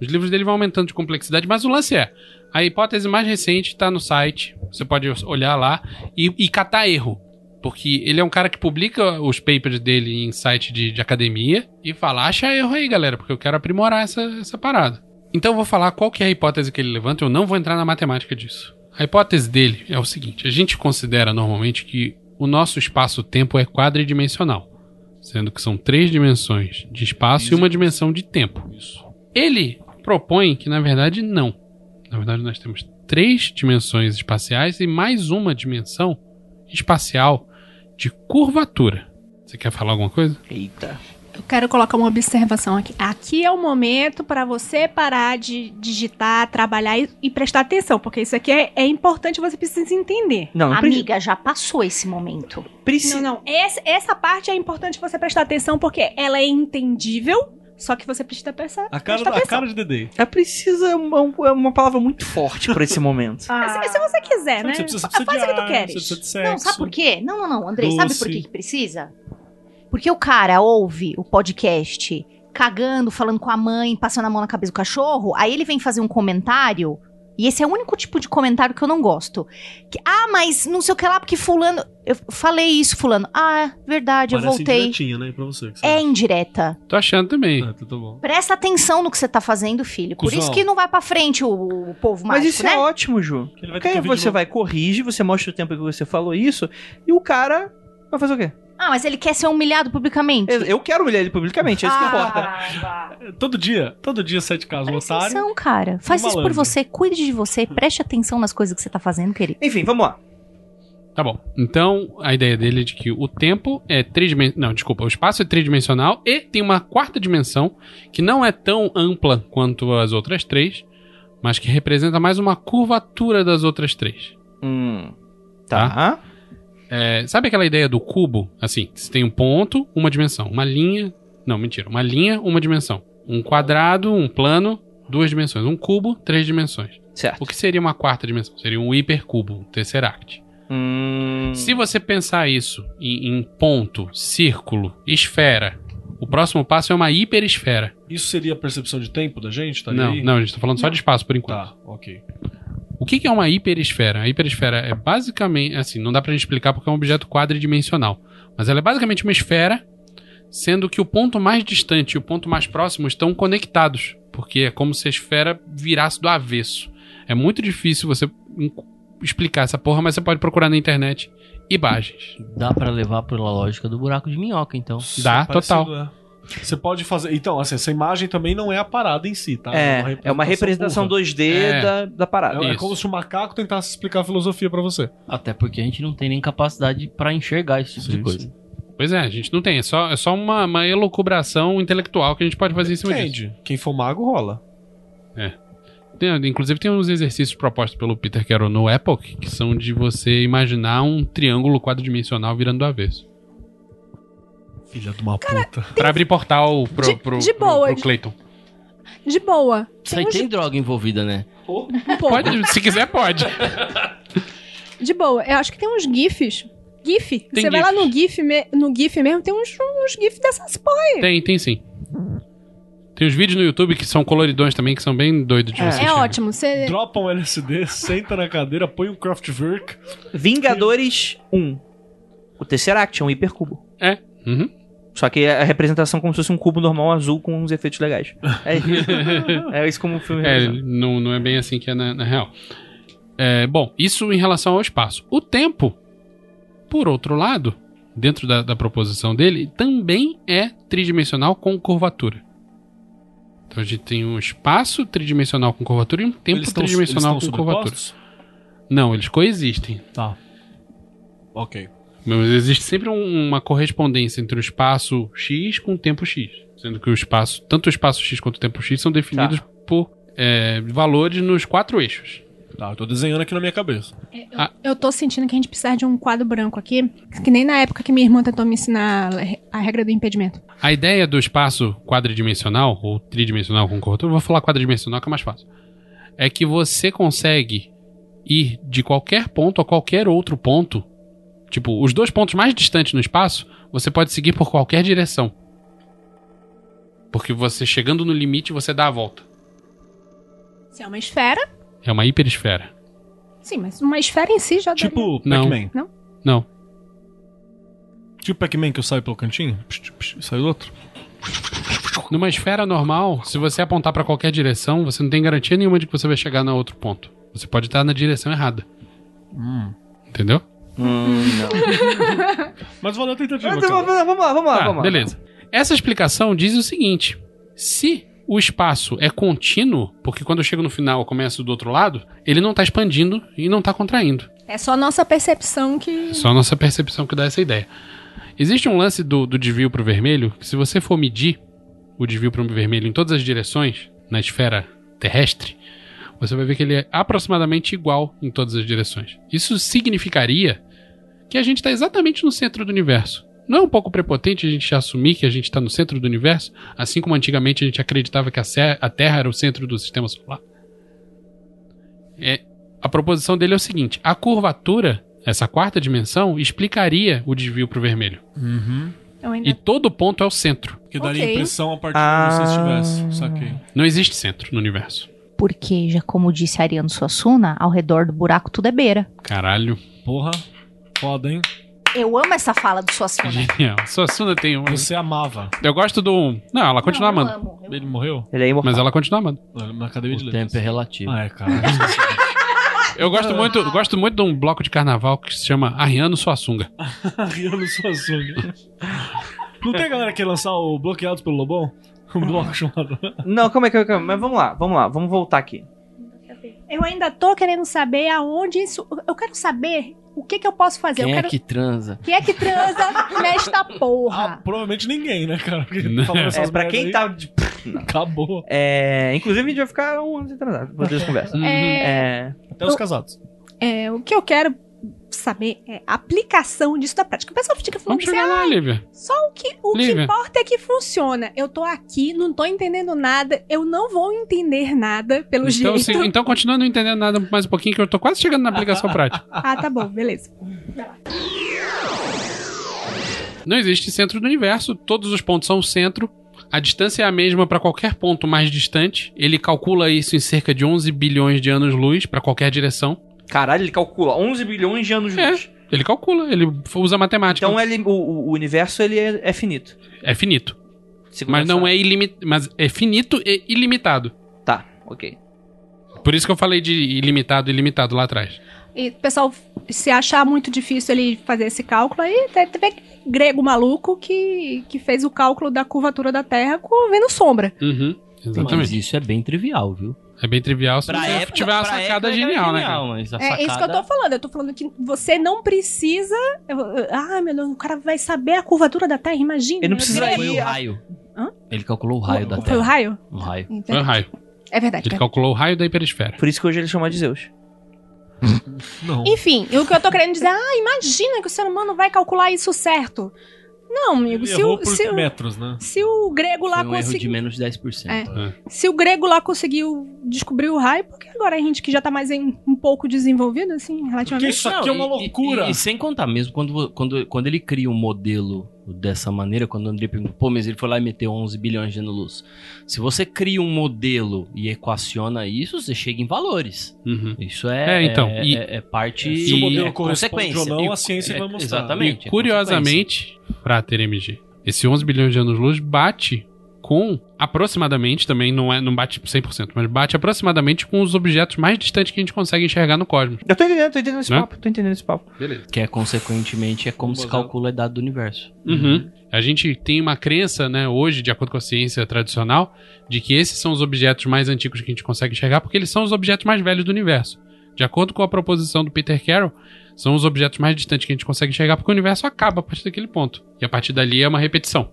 E: Os livros dele vão aumentando de complexidade, mas o lance é: a hipótese mais recente tá no site, você pode olhar lá e, e catar erro. Porque ele é um cara que publica os papers dele em site de, de academia e fala: acha erro aí, galera, porque eu quero aprimorar essa, essa parada. Então eu vou falar qual que é a hipótese que ele levanta, eu não vou entrar na matemática disso. A hipótese dele é o seguinte: a gente considera normalmente que o nosso espaço-tempo é quadridimensional, sendo que são três dimensões de espaço e uma dimensão de tempo. Ele propõe que, na verdade, não. Na verdade, nós temos três dimensões espaciais e mais uma dimensão espacial de curvatura. Você quer falar alguma coisa?
C: Eita.
F: Eu quero colocar uma observação aqui. Aqui é o momento para você parar de digitar, trabalhar e, e prestar atenção, porque isso aqui é, é importante, você precisa entender.
C: Não, não precisa.
B: Amiga, já passou esse momento.
F: Não,
C: Preci...
F: não. Esse- essa parte é importante você prestar atenção, porque ela é entendível, só que você precisa prestar,
D: A cara,
F: prestar
D: a
F: atenção.
D: cara de Dedei.
C: É precisa é uma, é uma palavra muito forte pra esse momento.
F: Se, se você quiser,
D: Sabe
F: né?
D: que Você precisa, você
F: Fa-
D: precisa
F: Faz
D: de
F: o que
D: ar, Você
F: tu
D: precisa
F: queres.
D: de sexo.
B: Não, sabe por quê? Não, não, não, Andrei, sabe por
D: Doce.
B: que que precisa? Porque o cara ouve o podcast cagando, falando com a mãe, passando a mão na cabeça do cachorro, aí ele vem fazer um comentário, e esse é o único tipo de comentário que eu não gosto. Que, ah, mas não sei o que lá, porque fulano... Eu falei isso, fulano. Ah, é verdade, eu
D: Parece
B: voltei.
D: indiretinha, né? Pra você. que você-
B: É indireta.
E: Tô achando também.
D: Ah, tá, tá bom.
B: Presta atenção no que você tá fazendo, filho. Por
D: Cusão.
B: isso que não vai pra frente o, o povo
C: Mas
B: mágico,
C: isso
B: né?
C: é ótimo, Ju.
D: Ele vai ter
C: Porque
D: que
B: é
C: aí
D: ouvir de
C: você
D: novo.
C: vai, corrige, você mostra o tempo que você falou isso, e o cara vai fazer o quê?
B: Ah, mas ele quer ser humilhado publicamente. Ah.
C: Eu eu quero humilhar ele publicamente, é isso que importa.
D: Todo dia, todo dia sete casos, um
B: Presta
D: otário.
B: atenção, cara. Faz isso por
D: malandro.
B: você, cuide de você, preste atenção nas coisas que você tá fazendo, querido.
C: Enfim, vamos lá.
E: Tá bom. Então, a ideia dele é de que o tempo é tridimensional. Não, desculpa, o espaço é tridimensional e tem uma quarta dimensão que não é tão ampla quanto as outras três, mas que representa mais uma curvatura das outras três.
C: Hum. Tá.
E: É, sabe aquela ideia do cubo? Assim, você tem um ponto, uma dimensão. Uma linha. Não, mentira. Uma linha, uma dimensão. Um quadrado, um plano, duas dimensões. Um cubo, três dimensões.
C: Certo.
E: O que seria uma quarta dimensão? Seria um hipercubo, um tesseract.
C: Hum.
E: Se você pensar isso em, em ponto, círculo, esfera, o próximo passo é uma hiperesfera.
D: Isso seria a percepção de tempo da gente? Tá
E: não,
D: aí?
E: não, a gente tá falando só de espaço por enquanto.
D: Tá, ok.
E: O que que é uma hiperesfera? A hiperesfera é basicamente, assim, não dá pra gente explicar porque é um objeto quadridimensional, mas ela é basicamente uma esfera, sendo que o ponto mais distante e o ponto mais próximo estão conectados, porque é como se a esfera virasse do avesso. É muito difícil você en- explicar essa porra, mas você pode procurar na internet imagens.
G: Dá pra levar pela lógica do buraco de minhoca, então.
E: Dá,
D: Parecido,
E: total.
D: é. Você pode fazer. Então, assim, essa imagem também não é a parada em si, tá?
C: É, é uma representação
D: burra.
C: 2D
E: É.
C: da, da parada.
D: É, é
E: Isso.
D: como se o macaco tentasse explicar a filosofia pra você.
G: Até porque a gente não tem nem capacidade pra enxergar esse tipo de
D: Sim,
G: coisa.
E: Pois é, a gente não tem, é só, é só uma, uma elocubração intelectual que a gente pode fazer em cima disso.
D: Entende? Quem for mago rola.
E: Tem- inclusive tem uns exercícios propostos pelo Peter Carroll no Epoch, que são de você imaginar um triângulo quadridimensional virando do avesso.
D: Filha de uma puta.
E: Pra abrir portal pro,
F: De-
E: pro,
F: de
E: pro-
F: boa,
E: pro
F: de-
E: Clayton.
F: De boa.
G: Isso aí
F: uns-
G: tem droga envolvida, né?
F: um pouco.
E: Pode, se quiser, pode.
F: De boa. Eu acho que tem uns GIFs. GIF.
E: Tem
F: Você vai lá
E: GIFs.
F: no GIF, me- no GIF mesmo, tem uns, uns GIFs dessas porra.
E: Tem, tem sim. Tem uns vídeos no YouTube que são coloridões também, que são bem doidos de você
F: É
E: chegar.
F: ótimo. Você...
D: Dropa um LSD, senta na cadeira, põe um Kraftwerk.
C: Vingadores 1. O Tesseract é um hipercubo.
E: Uhum.
C: Só que é a representação como se fosse um cubo normal azul com uns efeitos legais. É isso, é isso como o filme
E: É,
C: é.
E: não, não é bem assim que é na, na real. É, bom, isso em relação ao espaço. O tempo, por outro lado, dentro da, da proposição dele, também é tridimensional com curvatura. Então a gente tem um espaço tridimensional com curvatura e um tempo
D: Eles tão-
E: tridimensional
D: eles
E: com
D: tão
E: curvatura.
D: sobrepostos?
E: Não, eles coexistem.
D: Tá. Ok.
E: Mas existe sempre um- uma correspondência entre o espaço X com o tempo X. Sendo que o espaço, tanto o espaço X quanto o tempo X são definidos por é, valores nos quatro eixos.
D: Tá, eu tô desenhando aqui na minha cabeça.
F: Tá Eu tô sentindo que a gente precisa de um quadro branco aqui, que nem na época que minha irmã tentou me ensinar a regra do impedimento.
E: A ideia do espaço quadridimensional, ou tridimensional com curvatura, vou falar quadridimensional que é mais fácil, é que você consegue ir de qualquer ponto a qualquer outro ponto, tipo, os dois pontos mais distantes no espaço, você pode seguir por qualquer direção. Porque você, chegando no limite, você dá a volta.
F: Se é uma esfera,
E: É uma hiperesfera.
F: sim, mas uma esfera em si já daria-
D: Tipo
E: Não.
D: Pac-Man.
F: Não?
E: Não.
D: Tipo Pac-Man que eu saio pelo cantinho, psh, psh, sai do outro.
E: Numa esfera normal, se você apontar pra qualquer direção, você não tem garantia nenhuma de que você vai chegar na outro ponto. Você pode estar na direção errada. Entendeu?
D: Mas valeu a tentativa,
C: Ah, Vamos
D: cara.
C: lá, vamos lá, vamos lá.
E: Tá,
C: vamos lá.
E: beleza. Essa explicação diz o seguinte: se o espaço é contínuo, porque quando eu chego no final eu começo do outro lado, ele não tá expandindo e não tá contraindo.
F: É só a nossa percepção que.
E: É só a nossa percepção que dá essa ideia. Existe um lance do, do desvio pro vermelho, que se você for medir o desvio pro vermelho em todas as direções, na esfera terrestre, você vai ver que ele é aproximadamente igual em todas as direções. Isso significaria que a gente está exatamente no centro do universo. Não é um pouco prepotente a gente assumir que a gente está no centro do universo, assim como antigamente a gente acreditava que a, Ser- a Terra era o centro do sistema solar? É, a proposição dele é o seguinte: a curvatura, essa quarta dimensão, explicaria o desvio para o vermelho.
D: Uhum.
F: Eu
E: E
F: ainda...
E: todo ponto é o centro.
D: Que daria
F: Ok.
D: impressão a partir
C: Ah.
D: de onde você estivesse. Saquei.
E: Não existe centro no universo.
B: Porque, já como disse Ariano Suassuna, ao redor do buraco tudo é beira.
E: Caralho,
D: Porra, foda, hein?
B: Eu amo essa fala do Suassuna.
E: genial. Suassuna tem um.
D: Você amava.
E: Eu gosto do. um. Não, ela continua
B: Não, eu
E: amando.
B: amo, eu
D: Ele morreu?
C: Ele é imortal.
E: Mas ela continua amando.
D: Na academia de
G: O tempo é
D: letras.
G: relativo.
D: Ah, é, cara.
E: Eu gosto muito, gosto muito de um bloco de carnaval que se chama Arriano Suassunga.
D: Riano Suassuna. assim, né? Não tem a galera que quer lançar o Bloqueados pelo Lobão? Um bloco chamado.
C: Não, calma aí, calma aí, calma aí. Mas vamos lá, vamos lá, vamos voltar aqui.
F: eu ainda tô querendo saber aonde isso. Eu quero saber o que, que eu posso fazer.
G: Quem
F: eu
G: é
F: quero.
G: que transa?
F: Quem é que transa nesta
D: Ah,
F: porra?
D: provavelmente ninguém, né, cara? Porque
E: Né?
D: falando essas
C: É, pra
D: merda
C: quem
D: aí,
C: tá. de-
D: Acabou.
C: É, inclusive, a gente vai ficar um ano sem transar depois dessa conversa.
E: Uhum.
C: É.
F: É,
D: Até os casados.
F: é, o que eu quero saber é a aplicação disso na prática. O pessoal fica falando
E: Vamos
F: que isso é
E: chegar lá, Lívia.
F: Só o que, o que
E: Lívia.
F: importa é que funciona. Eu tô aqui, não tô entendendo nada, eu não vou entender nada, pelo
E: Então,
F: jeito.
E: sim, então continua não entendendo nada mais um pouquinho, que eu tô quase chegando na aplicação prática.
F: Ah, tá bom, beleza.
E: Não existe centro do universo, todos os pontos são o centro. A distância é a mesma para qualquer ponto mais distante. Ele calcula isso em cerca de 11 bilhões de anos-luz para qualquer direção.
C: Caralho, ele calcula 11 bilhões de anos
E: É.
C: luz.
E: Ele calcula, ele usa matemática.
G: é
C: Então ele, o, o- o universo ele é, é finito.
E: é finito.
C: segundo
E: Mas não
C: essa-
E: é ilimitado. Mas é finito e ilimitado.
C: Tá, ok.
E: Por isso que eu falei de ilimitado e limitado lá atrás.
F: E o pessoal, se achar muito difícil ele fazer esse cálculo aí, te- teve grego maluco que, que fez o cálculo da curvatura da Terra com vendo sombra.
E: Uhum.
G: Mas
E: Exatamente.
G: isso é bem trivial, viu?
E: É bem trivial se
G: Pra
E: você
G: época,
E: tiver uma
G: pra
E: sacada
G: época é
E: genial,
G: era
E: né, cara?
G: Mas a
F: É isso que eu tô
G: sacada-
F: falando. Eu tô falando que você não precisa. eu- eu- Ah, meu Deus, o cara vai saber a curvatura da Terra, imagina.
C: Ele não precisa
F: Grego.
G: Foi o
C: Aí, a-
G: raio.
F: Hã?
G: Ele calculou o raio da
F: Foi o
G: Terra.
F: raio?
G: Um raio.
E: Foi o
F: Então,
E: raio.
F: É verdade.
E: Ele
F: cara.
E: calculou o raio da hiperesfera.
C: Por isso que hoje ele chama de Zeus.
D: Não.
F: Enfim, o que eu tô querendo dizer, ah, imagina que o ser humano vai calcular isso certo. Não, amigo,
D: Ele
F: se
D: errou
F: o,
D: por
F: se, o-
D: metros, né?
F: se o grego lá
G: Foi um erro de
F: conseguiu.
G: menos 10%.
F: É. Se o grego lá conseguiu descobrir o raio, por que agora a gente que já tá mais em- um pouco desenvolvido, assim,
D: Porque
F: relativamente?
D: isso aqui é
G: Não,
D: uma
G: e-
D: loucura.
G: E, e sem contar mesmo, quando, vo- quando, quando ele cria um modelo dessa maneira, quando o André perguntou, pô, mas ele foi lá e meteu 11 bilhões de anos-luz. Se você cria um modelo e equaciona isso, você chega em valores.
E: Uhum.
G: Isso é,
E: É, então,
G: é,
E: e-
G: é- é parte...
D: Se o modelo
G: é
D: corresponde ou não,
G: E-
D: a ciência
G: é-
D: vai mostrar.
G: Exatamente. é
E: Curiosamente, Prater MG, esse 11 bilhões de anos-luz bate com aproximadamente, também não, é, não bate 100%, mas bate aproximadamente com os objetos mais distantes que a gente consegue enxergar no cosmos.
C: Eu tô entendendo, tô entendendo esse
E: Né?
C: papo, tô entendendo esse papo.
E: Beleza.
G: Que é, consequentemente, é como se calcula a idade do universo.
E: A gente tem uma crença, né, hoje, de acordo com a ciência tradicional, de que esses são os objetos mais antigos que a gente consegue enxergar, porque eles são os objetos mais velhos do universo. De acordo com a proposição do Peter Carroll, são os objetos mais distantes que a gente consegue enxergar, porque o universo acaba a partir daquele ponto. E a partir dali é uma repetição.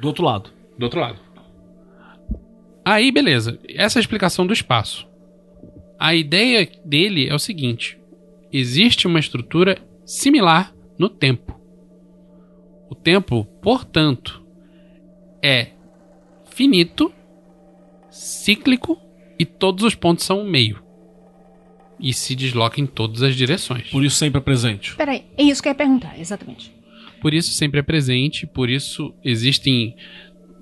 D: Do outro lado.
E: Do outro lado. Aí, beleza. Essa é a explicação do espaço. A ideia dele é o seguinte: existe uma estrutura similar no tempo. O tempo, portanto, é finito, cíclico e todos os pontos são um meio. E se desloca em todas as direções.
D: Por isso sempre é presente.
F: Peraí, é isso que eu ia perguntar, exatamente.
E: Por isso sempre é presente, por isso existem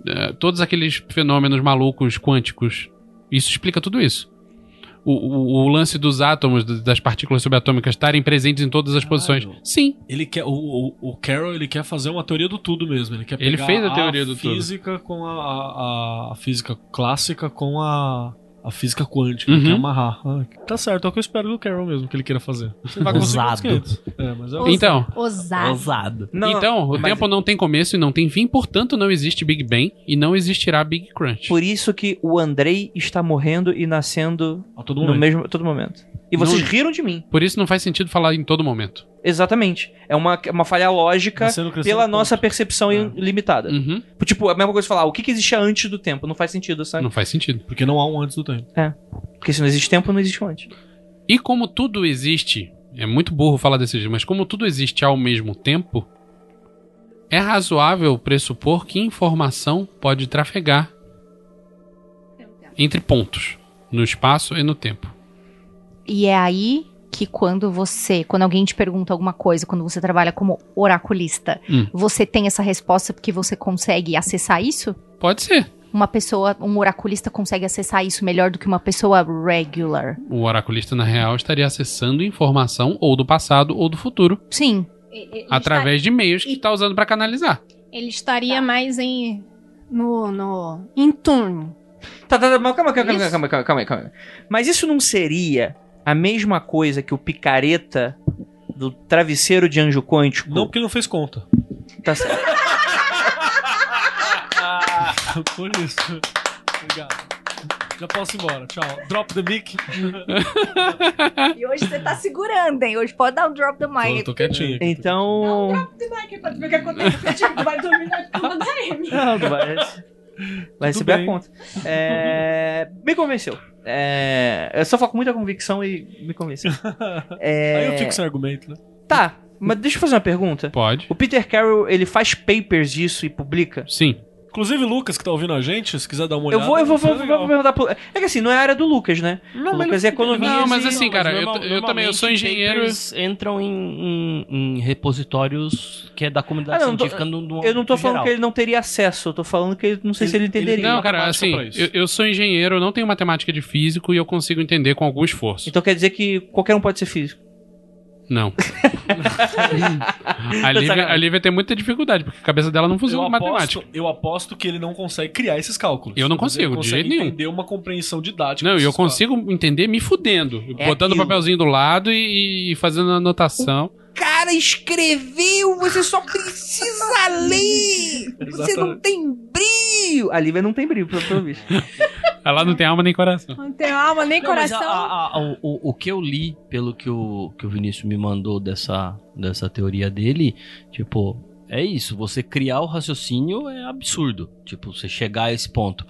E: eh, todos aqueles fenômenos malucos quânticos. Isso explica tudo isso. O, o- o lance dos átomos, d- das partículas subatômicas estarem presentes em todas as posições. Sim,
D: Ele quer, o, o, o Carroll ele quer fazer uma teoria do tudo mesmo. Ele quer
E: Ele
D: pegar
E: fez a teoria do tudo.
D: física com a, a, a- a física clássica com a, a física quântica.
E: Uhum.
D: Ele quer amarrar. Ah, tá certo, é o que eu espero do Carroll mesmo que ele queira fazer. Você vai conseguir
G: Ousado.
D: uns 500. É, mas é
B: Ou-
E: então.
B: Ousado.
G: Ousado.
E: então, o
C: mas-
E: tempo não tem começo e não tem fim, portanto não existe Big Bang e não existirá Big Crunch.
C: Por isso que o Andrei está morrendo e nascendo
D: a todo
C: no
D: momento.
C: mesmo a todo momento. E vocês
E: Não-
C: riram de mim.
E: Por isso não faz sentido falar em todo momento.
C: Exatamente. É uma, uma falha lógica
D: Nascendo, crescendo,
C: pela
D: ponto.
C: nossa percepção
D: É.
C: in- limitada.
E: Uhum,
C: Tipo, a mesma coisa de falar, o que, que existia antes do tempo? Não faz sentido, sabe?
E: não faz sentido.
D: Porque não há um antes do tempo.
C: Porque se não existe tempo, não existe antes.
E: E como tudo existe, é muito burro falar desse jeito, mas como tudo existe ao mesmo tempo, é razoável pressupor que informação pode trafegar entre pontos, no espaço e no tempo.
B: E é aí que quando você, quando alguém te pergunta alguma coisa, quando você trabalha como oraculista,
E: Hum.
B: você tem essa resposta porque você consegue acessar isso?
E: Pode ser.
B: Uma pessoa, um oraculista consegue acessar isso melhor do que uma pessoa regular.
E: O oraculista, na real, estaria acessando informação ou do passado ou do futuro
B: Sim.
E: através de meios que
F: e-
E: está usando para canalizar.
F: Ele estaria mais em. no. no em turno.
C: Tá, tá, tá, mas calma, calma, calma,
F: Isso.
C: calma, calma, calma, calma. Mas isso não seria a mesma coisa que o picareta do travesseiro de anjo quântico?
D: Não porque ele não fez conta.
C: Tá certo.
D: Por isso. Obrigado. Já posso ir embora. Tchau. Drop the mic.
I: E hoje você tá segurando, hein? Hoje pode dar um drop the
D: Tô,
I: mic.
D: tô quietinho. aqui.
C: Então.
F: o que acontece? tipo, vai dormir na cama da
C: Não, não vai. Vai
D: Tudo
C: receber a
D: bem.
C: conta. É, me convenceu. É, eu só falo com muita convicção e me convenceu. É,
D: Aí eu fico sem argumento, né?
C: Tá, mas deixa eu fazer uma pergunta.
E: Pode.
C: O Peter Carroll, ele faz papers disso e publica?
E: Sim.
D: Inclusive, Lucas, que tá ouvindo a gente, se quiser dar uma olhada.
C: Eu vou, eu vou,
D: isso é
C: vou, vou-
D: legal.
C: vou perguntar pro. É que assim, não é a área do Lucas, né?
G: Não,
C: o Lucas é economia.
E: Não, mas
C: e-
E: assim, cara, eu-
G: normal-
E: eu também, eu sou
G: normalmente
E: engenheiro.
G: papers entram em, em- em repositórios que é da comunidade
C: Ah, não, eu tô-
G: científica no, no
C: Eu não tô
G: no
C: falando
G: geral.
C: que ele não teria acesso, eu tô falando que ele não sei se ele entenderia.
E: Não, cara,
D: matemática é
E: assim,
D: pra isso.
E: eu, eu sou engenheiro, eu não tenho matemática de físico e eu consigo entender com algum esforço.
C: Então quer dizer que qualquer um pode ser físico.
E: Não.
D: Tá
E: a, Lívia, a Lívia tem muita dificuldade, porque a cabeça dela não
D: eu
E: funciona com matemática.
D: aposto, eu aposto que ele não consegue criar esses cálculos.
E: Eu não
D: Mas
E: consigo,
D: ele
E: de
D: consegue
E: jeito nenhum.
D: entender uma compreensão didática.
E: Não, e eu
D: desses cálculos.
E: consigo entender me fudendo,
C: É
E: botando o
C: aquilo.
E: papelzinho do lado e, e fazendo anotação.
I: Cara, escreveu, você só precisa ler.
D: Você não Exatamente.
I: tem brilho.
C: Ih, a Lívia não tem brilho, pelo, pelo visto.
E: Ela não tem alma nem coração.
F: Não tem alma nem
G: Não, mas
F: coração.
G: a- a- a- o, o- o que eu li, pelo que o, que o Vinícius me mandou dessa, dessa teoria dele, tipo, é isso. Você criar o raciocínio é absurdo. Tipo, você chegar a esse ponto.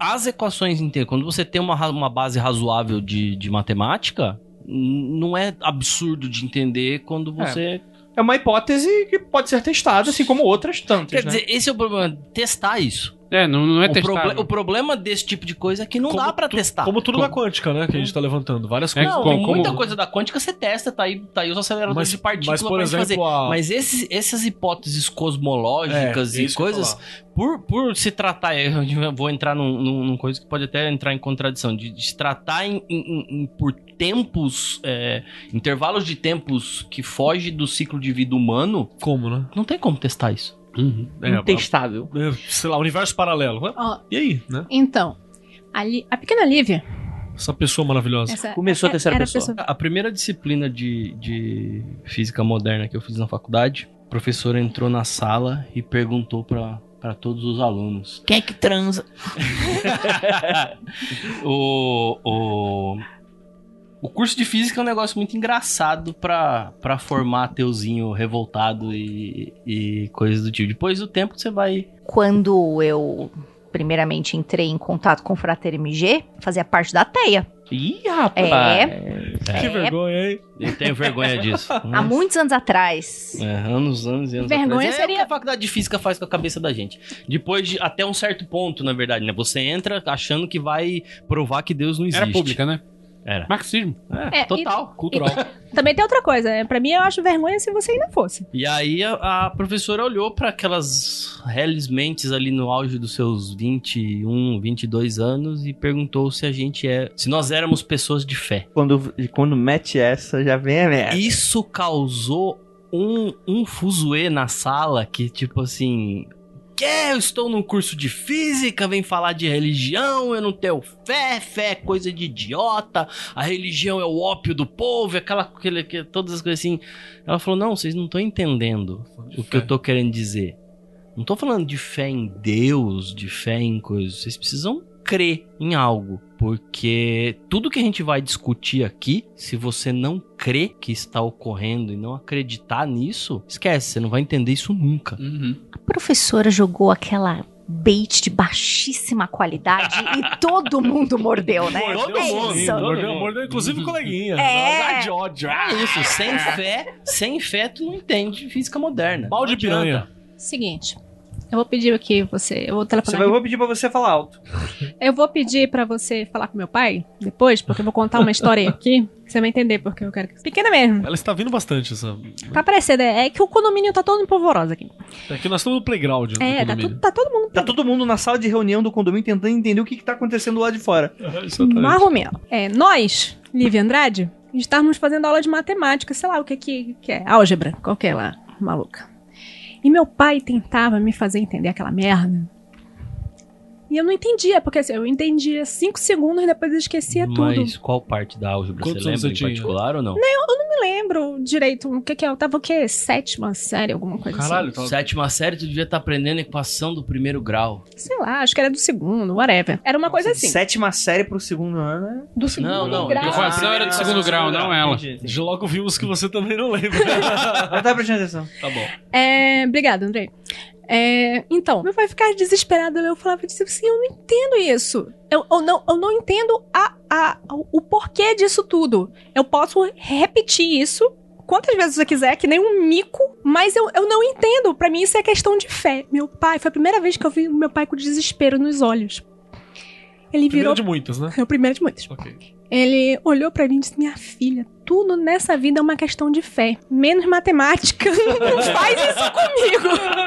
G: As equações inteiras, quando você tem uma, ra- uma base razoável de, de matemática, n- não é absurdo de entender quando você
C: É uma hipótese que pode ser testada, assim como outras tantas.
G: Quer
C: né?
G: dizer, esse é o problema, testar isso.
E: É, não, não é
G: o, proble-
E: testável.
G: o problema desse tipo de coisa é que não
D: Como
G: dá pra
D: tu-
G: testar.
D: Como tudo da quântica, né? Que a gente tá levantando. Várias
E: É,
D: coisas.
G: Não,
E: como-
G: muita
E: como-
G: coisa da quântica você testa, tá aí, tá aí os aceleradores de partícula
D: mas, por
G: pra
D: exemplo,
G: gente fazer.
D: a-
G: Mas esses, essas hipóteses
D: É,
G: cosmológicas
D: é
G: e
D: isso que eu ia
G: coisas,
D: falar.
G: por, por se tratar, eu vou entrar num, num- num coisa que pode até entrar em contradição, de, de se tratar em, em- em- em- por tempos, é, intervalos de tempos que foge do ciclo de vida humano,
D: Como, né?
G: não tem como testar isso.
E: Uhum.
D: É,
C: Intestável.
D: é, sei lá, universo paralelo. Ué,
F: Ó,
D: E aí, né?
F: então, a, Li- a pequena Lívia.
D: Essa pessoa maravilhosa.
F: essa-
C: Começou a terceira
F: era
C: pessoa.
G: A primeira disciplina de, de física moderna que eu fiz na faculdade, o professor entrou na sala e perguntou pra para todos os alunos. Quem é que transa? o, o, o curso de física é um negócio muito engraçado pra pra formar ateuzinho revoltado e, e coisas do tipo. Depois do tempo você vai.
B: Quando eu primeiramente entrei em contato com o Frater MG, fazia parte da TEIA.
C: Ih, rapaz.
B: É.
D: Que
B: É,
D: vergonha, hein?
G: Eu tenho vergonha disso.
B: há muitos anos atrás.
G: É, anos, anos e anos
F: Vergonha
G: atrás. É
F: seria-
G: o que a faculdade de física faz com a cabeça da gente. Depois de até um certo ponto, na verdade, né? Você entra achando que vai provar que Deus não existe.
E: Era pública, né?
G: Era.
E: Marxismo.
G: É,
F: É,
G: total, cultural.
F: Também tem outra coisa. é, Pra mim, eu acho vergonha se você ainda fosse.
G: E aí a, a professora olhou para aquelas reles mentes ali no auge dos seus 21, 22 anos e perguntou se a gente é, se nós éramos pessoas de fé.
C: Quando, quando mete essa, já vem a merda.
G: Isso causou um, um fuzuê na sala que, tipo assim. Que eu estou num curso de física, vem falar de religião, eu não tenho fé, fé é coisa de idiota, a religião é o ópio do povo, é aquela, aquele, que- todas as coisas assim. Ela falou: não, vocês não estão entendendo o que eu tô querendo dizer. Não tô falando de fé em Deus, de fé em coisas. Vocês precisam crer em algo. Porque tudo que a gente vai discutir aqui, se você não crê que está ocorrendo e não acreditar nisso, esquece, você não vai entender isso nunca.
D: Hum.
E: Uhum.
B: A professora jogou aquela bait de baixíssima qualidade e todo mundo mordeu, né?
D: Mordeu,
B: é
D: mordeu,
B: isso.
D: Mordeu, mordeu, inclusive o coleguinha.
B: É.
H: De ódio.
D: Ah,
G: É isso, sem fé, sem fé tu não entende física moderna.
D: Balde
G: Não adianta.
D: piranha.
F: Seguinte. Eu vou pedir aqui você. Eu vou
C: Você
F: telefonar.
C: vai- eu vou pedir pra você falar alto.
F: Eu vou pedir pra você falar com meu pai depois, porque eu vou contar uma história aqui. que Você vai entender porque eu quero que. Pequena mesmo.
D: Ela está vindo bastante, essa.
F: Tá parecendo. É é que o condomínio tá todo em polvorosa aqui.
D: Aqui É nós estamos no playground. né, do
F: É, tá,
D: condomínio.
F: tudo- tá todo mundo
C: Tá todo mundo na sala de reunião do condomínio tentando entender o que, que tá acontecendo lá de fora.
D: Exatamente.
F: marromeno. É, nós, Lívia Andrade, estávamos fazendo aula de matemática, sei lá o que que, que é. Álgebra, qualquer lá, maluca. E meu pai tentava me fazer entender aquela merda. E eu não entendia, porque assim, eu entendia cinco segundos e depois eu esquecia é tudo.
G: Mas qual parte da álgebra
D: Quantos
G: você
D: anos
G: lembra
D: você
G: em
D: tinha?
G: particular ou não?
F: não lembro direito o que que é. Eu tava o quê? Sétima série, alguma coisa
D: Caralho, tá...
G: Assim, Sétima série tu devia estar aprendendo equação do primeiro grau.
F: assim. Sei lá, acho que era do segundo, whatever. Era uma coisa assim.
C: Sétima série pro segundo ano, né?
F: Do segundo
G: Não, assim. não,
F: grau.
E: Equação
C: Ah,
E: era do segundo grau, não ela.
C: Entendi.
D: De logo vimos que você também não lembra.
C: Não tá prestando atenção.
D: tá bom.
F: É, obrigada, Andrei. É, então, meu pai ficava desesperado. Eu falava eu disse assim: eu não entendo isso. Eu, eu não, eu não entendo a, a- o porquê disso tudo. Eu posso repetir isso quantas vezes eu quiser, que nem um mico, Mas eu, eu não entendo. Pra mim, isso é questão de fé. Meu pai, foi a primeira vez que eu vi meu pai com desespero nos olhos. Ele
D: Primeira
F: virou.
D: de muitas, né?
F: É o primeiro de muitos.
D: Ok.
F: Ele olhou pra mim e disse: Minha filha, tudo nessa vida é uma questão de fé. Menos matemática. Não faz isso comigo.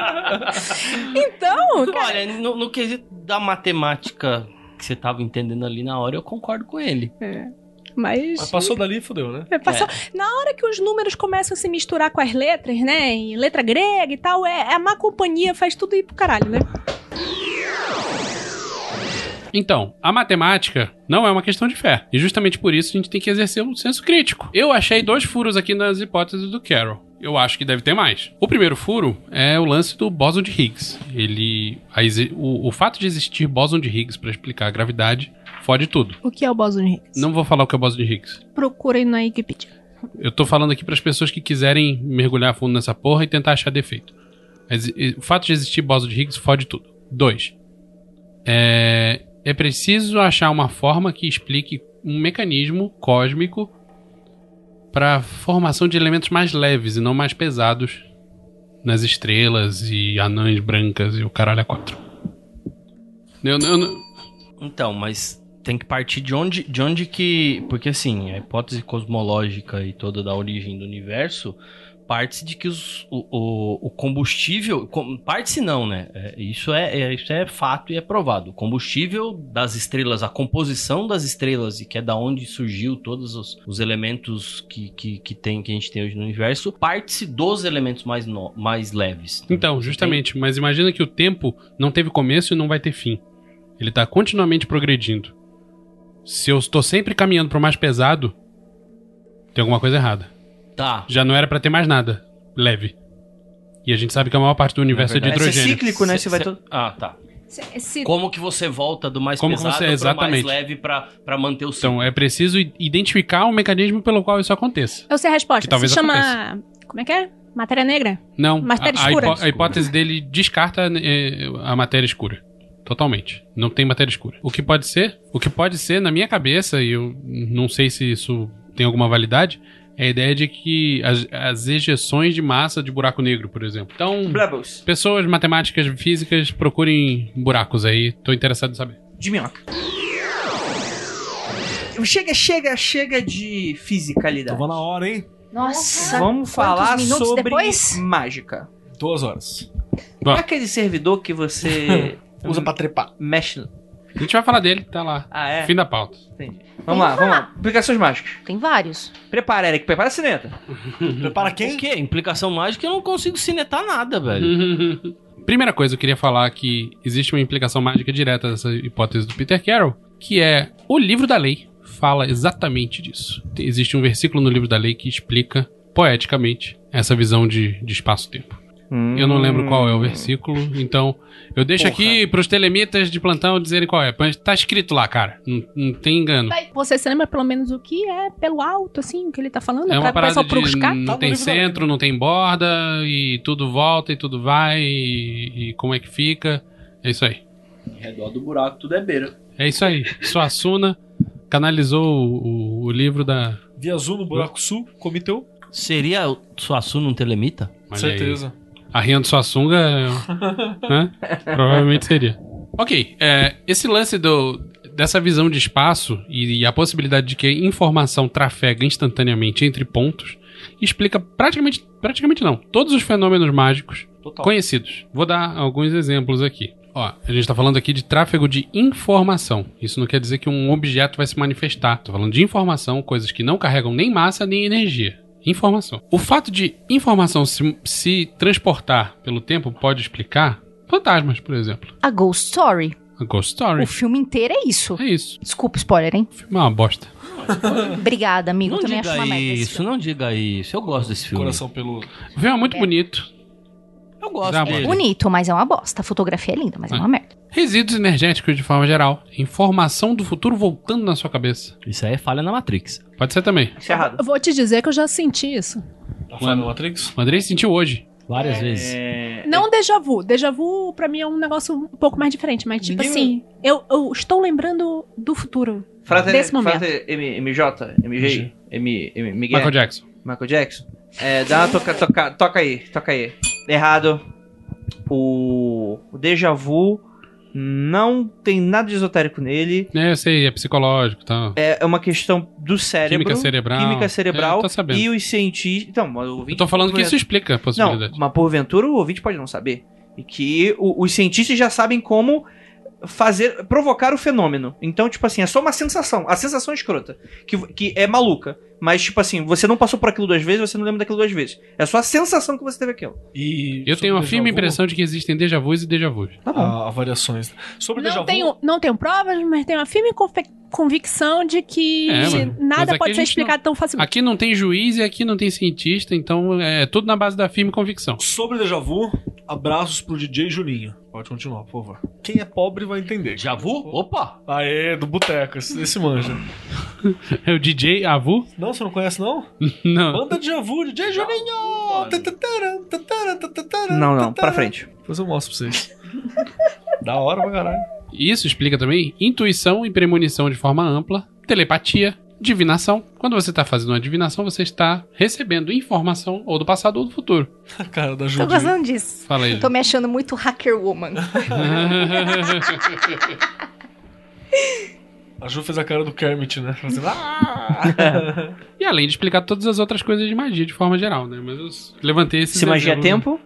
F: Então,
G: Olha, no, no quesito da matemática que você tava entendendo ali na hora, eu concordo com ele.
F: É, mas.
D: Mas passou dali e fodeu, né?
F: É, passou- Na hora que os números começam a se misturar com as letras, né? Em letra grega e tal, é, é a má companhia, faz tudo ir pro caralho, né?
E: Então, a matemática não é uma questão de fé. E justamente por isso a gente tem que exercer um senso crítico. Eu achei dois furos aqui nas hipóteses do Carroll. Eu acho que deve ter mais. O primeiro furo é o lance do bóson de Higgs. Ele. a exi- o, o fato de existir bóson de Higgs para explicar a gravidade fode tudo.
F: O que é o bóson de Higgs?
E: Não vou falar o que é o bóson de Higgs.
F: Procurem na Wikipedia.
E: Eu tô falando aqui para as pessoas que quiserem mergulhar fundo nessa porra e tentar achar defeito. Mas, e, o fato de existir bóson de Higgs fode tudo. Dois. É, é preciso achar uma forma que explique um mecanismo cósmico para formação de elementos mais leves e não mais pesados nas estrelas e anãs brancas e o caralho a quatro. Eu, eu, eu,
G: Então, mas tem que partir de onde, de onde que. Porque assim, a hipótese cosmológica e toda da origem do universo parte-se de que os- o, o- o combustível. com- Parte-se não, né? É, isso, é, é- isso é fato e é provado. O combustível das estrelas, a composição das estrelas, e que é da onde surgiu todos os, os elementos que, que, que, tem, que a gente tem hoje no universo, parte-se dos elementos mais, no- mais leves.
E: Então,
G: Você
E: justamente, mas imagina que o tempo não teve começo e não vai ter fim. Ele tá continuamente progredindo. Se eu estou sempre caminhando pro mais pesado, tem alguma coisa errada.
G: tem- Tá.
E: Já não era pra ter mais nada leve. E a gente sabe que a maior parte do universo é, de
G: verdade.
C: Esse é
E: hidrogênio.
C: cíclico, né? Você vai
G: Cê-
C: todo...
G: Ah, tá.
I: Se- se-
G: Como que você volta do mais
E: Como que
G: pesado
E: você-
G: para mais
E: exatamente.
G: leve pra pra manter o ciclo?
E: Então, é preciso i- identificar o mecanismo pelo qual isso aconteça.
F: Eu sei a resposta.
E: Que talvez
F: Se chama. Como é que é? Matéria negra?
E: Não,
F: Matéria
E: a, a,
F: escura.
E: hipó- a hipótese dele descarta eh, a matéria escura. Totalmente. Não tem matéria escura. O que pode ser? O que pode ser, na minha cabeça, e eu não sei se isso tem alguma validade, é a ideia de que as, as ejeções de massa de buraco negro, por exemplo. Então,
C: Blubbles.
E: pessoas matemáticas, físicas, procurem buracos aí. Tô interessado em saber.
C: De minhoca. Chega, chega, chega de fisicalidade.
D: Tava na hora, hein?
B: Nossa,
C: Vamos falar
B: minutos
C: sobre
B: depois?
C: mágica.
D: Duas horas.
E: Tá.
C: É aquele servidor que você
E: é-
H: Usa pra trepar.
C: mexe.
E: A gente vai falar dele, tá lá.
C: Ah, é?
E: Fim da pauta.
C: Vamos lá, vamos lá. Aplicações mágicas.
B: tem vários.
C: Prepara, Eric. Prepara a cineta.
E: Uhum.
H: Prepara
G: O
H: quem?
G: quê? Implicação mágica eu não consigo cinetar nada,
E: Uhum.
G: velho.
E: Primeira coisa, eu queria falar que existe uma implicação mágica direta dessa hipótese do Peter Carroll, que é o livro da lei fala exatamente disso. Tem- Existe um versículo no livro da lei que explica poeticamente essa visão de, de espaço-tempo. Eu não lembro qual é o versículo, então eu deixo
H: Porra.
E: aqui pros telemitas de plantão dizerem qual é. Mas tá escrito lá, cara. Não, não tem engano.
F: Você se lembra pelo menos o que é pelo alto, assim, o que ele tá falando?
E: É uma
F: pra
E: parada
F: pessoa
E: de
F: buscar?
E: não
H: Tá no
E: tem
H: livro da lei.
E: centro, não tem borda, e tudo volta e tudo vai, e, e como é que fica. É isso aí.
G: Em redor do buraco tudo é beira.
E: É isso aí. Suassuna canalizou o, o- o livro da.
D: Via azul no buraco sul, comiteu.
G: Seria o Suassuna um telemita?
E: Olha
D: Certeza.
E: Aí. Arriando Suassuna. é, né? Provavelmente seria. Ok, é, esse lance do, dessa visão de espaço e, e a possibilidade de que a informação trafega instantaneamente entre pontos explica praticamente, praticamente não, todos os fenômenos mágicos
H: Total.
E: conhecidos. Vou dar alguns exemplos aqui. Ó, a gente tá falando aqui de tráfego de informação. Isso não quer dizer que um objeto vai se manifestar. Tô falando de informação, coisas que não carregam nem massa nem energia. Informação. O fato de informação se, se transportar pelo tempo pode explicar fantasmas, por exemplo.
B: A Ghost Story.
E: A Ghost Story.
B: O filme inteiro é isso.
E: É isso.
B: Desculpa, spoiler, hein?
E: O filme é uma bosta.
B: Obrigada, amigo.
G: Não
B: Também acho
G: diga
B: uma merda. esse
G: isso,
B: filme.
G: não diga isso. Eu gosto desse filme.
D: Coração peludo.
E: O filme é muito bonito.
G: Eu gosto
E: Dá,
G: dele.
E: mano.
B: Bonito, mas é uma bosta. A fotografia é linda, mas é
E: Ah.
B: uma merda.
E: Resíduos energéticos de forma geral. Informação do futuro voltando na sua cabeça.
G: Isso aí é falha na Matrix.
E: Pode ser também.
C: Isso é errado.
F: Eu vou te dizer que eu já senti isso.
D: Tá falando Matrix?
E: O Andrei sentiu hoje.
G: Várias vezes.
C: É...
F: Não déjà vu. Déjà vu, pra mim, é um negócio um pouco mais diferente. Mas, tipo assim, eu, eu estou lembrando do futuro.
C: Frater,
F: Desse momento.
C: frater M, MJ, MG, M, M, Miguel, É.
E: Michael Jackson.
C: Michael Jackson. É, dá uma toca, toca, toca aí, toca aí. Errado. O, o déjà vu não tem nada de esotérico nele.
E: É, eu sei, é psicológico e tal.
C: É é uma questão do cérebro.
E: Química cerebral.
C: Química cerebral.
E: É, tá sabendo.
C: E os cientistas. Então, mas o
E: Eu
C: ouvinte
E: tô falando que
C: porventura-
E: isso explica a
C: Não,
E: possibilidade.
C: mas porventura o ouvinte pode não saber. E que o- os cientistas já sabem como fazer provocar o fenômeno. Então, tipo assim, é só uma sensação. A sensação é escrota. Que, que é maluca. Mas, tipo assim, você não passou por aquilo duas vezes, você não lembra daquilo duas vezes. É só a sensação que você teve aquilo.
D: E
E: Eu
D: sobre
E: tenho a
D: déjà
E: firme
D: vu,
E: impressão de que existem déjà vus e déjà vus.
C: Tá
D: ah, há variações. Sobre Tipo déjà
F: Não
D: vu,
F: tenho, não tenho provas, mas tenho uma firme confe- convicção de que
E: É, mano. Mas
F: nada
E: aqui
F: pode
E: a
F: ser
E: gente
F: explicado tão facilmente.
E: Aqui não tem juiz e aqui não tem cientista, então é tudo na base da firme convicção.
D: sobre déjà vu, abraços pro DJ Juninho. Pode continuar, por favor. Quem é pobre vai entender.
G: Já vu? Opa!
D: Aê, do boteco, esse, esse manja.
E: É o DJ Avu?
D: Não, você não conhece, não?
E: Não.
D: Banda déjà vu, DJ Juninho! Tatataram, tatataram, tatataram,
C: Não, não, pra
D: tatataram.
C: frente.
D: Depois eu mostro pra vocês. da hora pra caralho.
E: Isso explica também intuição e premonição de forma ampla, telepatia, divinação. Quando você está fazendo uma divinação, você está recebendo informação ou do passado ou do futuro.
D: Tá A cara da
I: Tô
D: Juninho.
I: gostando disso.
E: Fala aí.
I: Tô me achando muito hacker woman.
D: A Ju fez a cara do Kermit, né? Fazendo, "Ah!"
E: e além de explicar todas as outras coisas de magia de forma geral, né? Mas eu s- levantei esse.
C: Se magia é tempo.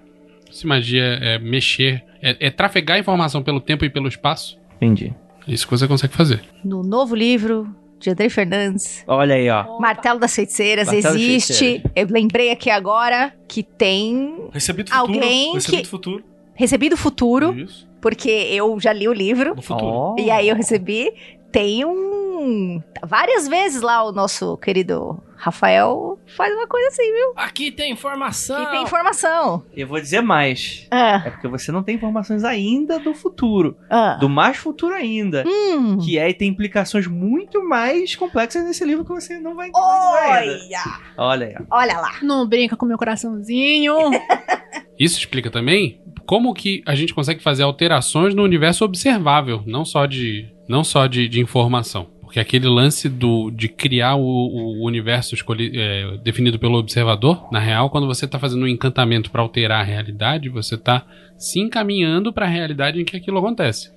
E: Se magia é mexer, é, é trafegar informação pelo tempo e pelo espaço.
C: Entendi.
E: é Isso que você consegue fazer.
B: No novo livro de André Fernandes,
C: Olha aí, ó.
B: Martelo das Feiticeiras
C: Martelo das
B: existe. Eu lembrei aqui agora que tem
D: Recebi do futuro.
B: Alguém
D: recebi
B: que-
D: do futuro.
B: Recebi do Futuro,
D: Isso.
B: porque eu já li o livro.
D: No futuro.
B: E
C: Uhum.
B: aí eu recebi. Tem um. Várias vezes lá o nosso querido Rafael faz uma coisa assim, viu?
G: Aqui tem informação!
B: Que tem informação.
C: Eu vou dizer mais.
B: Ah,
C: É porque você não tem informações ainda do futuro.
B: ah.
C: Do mais futuro ainda.
B: Hum.
C: Que aí tem implicações muito mais complexas nesse livro que você não vai entender ainda.
B: Olha!
C: Olha aí, ó.
B: Olha lá.
F: Não brinca com meu coraçãozinho.
E: Isso explica também como que a gente consegue fazer alterações no universo observável, não só de, não só de, de informação. Porque aquele lance do, de criar o, o universo escolhi- é, definido pelo observador, na real, quando você está fazendo um encantamento para alterar a realidade, você está se encaminhando para a realidade em que aquilo acontece.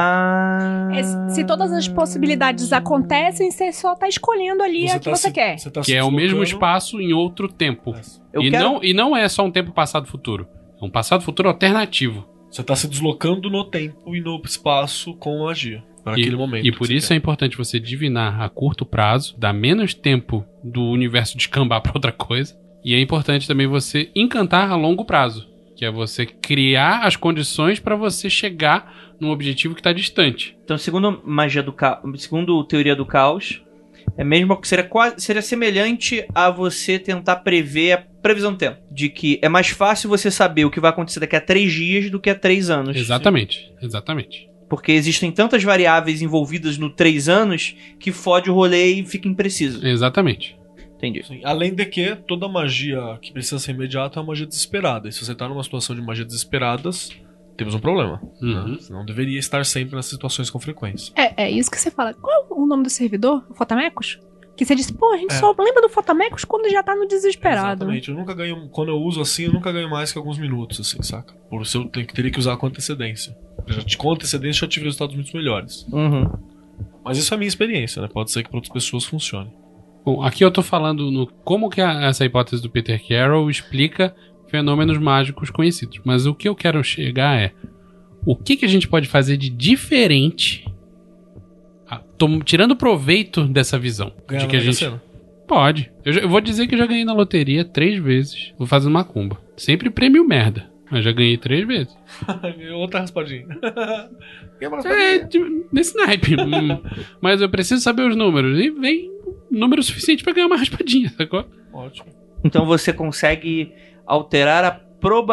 C: Ah.
F: É, se- se todas as possibilidades acontecem, você só tá escolhendo ali a que
D: tá
F: você
D: se-
F: quer.
D: você tá
E: que
D: se
E: é o mesmo
D: deslocando.
E: espaço em outro tempo.
C: Eu
E: e,
C: quero-
E: não, e não é só um tempo passado-futuro. É um passado-futuro alternativo.
D: Você tá se deslocando no tempo e no espaço com magia. Naquele momento.
E: E
D: que
E: por
D: você
E: isso é importante você divinar a curto prazo, dar menos tempo do universo descambar pra outra coisa. E é importante também você encantar a longo prazo, que é você criar as condições pra você chegar num objetivo que tá distante.
C: Então, segundo magia do ca... segundo teoria do caos, é mesmo seria quase seria semelhante a você tentar prever a previsão do tempo, de que é mais fácil você saber o que vai acontecer daqui a três dias do que a três anos.
E: Exatamente, exatamente.
C: Porque existem tantas variáveis envolvidas no três anos que fode o rolê e fica impreciso.
E: Exatamente. é
C: Entendi.
D: Sim. Além de que toda magia que precisa ser imediata é uma magia desesperada. E se você tá numa situação de magia desesperadas, temos um problema.
E: Uhum.
D: Você não deveria estar sempre nessas situações com frequência.
F: É, é isso que você fala. Qual o nome do servidor? O Fotamecos? Que você disse, pô, a gente
D: É.
F: só lembra do Fotamecos quando já tá no desesperado.
D: Exatamente. Eu nunca ganho. Quando eu uso assim, eu nunca ganho mais que alguns minutos, assim, saca? Por isso eu tenho- teria que usar com antecedência. Eu já te-
E: Uhum.
D: com antecedência eu já tive resultados muito melhores.
C: Uhum.
D: Mas isso é a minha experiência, né? Pode ser que para outras pessoas funcione.
E: Bom, aqui eu tô falando no como que a- essa hipótese do Peter Carroll explica fenômenos mágicos conhecidos. Mas o que eu quero chegar é o que, que a gente pode fazer de diferente, ah, tom- tirando proveito dessa visão
D: Ganhar
E: de
D: na
E: que a
D: Mega
E: gente
D: Sena.
E: pode. Eu, já- eu vou dizer que eu já ganhei na loteria três vezes. Vou fazer uma cumba. Sempre prêmio merda. Mas já ganhei três vezes.
D: Outra raspadinha. Ganhei uma
E: É,
D: raspadinha.
E: tipo, nesse naipe. Hum. Mas eu preciso saber os números. E vem número suficiente pra ganhar uma raspadinha, sacou?
D: Ótimo.
C: Então você consegue alterar a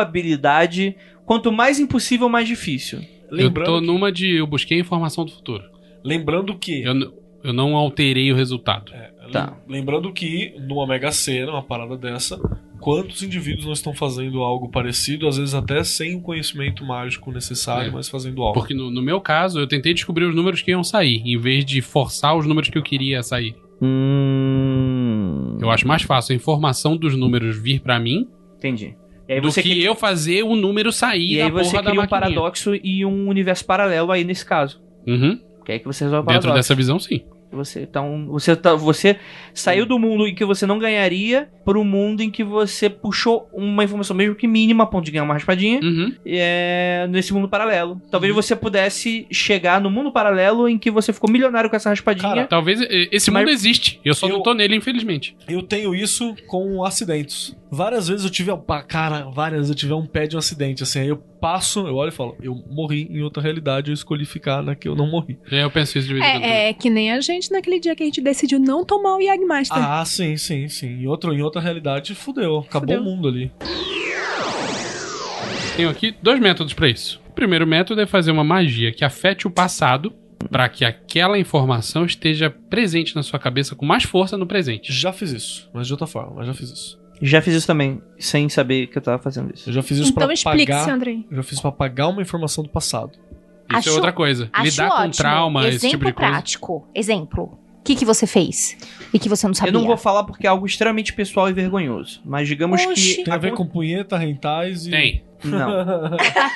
C: probabilidade. Quanto mais impossível, mais difícil.
E: eu tô
D: Lembrando,
E: numa de. Eu busquei a informação do futuro.
D: lembrando que.
E: Eu, n- eu não alterei o resultado.
C: Tá.
D: Lem- Lembrando que numa mega sena, uma parada dessa, quantos indivíduos não estão fazendo algo parecido, às vezes até sem o conhecimento mágico necessário,
E: É.
D: mas fazendo algo.
E: Porque no, no meu caso, eu tentei descobrir os números que iam sair, em vez de forçar os números que eu queria sair.
C: Hum.
E: Eu Eu acho mais fácil a informação dos números vir pra mim
C: Entendi. E aí
E: do
C: você
E: que
C: cria,
E: eu fazer o número sair
C: e aí
E: da porra
C: você
E: da
C: cria um
E: maquininha.
C: paradoxo e um universo paralelo aí nesse caso.
E: Uhum.
C: Que é aí que você resolve o
E: Dentro
C: paradoxo.
E: dessa visão, sim.
C: Você, então, você, tá, você saiu do mundo em que você não ganharia para um mundo em que você puxou uma informação, mesmo que mínima, a ponto de ganhar uma raspadinha,
E: Uhum.
C: é, nesse mundo paralelo. Talvez você pudesse chegar no mundo paralelo em que você ficou milionário com essa raspadinha.
D: Cara,
E: Talvez eh, esse
C: Mas-
E: mundo existe. Eu só
D: Eu-
E: não tô nele, infelizmente.
D: Eu tenho isso com acidentes. Várias vezes eu tive. a- pá, Cara, várias eu tive um pé de um acidente. Assim, aí eu passo, eu olho e falo, eu morri em outra realidade, eu escolhi ficar na que eu não morri.
E: É, Eu penso isso de vez em quando.
F: É, é que nem a gente naquele dia que a gente decidiu não tomar o Yagmaster.
D: Ah, sim, sim, sim. Em, outro, em outra realidade, fudeu. Acabou
F: Fudeu.
D: o mundo ali.
E: Tenho aqui dois métodos pra isso. O primeiro método é fazer uma magia que afete o passado pra que aquela informação esteja presente na sua cabeça com mais força no presente.
D: Já fiz isso, mas de outra forma, mas já fiz isso.
C: Já fiz isso também, sem saber que eu tava fazendo isso.
D: Eu já fiz isso
F: Então
D: pra
F: explique,
D: pagar.
F: Sandrine.
D: Eu já fiz pra pagar uma informação do passado.
E: Isso
B: Acho-
E: é outra coisa.
B: Acho
E: Lidar
B: ótimo.
E: com trauma,
B: Exemplo
E: esse tipo de coisa.
B: prático. Exemplo. O que, que você fez? E que você não sabia?
C: Eu não vou falar porque é algo extremamente pessoal e vergonhoso, mas digamos
F: Oxi.
C: que.
D: Tem a ver com punheta, rentais e.
E: Tem.
C: Não.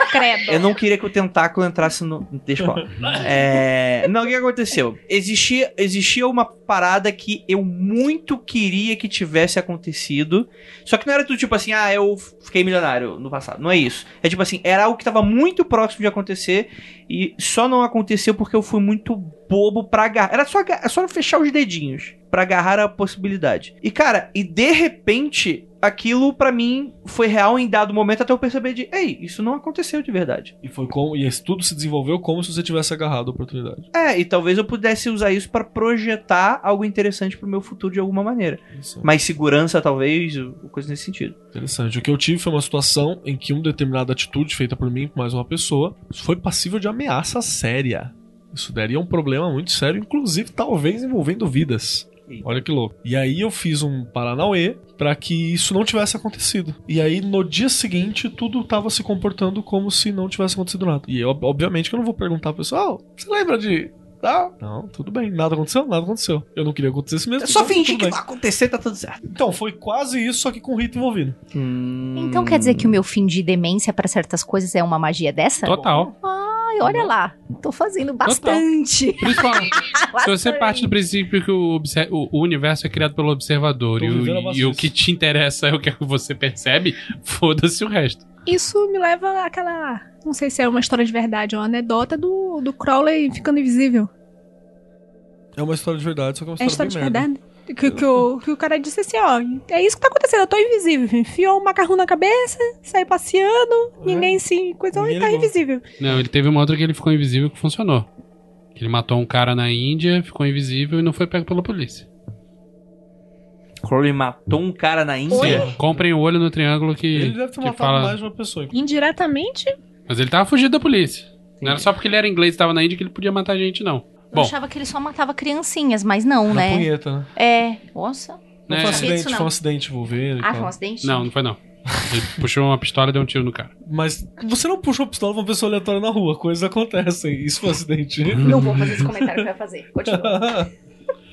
B: Credo.
C: Eu não queria que o tentáculo entrasse no. Deixa eu falar. É... Não, o que aconteceu? Existia, existia uma parada que eu muito queria que tivesse acontecido. Só que não era tudo tipo assim, ah, eu fiquei milionário no passado. Não é isso. É tipo assim, era algo que tava muito próximo de acontecer e só não aconteceu porque eu fui muito bobo pra agarrar. Era só, aga- só fechar os dedinhos pra agarrar a possibilidade. E cara, e de repente. Aquilo pra mim foi real em dado momento até eu perceber de, ei, isso não aconteceu de verdade.
D: E foi como. E esse tudo se desenvolveu como se você tivesse agarrado a oportunidade.
C: É, e talvez eu pudesse usar isso pra projetar algo interessante pro meu futuro de alguma maneira.
D: Isso.
C: Mais segurança, talvez, ou coisa nesse sentido.
D: Interessante. O que eu tive foi uma situação em que uma determinada atitude feita por mim, por mais uma pessoa, foi passível de ameaça séria. Isso daria um problema muito sério, inclusive talvez envolvendo vidas.
C: Eita.
D: Olha que louco. E aí eu fiz um Paranauê pra que isso não tivesse acontecido. E aí no dia seguinte tudo tava se comportando como se não tivesse acontecido nada. E eu, obviamente que eu não vou perguntar pro pessoal, "Ah, você lembra de... Ah, não, tudo bem, nada aconteceu, nada aconteceu. Eu não queria que acontecesse mesmo.
C: É só
D: então,
C: fingir
D: tudo
C: que
D: bem.
C: vai acontecer, tá tudo certo.
D: Então, foi quase isso, só que com o Rita envolvido.
B: Então quer dizer que o meu fim de demência para certas coisas é uma magia dessa?
E: Total.
B: Ai, olha lá. Tô fazendo bastante.
E: Principalmente. Se você
B: Bastante.
E: parte do princípio que o, obse- o- o universo é criado pelo observador
D: Tô
E: e,
D: vivendo a
E: o, e o
D: maciça.
E: que te interessa é o que você percebe, foda-se o resto.
F: Isso me leva àquela. Não sei se é uma história de verdade ou uma anedota do, do Crowley ficando invisível.
D: É uma história de verdade, só que é uma
F: É
D: história,
F: a história de
D: bem merda. É.
F: verdade? Que, que o, que o cara disse assim, ó, é isso que tá acontecendo, eu tô invisível. Enfiou um macarrão na cabeça, saiu passeando, ninguém se coisou e
D: É. Ninguém
F: tá
D: ligou.
F: invisível.
E: Não, ele teve uma outra que ele ficou invisível que funcionou. Que Ele matou um cara na Índia, ficou invisível e não foi pego pela polícia.
C: Crowley matou um cara na Índia.
E: Sim, É. comprem o olho no triângulo que.
D: Ele deve
E: que
D: ter matado
E: fala-
D: mais de uma pessoa.
F: Indiretamente?
E: Mas ele tava fugindo da polícia. Não era só porque ele era inglês e tava na Índia que ele podia matar gente, não.
B: Eu
E: Bom.
B: achava que ele só matava criancinhas, mas não,
D: Na
B: né?
D: punheta, né?
B: É. Nossa.
D: Não
E: É.
D: foi
B: Sabia disso,
D: um acidente,
B: não.
D: foi um acidente envolver.
B: Ah, foi um acidente?
E: Não, não foi não. Ele puxou uma pistola e deu um tiro no cara.
D: Mas você não puxou a pistola pra uma pessoa aleatória na rua, coisas acontecem. Isso foi um acidente.
B: Não vou fazer esse comentário que eu ia fazer. Continua.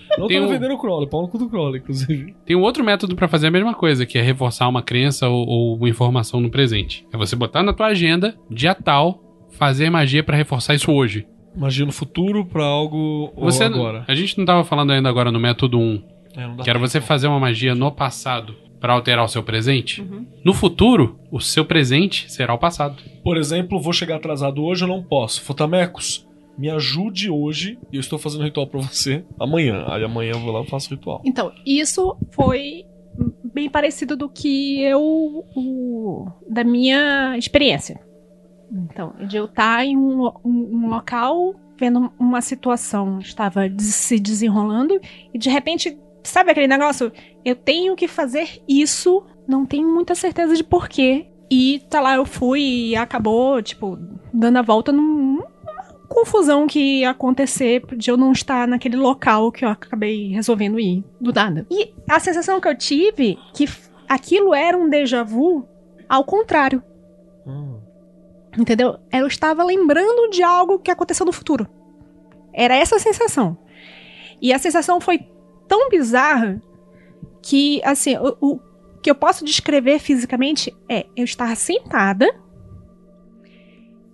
F: Tá
D: não
E: Tem
D: tava
E: um-
D: vendendo o Crowley, pau no cu do Crowley, inclusive.
E: Tem um outro método pra fazer a mesma coisa, que é reforçar uma crença ou, ou uma informação no presente. É você botar na tua agenda, dia tal, fazer magia pra reforçar isso hoje.
D: Imagina o futuro pra algo ou
E: Você
D: agora.
E: A gente não tava falando ainda agora no método 1,
D: É, não dá
E: que era
D: tempo.
E: você fazer uma magia no passado pra alterar o seu presente.
D: Uhum.
E: No futuro, o seu presente será o passado.
D: Por exemplo, vou chegar atrasado hoje, eu não posso. Fotamecos, me ajude hoje. Eu estou fazendo ritual pra você amanhã. Aí amanhã eu vou lá e faço ritual.
F: Então, isso foi bem parecido do que eu. o- da minha experiência. Então, de eu estar em um, lo- um- um local, vendo uma situação que estava des- se desenrolando, e de repente, sabe aquele negócio? Eu tenho que fazer isso, não tenho muita certeza de porquê. E tá lá, eu fui e acabou, tipo, dando a volta num, confusão que ia acontecer de eu não estar naquele local que eu acabei resolvendo ir do nada. E a sensação que eu tive que f- aquilo era um déjà vu ao contrário,
D: Hum.
F: entendeu? Eu estava lembrando de algo que aconteceu no futuro. Era essa a sensação. E a sensação foi tão bizarra que, assim, o, o que eu posso descrever fisicamente é eu estava sentada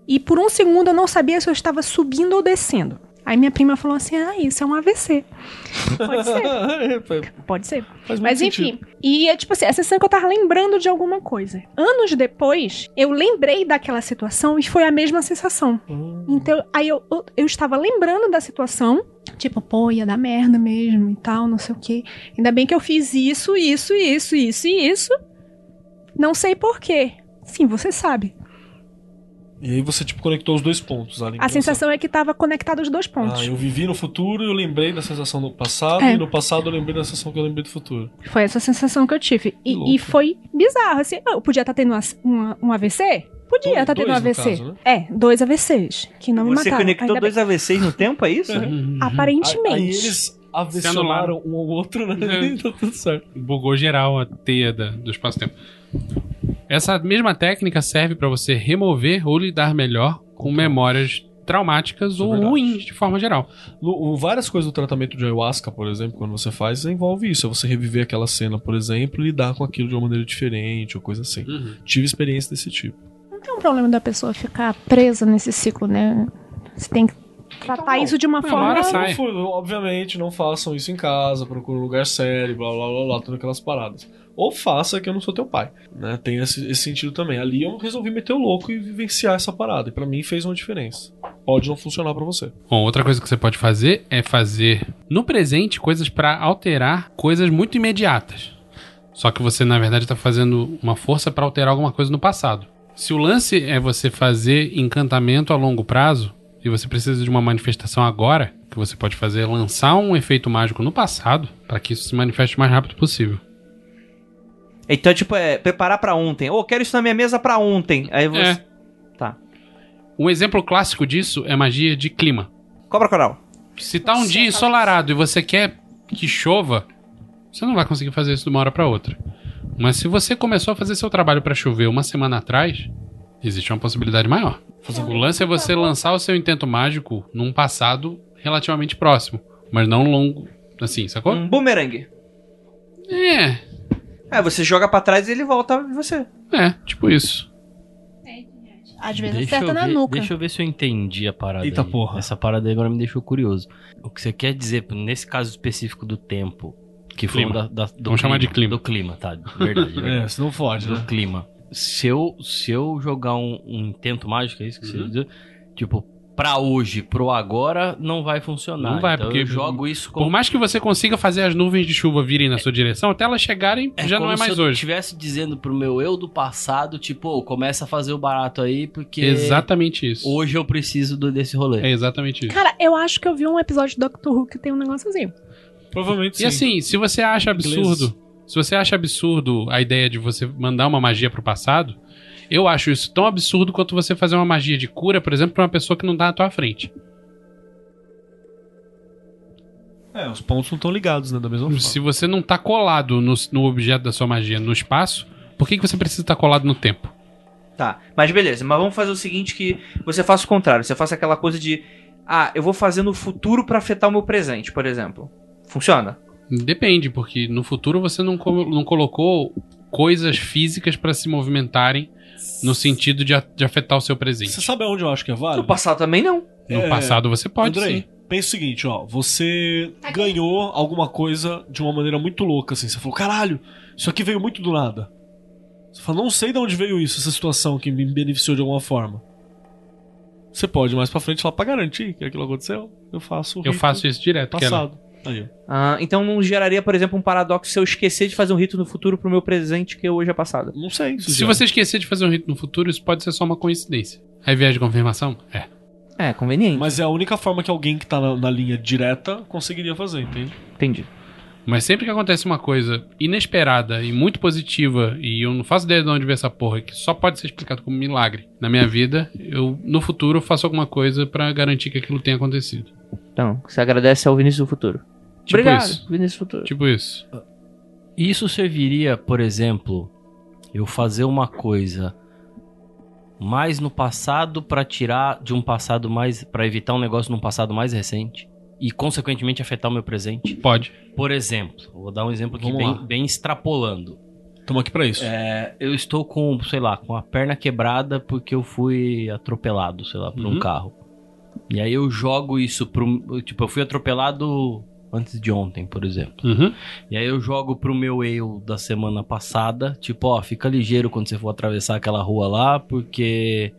F: e por um segundo eu não sabia se eu estava subindo ou descendo. Aí minha prima falou assim: Ah, isso é um AVC. Pode ser.
D: É,
F: Pode ser.
D: Faz muito
F: Mas enfim, e é tipo assim, a sensação é que eu tava lembrando de alguma coisa. Anos depois, eu lembrei daquela situação e foi a mesma sensação. Então, aí eu, eu, eu estava lembrando da situação, tipo, pô, ia dar merda mesmo e tal, não sei o quê. Ainda bem que eu fiz isso, isso, isso, isso e isso. Não sei porquê. Sim, você sabe.
D: E aí você, tipo, conectou os dois pontos. A,
F: A
D: lembrança.
F: sensação é que tava conectado os dois pontos.
D: Ah, eu vivi no futuro e eu lembrei da sensação do passado.
F: É.
D: E no passado eu lembrei da sensação que eu lembrei do futuro.
F: Foi essa sensação que eu tive.
D: Que
F: E,
D: louco.
F: e foi bizarro, assim. Eu podia estar tendo uma- uma- um AVC? Podia
D: Dois-
F: estar
D: dois,
F: tendo um
D: no
F: AVC.
D: caso, né?
F: É, dois AVCs. Que não me
C: Você
F: mataram.
C: conectou
F: ainda Uhum.
C: dois AVCs no tempo, é isso?
F: bem.
E: Uhum.
D: Aí, aí
F: Aparentemente.
D: eles
E: Se anularam.
D: avessionaram um ao outro, né?
E: É.
D: E tá tudo certo.
E: Bugou geral a teia da- do espaço-tempo. Essa mesma técnica serve para você remover ou lidar melhor com memórias traumáticas
D: Isso é
E: ou
D: verdade.
E: ruins de forma geral.
D: No- o- várias coisas do tratamento de ayahuasca, por exemplo, quando você faz, envolve isso. É você reviver aquela cena, por exemplo, e lidar com aquilo de uma maneira diferente ou coisa assim. Tive experiência desse tipo.
F: Não é um problema da pessoa ficar presa nesse ciclo, né? Você tem que
B: Tá
F: tratar
D: Então,
F: isso de uma
E: não,
F: forma.
E: agora sai.
D: Não fu- obviamente, não façam isso em casa, procura um lugar sério, blá blá blá blá, todas aquelas paradas. Ou faça que eu não sou teu pai. Né? Tem esse, esse sentido também. Ali eu resolvi meter o louco e vivenciar essa parada. E pra mim fez uma diferença. Pode não funcionar pra você.
E: Bom, outra coisa que você pode fazer é fazer no presente coisas para alterar coisas muito imediatas. Só que você, na verdade, está fazendo uma força para alterar alguma coisa no passado. Se o lance é você fazer encantamento a longo prazo e você precisa de uma manifestação agora, o que você pode fazer é lançar um efeito mágico no passado para que isso se manifeste o mais rápido possível.
C: Então, tipo, é preparar pra ontem. Ô, quero isso na minha mesa pra ontem. Aí você.
E: É.
C: Tá.
E: Um exemplo clássico disso é magia de clima.
C: Cobra coral.
E: Se tá um dia ensolarado e você quer que chova, você não vai conseguir fazer isso de uma hora pra outra. Mas se você começou a fazer seu trabalho pra chover uma semana atrás, existe uma possibilidade maior. O lance é você lançar o seu intento mágico num passado relativamente próximo, mas não longo, assim,
G: Hum.
E: sacou?
C: Um boomerang.
E: É,
C: É, você joga pra trás e ele volta em você.
E: é, tipo isso.
F: Às vezes
G: Deixa
F: acerta
G: eu
F: na
G: ver-
F: nuca.
G: Deixa eu ver se eu entendi a parada.
D: Eita
G: aí.
D: porra.
G: Essa parada aí agora me deixou curioso. O que você quer dizer, nesse caso específico do tempo, que foi
E: Clima.
G: um da, da- do
E: Vamos chamar de clima. É.
G: Do clima, tá? Verdade. verdade.
D: É, se não fode,
E: Né?
D: né?
G: do clima. Se eu, se eu jogar um, um intento mágico, é isso que você
E: Uhum.
G: diz? Tipo, pra hoje, pro agora, não vai funcionar.
E: Não vai,
G: Então
E: porque-
G: eu jogo isso como.
E: Por mais que você consiga fazer as nuvens de chuva virem na sua direção, até elas chegarem, já não
G: É. como
E: é mais
G: se eu
E: hoje.
G: estivesse dizendo pro meu eu do passado, tipo, ô, começa a fazer o barato aí, porque
E: Exatamente isso.
G: hoje eu preciso do- desse rolê.
E: É exatamente isso.
F: Cara, eu acho que eu vi um episódio do Doctor Who que tem um negócio assim.
D: Provavelmente sim.
E: E assim, se você acha absurdo,
D: Inglês.
E: se você acha absurdo a ideia de você mandar uma magia pro passado, eu acho isso tão absurdo quanto você fazer uma magia de cura, por exemplo, pra uma pessoa que não tá na tua frente.
D: É, os pontos não estão ligados, né? Da mesma forma.
E: Se você não tá colado no, no objeto da sua magia, no espaço, por que, que você precisa estar colado no tempo?
C: Tá, mas beleza, mas vamos fazer o seguinte que você faça o contrário, você faça aquela coisa de ah, eu vou fazer no futuro pra afetar o meu presente, por exemplo. Funciona?
E: Depende, porque no futuro você não, co- não colocou coisas físicas pra se movimentarem no sentido de, a- de afetar o seu
D: Você
E: presente.
D: sabe aonde eu acho que é válido?
C: No passado também não.
E: No
D: É.
E: passado você pode
D: Andrei,
E: sim.
D: pensa o seguinte, ó. Você ganhou alguma coisa de uma maneira muito louca, assim. Você falou, caralho, isso aqui veio muito do nada. Você fala, não sei de onde veio isso, essa situação que me beneficiou de alguma forma. Você pode mais pra frente falar, pra garantir que aquilo aconteceu, eu faço o
E: Eu
D: rito
E: faço isso direto, Keller.
D: passado. Aí, ó.
C: Ah, então não geraria, por exemplo, um paradoxo se eu esquecer de fazer um rito no futuro pro meu presente que hoje é passado.
D: não sei. isso
E: Se
D: já-
E: você esquecer de fazer um rito no futuro, isso pode ser só uma coincidência. É viagem de confirmação? É.
C: É, conveniente.
D: Mas é a única forma que alguém que tá na, na linha direta conseguiria fazer, entende?
C: Entendi.
E: Mas sempre que acontece uma coisa inesperada e muito positiva, e eu não faço ideia de onde veio essa porra, que só pode ser explicado como milagre na minha vida, eu no futuro eu faço alguma coisa pra garantir que aquilo tenha acontecido.
C: Então, você agradece ao Vinícius do futuro.
E: Tipo
C: Obrigado,
E: isso.
C: Vinícius do futuro.
E: Tipo isso.
G: Isso serviria, por exemplo, eu fazer uma coisa mais no passado pra tirar de um passado mais Pra evitar um negócio num passado mais recente? e, consequentemente, afetar o meu presente?
E: Pode.
G: Por exemplo, vou dar um exemplo aqui
D: Vamos lá.
G: bem, bem extrapolando.
D: Estamos aqui pra isso.
G: É, eu estou com, sei lá, com a perna quebrada porque eu fui atropelado, sei lá, por
E: Uhum.
G: um carro. E aí eu jogo isso pro. Tipo, eu fui atropelado antes de ontem, por exemplo.
E: Uhum.
G: E aí eu jogo pro meu eu da semana passada, tipo, ó, fica ligeiro quando você for atravessar aquela rua lá, porque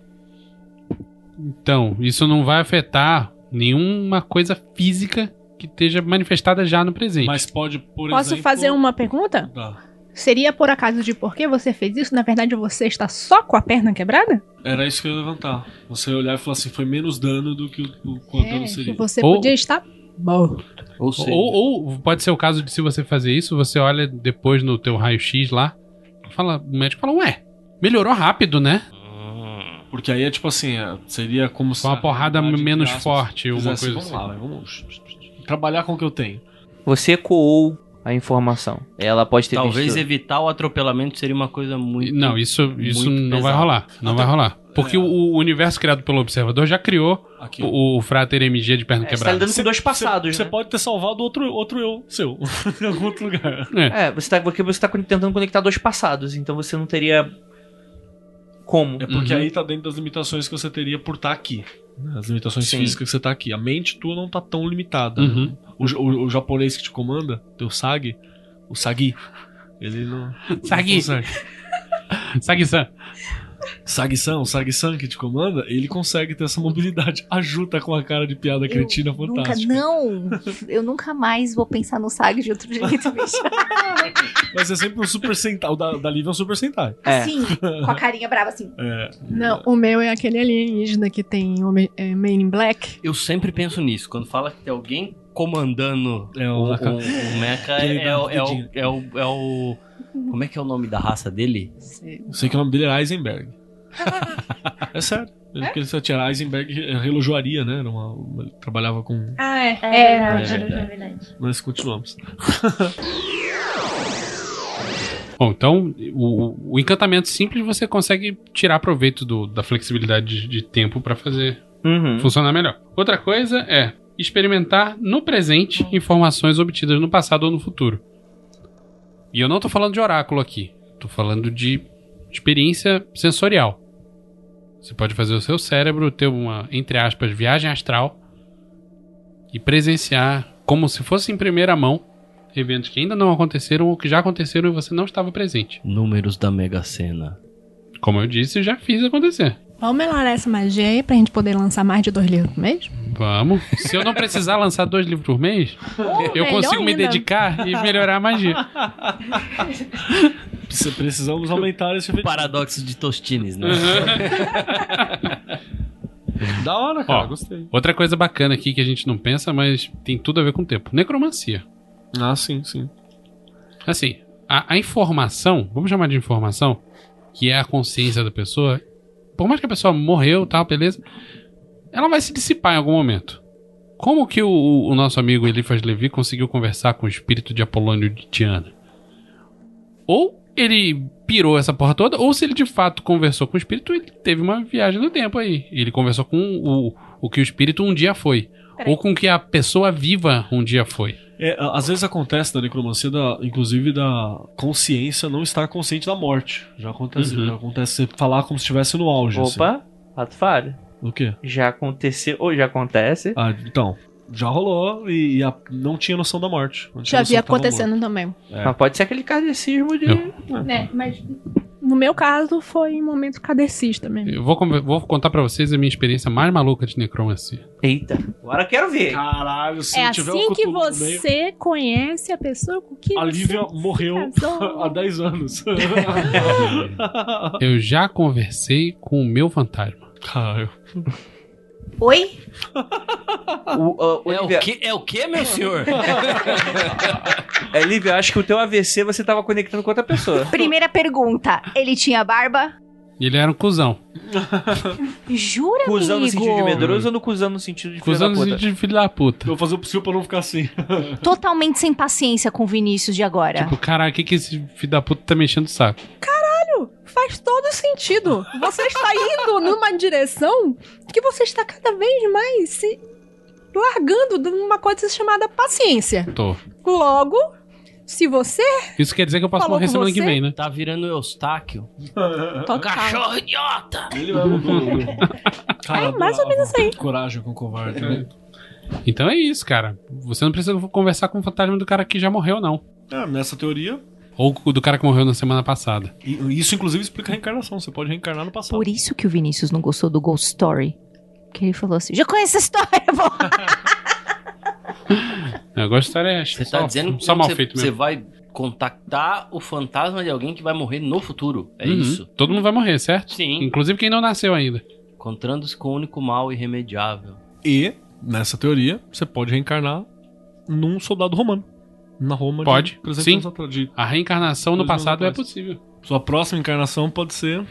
E: Então, isso não vai afetar nenhuma coisa física que esteja manifestada já no presente.
D: Mas pode, por
F: Posso
D: exemplo...
F: fazer uma pergunta?
D: Dá.
F: Seria por acaso de por que você fez isso? Na verdade, você está só com a perna quebrada?
D: Era isso que eu ia levantar. Você olhar e falar assim, foi menos dano do que o, o quanto dano
F: que
D: seria.
F: você
E: Ou-
F: podia estar morto.
G: ou seja,
E: Ou, ou pode ser o caso de se você fazer isso, você olha depois no teu raio-x lá, fala, o médico fala, ué, melhorou rápido, né?
D: Porque aí é tipo assim, é, seria como se...
E: Foi uma
D: a
E: porrada
D: realidade,
E: menos
D: entre aspas,
E: forte, alguma
D: fizesse,
E: coisa
D: vamos
E: assim.
D: lá, vai, vamos trabalhar com o que eu tenho.
J: Você coou a informação. Ela pode ter
G: talvez
J: visto-
G: evitar o atropelamento seria uma coisa muito
E: Não, isso, isso
G: muito
E: não
G: pesado.
E: vai rolar. Não vai rolar. Porque
D: é.
E: o, o universo criado pelo observador já criou
D: Aqui.
E: o, o Frater MG de perna
G: É, você tá
E: quebrada.
G: lidando com dois passados,
D: Você
G: né?
D: pode ter salvado outro, outro eu seu, em algum outro lugar.
J: É, você tá, porque você tá con- tentando conectar dois passados, então você não teria como.
D: É porque
E: Uhum.
D: aí tá dentro das limitações que você teria por estar aqui. né? As limitações
J: Sim.
D: físicas que você tá aqui. A mente tua não tá tão limitada.
E: Uhum.
D: O, ja- o- o japonês que te comanda, teu Sag, o Sagi, ele não.
G: Uhum.
E: Sagi.
D: não consegue.
E: Sagi-san.
D: Sagi-san, o Sagi-san que te comanda, ele consegue ter essa mobilidade. Ajuda com a cara de piada cretina
B: Nunca,
D: fantástica.
B: não! Eu nunca mais vou pensar no SAG de outro jeito, bicho.
D: Mas é sempre um super sentai. O da, da Liv é um super sentai.
J: É.
B: Assim, com a carinha brava, assim.
D: É,
K: Não, o meu é aquele alienígena que tem o Me- é, Men in Black.
G: Eu sempre penso nisso. Quando fala que tem alguém comandando
D: É, o
G: o,
D: Mecha.
G: o- o Mecha,
D: Ele
G: é,
D: dá
G: o-
D: uma
G: é o,
D: vidinha.
G: é, o, é o. Como é que é o nome da raça dele?
D: eu sei que o nome dele era Eisenberg. é sério. Porque ele só tinha Eisenberg é, relojoaria, né? Era uma- uma- ele trabalhava com
F: Ah, é.
D: Mas continuamos.
E: Bom, então o, o encantamento simples você consegue tirar proveito do- da flexibilidade de, de tempo pra fazer
J: Uhum.
E: funcionar melhor. Outra coisa é experimentar no presente informações obtidas no passado ou no futuro. E eu não tô falando de oráculo aqui. Tô falando de experiência sensorial. Você pode fazer o seu cérebro ter uma, entre aspas, viagem astral e presenciar como se fosse em primeira mão eventos que ainda não aconteceram ou que já aconteceram e você não estava presente.
G: Números da Mega Sena.
E: Como eu disse, eu já fiz acontecer.
K: Vamos melhorar essa magia aí pra gente poder lançar mais de dois livros por mês?
E: Vamos. Se eu não precisar lançar dois livros por mês, eu
K: melhor
E: consigo me
K: ainda.
E: dedicar e melhorar a magia.
D: Preci- Precisamos aumentar esse efeito.
G: Paradoxo de Tostines, né?
D: Da hora, cara.
E: Ó.
D: Gostei.
E: Outra coisa bacana aqui que a gente não pensa, mas tem tudo a ver com o tempo. Necromancia.
D: Ah, sim, sim.
E: Assim, a, a informação, vamos chamar de informação, que é a consciência da pessoa, por mais que a pessoa morreu e tal, beleza, ela vai se dissipar em algum momento. Como que o, o- o nosso amigo Elifas Levi conseguiu conversar com o espírito de Apolônio de Tiana? Ou ele pirou essa porra toda, ou se ele de fato conversou com o espírito, ele teve uma viagem no tempo aí. Ele conversou com o, o que o espírito um dia foi.
F: Peraí.
E: Ou com o que a pessoa viva um dia foi.
D: É, a- às vezes acontece da necromancia, da, inclusive da consciência não estar consciente da morte. Já acontece,
E: Uhum.
D: já acontece você falar como se estivesse no auge. assim.
J: Opa, rato falho.
D: O quê?
J: Já aconteceu, ou já acontece.
D: Ah, então. Já rolou e, e a- não tinha noção da morte. Não tinha
K: Já
D: noção
K: vi
D: que tava
K: acontecendo também.
D: É.
J: Mas pode ser aquele cardecismo de.
E: Eu.
F: Né, mas no meu caso foi um momento cadecista mesmo.
E: Eu vou, con- vou contar pra vocês a minha experiência mais maluca de necromancia.
J: Eita, agora eu quero ver.
D: morto. Caralho, se
F: é
D: tiver
F: assim
D: o
F: que
D: Cthulhu no meio,
F: você conhece a pessoa com quem
D: A
F: você
D: Lívia morreu
F: casou.
D: há 10 anos.
E: Eu já conversei com o meu fantasma.
D: Caralho.
B: Oi?
J: O, o, o
G: É o
J: Lívia-
G: que, é o que, meu senhor?
J: é, Lívia, eu acho que o teu AVC você tava conectando com outra pessoa.
B: Primeira pergunta. Ele tinha barba?
E: E ele era um cuzão.
B: Jura,
J: Cusão no
B: É, amigo?
J: sentido de medroso ou no cuzão no sentido de filho da
E: Cuzão
J: puta?
E: de filho da puta.
D: Eu vou fazer o possível pra não ficar assim.
B: Totalmente sem paciência com o Vinícius de agora.
E: Tipo, caralho, o que, que esse filho da puta tá mexendo o saco?
K: Faz todo sentido. Você está indo numa direção que você está cada vez mais se
F: largando de uma coisa chamada paciência.
E: Tô.
F: Logo, se você.
E: Isso quer dizer que eu posso
F: Falou
E: morrer
F: com
E: semana que
F: você?
E: vem, né?
G: Tá virando Eustáquio.
F: Total.
G: Cachorro idiota!
D: Ele vai mudar. Ah,
F: É, mais ou menos isso aí.
D: Coragem com covarde, né?
E: É. Então é isso, cara. Você não precisa conversar com o fantasma do cara que já morreu, não.
D: É, nessa teoria,
E: Ou do cara que morreu na semana passada.
D: e- isso inclusive explica a reencarnação. Você pode reencarnar no passado.
L: Por isso que o Vinícius não gostou do Ghost Story. Porque ele falou assim: já conheço essa história, vou lá."
E: Eu gosto de história é
G: Você
E: só,
G: tá dizendo que
E: só mal
G: você,
E: feito
G: você
E: mesmo.
G: vai contactar o fantasma de alguém que vai morrer no futuro. É
E: Uhum.
G: isso?
E: Todo mundo vai morrer, certo?
G: Sim.
E: Inclusive quem não nasceu ainda.
G: Encontrando-se com o único mal irremediável.
D: E, nessa teoria, você pode reencarnar num soldado romano. Na Roma
E: Pode.
D: de 300
E: Sim.
D: anos atrás. De
E: A reencarnação no
D: dois anos
E: passado é
D: atrás.
E: possível.
D: Sua próxima encarnação pode ser.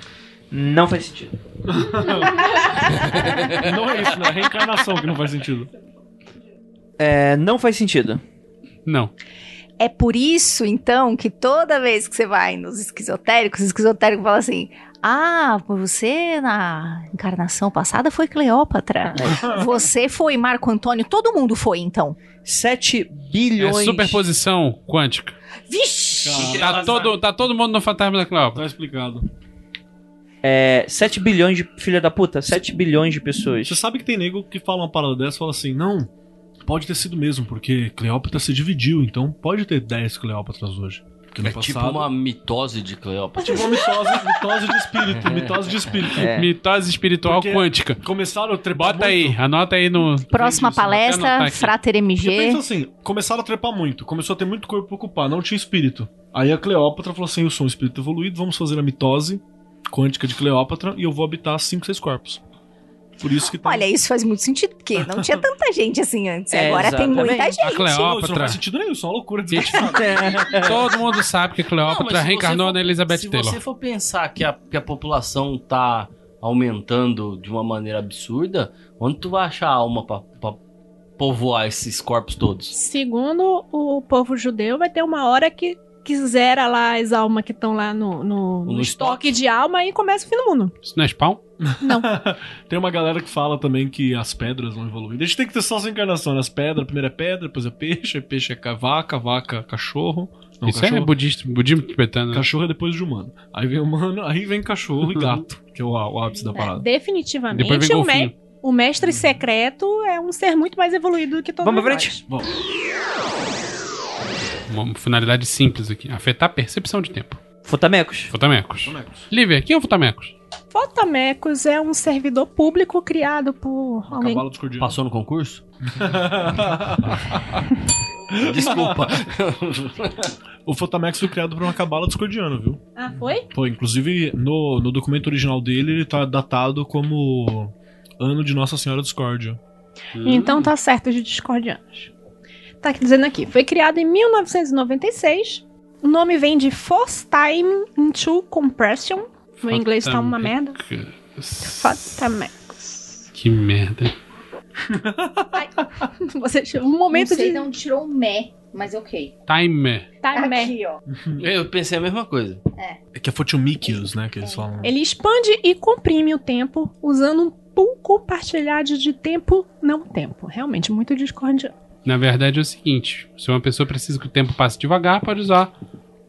C: Não faz sentido.
D: não é isso, né? A reencarnação que não faz sentido.
C: É, não faz sentido.
E: Não.
B: É por isso, então, que toda vez que você vai nos esquizotéricos, os esquizotéricos falam assim: Ah, você na encarnação passada foi Cleópatra. você foi Marco Antônio. Todo mundo foi, então.
C: 7
E: É
C: bilhões.
E: superposição quântica.
B: Vixe!
E: Tá todo, tá todo mundo no fantasma da Cleópatra.
D: Tá explicado.
C: É, 7 bilhões de filha da puta, 7 bilhões de pessoas.
D: Você sabe que tem nego que fala uma parada dessa e fala assim: não, pode ter sido mesmo, porque Cleópatra se dividiu, então pode ter 10 Cleópatras hoje. Porque no
G: É
D: passado.
G: tipo uma mitose de Cleópatra.
D: Tipo uma mitose, mitose de
E: É.
D: espírito, mitose de espírito.
L: É.
E: Mitose espiritual
D: Porque-
E: quântica.
D: Começaram a trepar
E: É. Bota
D: muito.
E: aí, anota aí no.
L: Próxima
E: Vou até anotar
L: palestra,
E: é tá aqui.
L: Frater
D: Porque
L: MG.
D: pensa assim, começaram a trepar muito, começou a ter muito corpo pra ocupar, não tinha espírito. Aí a Cleópatra falou assim: eu sou um espírito evoluído, vamos fazer a mitose quântica de Cleópatra e eu vou habitar 5, 6 corpos. Por isso que tá.
B: Olha, isso faz muito sentido, porque não tinha tanta gente assim antes.
C: É,
B: Agora tem
C: exatamente.
B: muita
E: A
B: gente.
D: Não, isso não
E: Cleópatra.
D: faz sentido nenhum, isso é uma loucura.
E: Gente, todo mundo sabe que
G: Não, mas
E: Cleópatra
G: se você
E: reencarnou
G: for-
E: na Elizabeth
G: Se
E: Taylor.
G: você for pensar que a, que a população tá aumentando de uma maneira absurda, onde tu vai achar alma pra, pra povoar esses corpos todos?
F: Segundo o povo judeu, vai ter uma hora que quisera lá as almas que estão lá no, no,
G: No
F: no estoque de alma e começa o fim do mundo.
E: Isso não é spawn?
D: Tem uma galera que fala também que as pedras vão evoluir. A gente tem que ter só essa encarnação, né? As pedras, primeiro é pedra, depois é peixe, aí peixe é ca- vaca, vaca, é cachorro. Não,
E: Isso é
D: cachorro,
E: budista, budismo tibetano. né?
D: cachorro é depois de humano. Aí vem humano, aí vem cachorro e gato, que é o, o ápice da parada.
E: Depois
F: Definitivamente,
E: vem
F: o, me-
E: golfinho.
F: o mestre secreto é um ser muito mais evoluído do que todos
C: Vamos pra
F: nós.
C: frente.
E: Uma finalidade simples aqui. Afetar a percepção de tempo.
C: Fotamecos.
E: Fotamecos. Lívia, quem é o Fotamecos?
F: Fotamecos é um servidor público criado por alguém.
D: Cavalo dos cordeiro.
G: Passou no concurso? Desculpa.
D: O Fotamex foi criado por uma cabala discordiana, viu?
F: Ah, foi?
D: Foi, inclusive, no, no documento original dele, ele tá datado como ano de Nossa Senhora Discórdia.
F: Então
E: Hum.
F: tá certo de discordianos. Tá aqui dizendo aqui, foi criado em 1996. O nome vem de Force Time into Compression. Meu inglês tá uma merda. Fotamecos.
E: Que merda.
F: Você chegou um momento de
L: não tirou o mé, mas ok.
E: Timer.
F: time.
B: ó.
G: Eu pensei a mesma coisa.
D: É que é Fotiomíquios, né? Que eles falam.
G: É.
F: Ele expande e comprime o tempo usando um pool compartilhado de tempo não tempo. Realmente muito discordiano.
E: Na verdade é o seguinte: se uma pessoa precisa que o tempo passe devagar, pode usar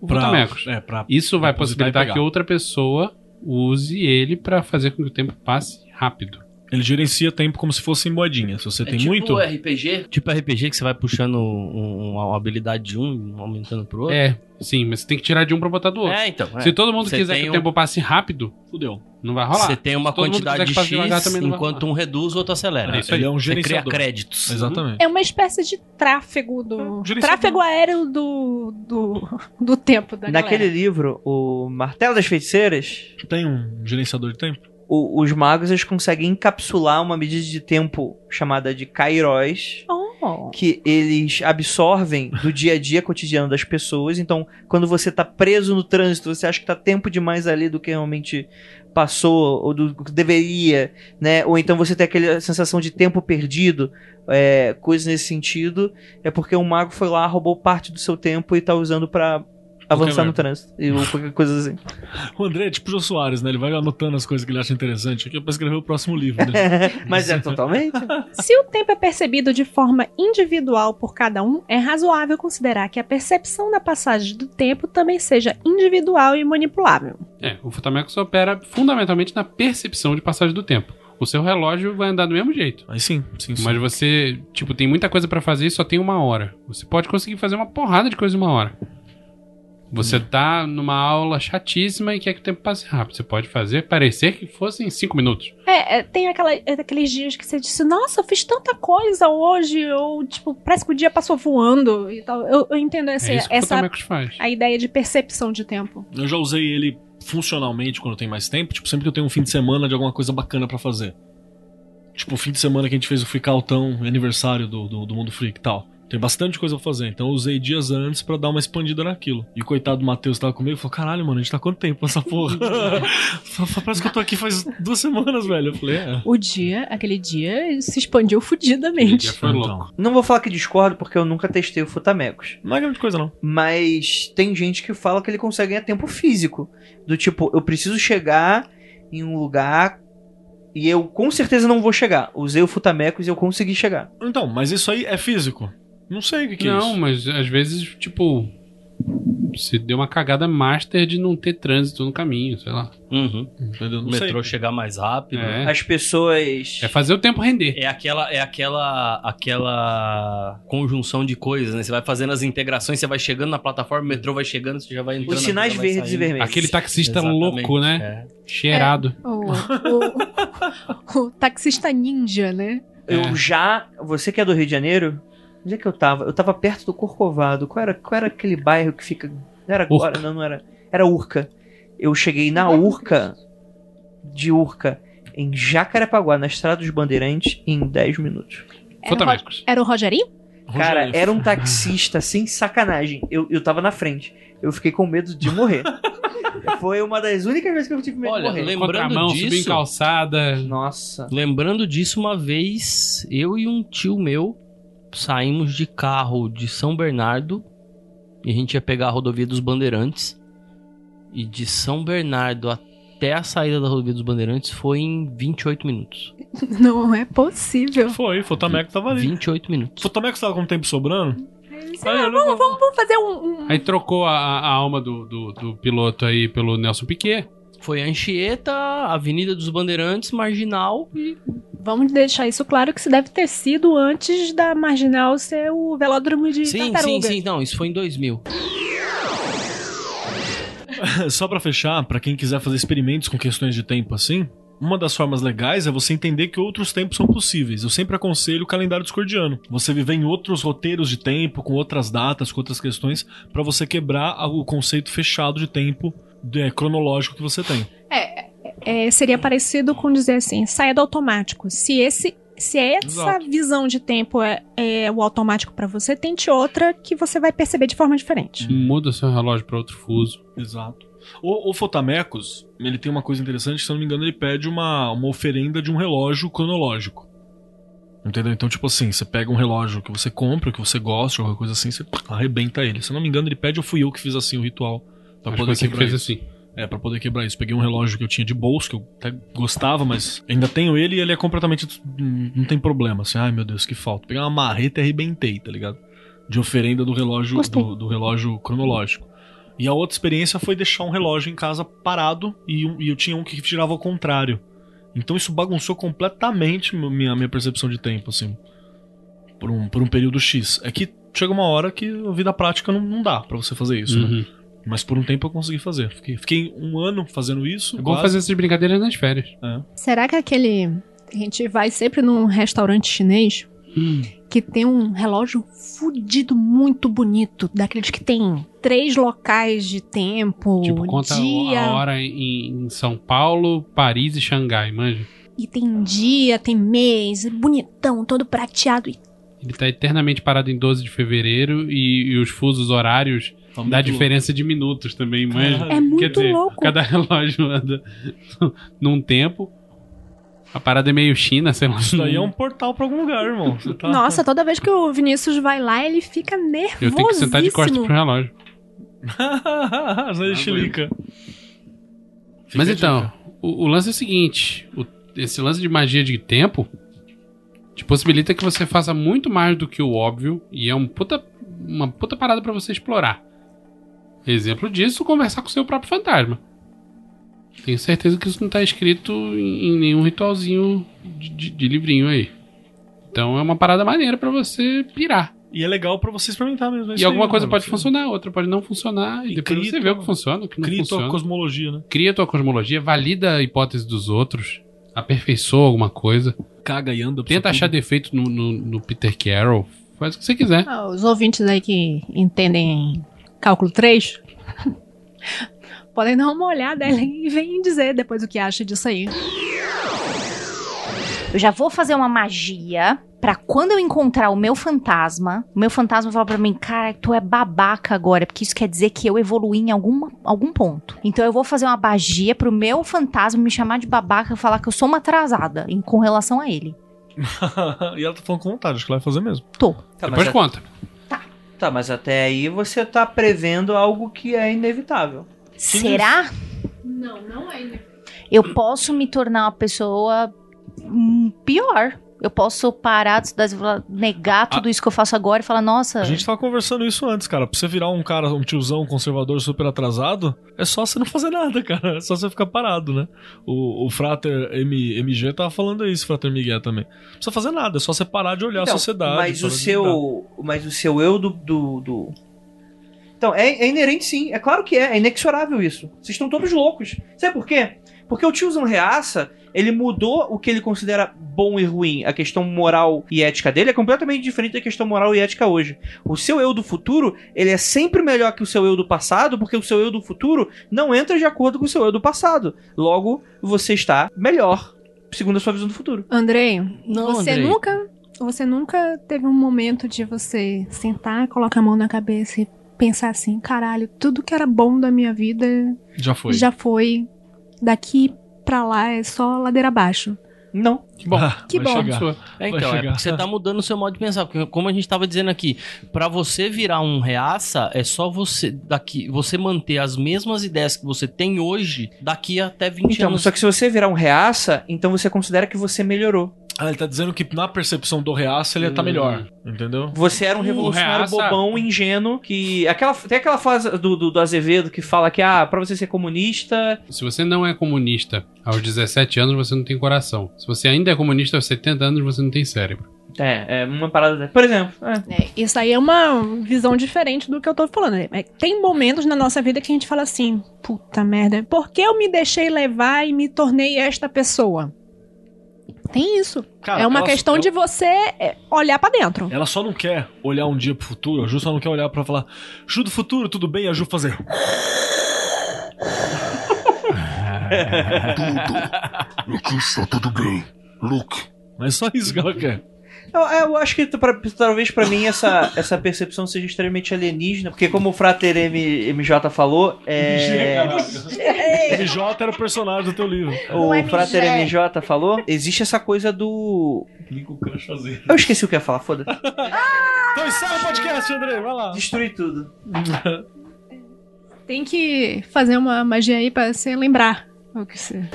E: o Fotamecos.
D: É, pra.
E: Isso vai
D: pra positar e
E: possibilitar
D: pegar.
E: que outra pessoa use ele pra fazer com que o tempo passe rápido.
D: Ele gerencia tempo como se fossem moedinhas. Se você
G: É
D: tem
G: tipo
D: muito.
G: RPG? Tipo RPG que você vai puxando um- uma habilidade de um, aumentando pro outro.
E: É, sim, mas você tem que tirar de um pra botar do outro.
G: É, então. é.
E: Se todo mundo
G: Você
E: quiser
G: tem
E: que o
G: um-
E: tempo passe rápido,
D: Fudeu.
E: não vai rolar.
G: Você tem uma
E: Se todo mundo quiser
G: quantidade
E: que passe
G: X,
E: devagar, também não vai
G: enquanto
E: rolar.
G: um reduz, o outro acelera.
E: É isso aí.
D: Ele é um
G: Você cria
D: gerenciador.
G: créditos.
D: Exatamente.
F: É uma espécie de tráfego do.
D: gerenciador.
F: tráfego
E: né?
F: aéreo do. do, do tempo da
C: Naquele
F: galera.
C: livro, o Martelo das Feiticeiras,
G: É.
D: Tem um gerenciador de tempo?
C: o- os magos eles conseguem encapsular uma medida de tempo chamada de kairos,
F: Oh.
C: que eles absorvem do dia a dia cotidiano das pessoas. Então, quando você tá preso no trânsito, você acha que tá tempo demais ali do que realmente passou ou do que deveria, né? Ou então você tem aquela sensação de tempo perdido, é, coisa nesse sentido. É porque um mago foi lá, roubou parte do seu tempo e tá usando pra
J: avançar no trânsito. E ou qualquer coisa assim.
D: O André é tipo o Jô Soares, né? Ele vai anotando as coisas que ele acha interessante aqui pra escrever o próximo livro, né?
J: Mas é totalmente.
F: Se o tempo é percebido de forma individual por cada um, é razoável considerar que a percepção da passagem do tempo também seja individual e manipulável.
E: É, o Futamex opera fundamentalmente na percepção de passagem do tempo. O seu relógio vai andar do mesmo jeito.
D: Aí sim, sim, sim.
E: Mas você, tipo, tem muita coisa pra fazer e só tem uma hora. Você pode conseguir fazer uma porrada de coisa em uma hora. Você tá numa aula chatíssima e quer que o tempo passe rápido. Você pode fazer parecer que fossem cinco minutos.
F: É, é, tem aquela, é, aqueles dias que você disse, nossa, eu fiz tanta coisa hoje, ou tipo, parece que o dia passou voando e tal. Eu, eu entendo essa,
E: é isso que o
F: Assim, essa
E: Futamecos faz.
F: a ideia de percepção de tempo.
D: Eu já usei ele funcionalmente quando tem mais tempo. Tipo, sempre que eu tenho um fim de semana de alguma coisa bacana pra fazer. Tipo, o fim de semana que a gente fez o Freakoutão, aniversário do, do, do Mundo Freak e tal. Tem bastante coisa pra fazer, então eu usei dias antes pra dar uma expandida naquilo. E o coitado do Matheus tava comigo e falou: caralho, mano, a gente tá há quanto tempo nessa porra? Fa- fa- Parece que eu tô aqui faz duas semanas, velho. Eu falei: é.
K: O dia, aquele dia, ele se expandiu fudidamente.
E: Já foi
D: Então.
E: louco.
J: Não vou falar que discordo, porque eu nunca testei o Futamecos.
D: Não é grande coisa, não.
J: Mas tem gente que fala que ele consegue ganhar tempo físico. Do tipo, eu preciso chegar em um lugar e eu com certeza não vou chegar. Usei o Futamecos e eu consegui chegar.
D: Então, mas isso aí é físico. Não sei o que, que é
E: não,
D: isso.
E: mas às vezes, tipo, se deu uma cagada master de não ter trânsito no caminho, sei lá.
G: Uhum.
D: Entendeu?
G: O
D: Não sei.
G: metrô chegar mais rápido.
E: É.
J: As pessoas.
E: É fazer o tempo render.
G: É aquela, é aquela, aquela conjunção de coisas, né? Você vai fazendo as integrações, você vai chegando na plataforma, o metrô vai chegando, você já vai entrando.
J: Os sinais
G: já vai
J: verdes e
G: saindo.
J: vermelhos.
E: Aquele taxista
G: É Exatamente,
E: louco, né?
G: é.
E: Cheirado.
K: O, o- o taxista ninja, né?
J: Eu já. Você que é do Rio de Janeiro? Onde é que eu tava? Eu tava perto do Corcovado. Qual era, qual era aquele bairro que fica. Não era agora,
E: Urca.
J: não, não era. Era Urca. Eu cheguei na Urca, de Urca, em Jacarepaguá, na Estrada dos Bandeirantes, em 10 minutos.
F: Era, o Ro-
E: Fotamecos.
F: era o Rogerinho?
E: é
J: Cara,
D: Rogério,
J: era um taxista, sem sacanagem. Eu, eu tava na frente. Eu fiquei com medo de morrer. Foi uma das únicas vezes que eu tive medo
G: é. Olha,
J: de morrer.
G: lem- Lembrando
E: Contramão,
G: disso-
E: subiu em calçada.
J: Nossa.
G: Lembrando disso, uma vez, eu e um tio meu saímos de carro de São Bernardo e a gente ia pegar a rodovia dos Bandeirantes. E de São Bernardo até a saída da rodovia dos Bandeirantes foi em 28 minutos.
K: Não é possível.
D: Foi, o Fotameco tava ali.
G: 28 minutos.
D: Fotameco tava com tempo sobrando?
F: Ah,
D: Aí eu
F: vamos, vamos, vamos fazer um. um-
E: Aí trocou a, a alma do, do, do piloto aí pelo Nelson Piquet.
G: Foi Anchieta, Avenida dos Bandeirantes, Marginal e
F: Vamos deixar isso claro que isso deve ter sido antes da Marginal ser o velódromo de
G: Sim, sim,
F: tartaruga.
G: sim, não, isso foi em 2000.
D: Só pra fechar, pra quem quiser fazer experimentos com questões de tempo assim, uma das formas legais é você entender que outros tempos são possíveis. Eu sempre aconselho o calendário discordiano. Você viver em outros roteiros de tempo, com outras datas, com outras questões, pra você quebrar a- o conceito fechado de tempo é, cronológico que você tem.
F: É, seria parecido com dizer assim, saia do automático. Se esse se essa
E: Exato.
F: visão de tempo é, é o automático pra você, tente outra que você vai perceber de forma diferente.
E: Muda seu relógio pra outro fuso.
D: Exato. O, o Fotamecos, ele tem uma coisa interessante, se eu não me engano, ele pede uma, uma oferenda de um relógio cronológico. Entendeu? Então, tipo assim, você pega um relógio que você compra, que você gosta, alguma coisa assim, você arrebenta ele. Se eu não me engano, ele pede, ou fui eu que fiz assim o ritual.
E: Acho
D: Pra
E: que
D: poder
E: você que
D: quebrar
E: fez
D: isso.
E: assim.
D: É, pra poder quebrar isso. Peguei um relógio que eu tinha de bolso, que eu até gostava, mas ainda tenho ele e ele é completamente. des- hum, Não tem problema. Assim, ai meu Deus, que falta. Peguei uma marreta e arrebentei, tá ligado? De oferenda do relógio
F: Gostei.
D: do, do relógio cronológico. E a outra experiência foi deixar um relógio em casa parado e, um- e eu tinha um que girava ao contrário. Então isso bagunçou completamente mi- minha, minha percepção de tempo, assim. Por um, por um período X. É que chega uma hora que a vida prática não, não dá pra você fazer isso, né?
E: Uhum.
D: Mas por um tempo eu consegui fazer. Fiquei, fiquei um ano fazendo isso.
E: É bom
D: quase.
E: fazer essas brincadeiras nas férias.
K: Será que aquele. A gente vai sempre num restaurante chinês que tem um relógio fudido muito bonito, daqueles que tem três locais de tempo,
E: Tipo, conta
K: dia,
E: a hora em, em São Paulo, Paris e Xangai, manja.
K: e tem dia, tem mês, bonitão, todo prateado. E
E: Ele tá eternamente parado em 12 de fevereiro e, e os fusos horários
D: Tá muito
E: dá
D: louco.
E: diferença de minutos também, manja.
D: Caralho.
F: É
E: Quer
F: muito
E: dizer,
F: louco.
E: cada relógio anda num tempo. A parada é meio China, sei lá.
D: Isso daí é um portal pra algum lugar, irmão. Você tá...
K: Nossa, toda vez que o Vinícius vai lá, ele fica nervosíssimo.
E: Eu tenho que sentar de costas pro relógio.
D: é Zé Chilica. Fica
E: Mas
D: a
E: então,
D: dica.
E: o, o lance é o seguinte: o- esse lance de magia de tempo te possibilita que você faça muito mais do que o óbvio e é um puta- uma puta parada pra você explorar. Exemplo disso, conversar com o seu próprio fantasma. Tenho certeza que isso não tá escrito em, em nenhum ritualzinho de, de- de livrinho aí. Então é uma parada maneira pra você pirar.
D: E é legal pra você experimentar mesmo.
E: E
D: é isso
E: alguma
D: aí,
E: coisa
D: mano.
E: pode funcionar, outra pode não funcionar. E, depois
D: cria então,
E: você vê o que funciona, o que não
D: Cria
E: funciona
D: tua cosmologia, né?
E: cria tua cosmologia, valida a hipótese dos outros, aperfeiçoa alguma coisa.
D: Caga e anda.
E: Tenta achar defeito no, no- no Peter Carroll. Faz o que você quiser.
F: Ah, os ouvintes aí que entendem cálculo 3 podem dar uma olhada e vem dizer depois o que acha disso aí.
B: Eu já vou fazer uma magia pra quando eu encontrar o meu fantasma, o meu fantasma falar pra mim, cara, tu é babaca agora, porque isso quer dizer que eu evoluí em alguma, algum ponto. Então eu vou fazer uma magia pro meu fantasma me chamar de babaca e falar que eu sou uma atrasada em, com relação a ele.
D: e ela tá falando com vontade, acho que ela vai fazer mesmo.
B: Tô.
C: Tá,
E: Depois
C: mas a-
E: conta.
C: Tá, mas até aí você tá prevendo algo que é inevitável.
B: Será?
F: Não, não é.
B: Eu posso me tornar uma pessoa hum, pior. Eu posso parar de estudar, e falar- negar tudo isso que eu faço agora e falar,
C: É.
B: nossa.
D: A gente tava conversando isso antes, cara. Pra você virar um cara, um tiozão conservador super atrasado, é só você não fazer nada, cara. É só você ficar parado, né? O, o Frater M, MG tava falando isso, Frater Miguel também. Não precisa fazer nada, é só você parar de olhar
C: Então,
D: a sociedade.
C: Mas o
D: parar de lidar.
C: seu. Mas o seu eu do. do, do- Então, é, é inerente sim. É claro que é. É inexorável isso. Vocês estão todos loucos. Sabe por quê? Porque o tiozão reaça, ele mudou o que ele considera bom e ruim. A questão moral e ética dele é completamente diferente da questão moral e ética hoje. O seu eu do futuro, ele é sempre melhor que o seu eu do passado, porque o seu eu do futuro não entra de acordo com o seu eu do passado. Logo, você está melhor, segundo a sua visão do futuro.
F: Andrei,
G: Não,
F: você
G: Andrei.
F: nunca. Você nunca teve um momento de você sentar, colocar a mão na cabeça e pensar assim, caralho, tudo que era bom da minha vida
E: Já foi.
F: já foi. Daqui pra lá é só ladeira abaixo.
C: Não.
E: Que bom.
F: Que
D: Ah, Vai
F: bom.
D: chegar.
G: É,
D: Vai
G: então, é
D: chegar.
G: porque você tá mudando o seu modo de pensar. Porque como a gente tava dizendo aqui, pra você virar um reaça, é só você daqui, você manter as mesmas ideias que você tem hoje daqui até 20
C: Então,
G: anos.
C: só que se você virar um reaça, então você considera que você melhorou.
D: Ah, ele tá dizendo que na percepção do reaça ele tá
E: Hum.
D: melhor. Entendeu?
C: Você era um
E: Um
C: revolucionário
E: reaça-
C: bobão, ingênuo, que. Aquela, tem aquela fase do, do, do Azevedo que fala que, ah, pra você ser comunista.
E: Se você não é comunista aos 17 anos, você não tem coração. Se você ainda é comunista aos 70 anos, você não tem cérebro.
C: É, é uma parada. de- Por exemplo, é.
F: É, isso aí é uma visão diferente do que eu tô falando. né? É, Tem momentos na nossa vida que a gente fala assim: puta merda, por que eu me deixei levar e me tornei esta pessoa? Tem isso.
E: Ah,
D: Cara,
F: é uma
D: ela-
F: questão
D: ela-
F: de você é, olhar pra dentro.
D: Ela só não quer olhar um dia pro futuro, a Ju só não quer olhar pra falar, Ju do futuro, tudo bem? E a Ju fazer.
A: Aqui está tudo bem. Luke,
D: Mas É só isso que ela quer.
C: Eu, eu acho que pra- talvez pra mim essa, essa percepção seja extremamente alienígena, porque como o Frater M, MJ falou, é.
D: MJ era o personagem do teu livro.
C: O
B: Não é
C: Frater
B: MJ.
C: MJ falou, existe essa coisa do.
D: Lincoln Crush fazer.
C: Eu esqueci o que eu ia falar, foda-se.
D: Então encerra o podcast, André, vai lá.
C: Destruir tudo.
F: Tem que fazer uma magia aí pra você lembrar. o que você-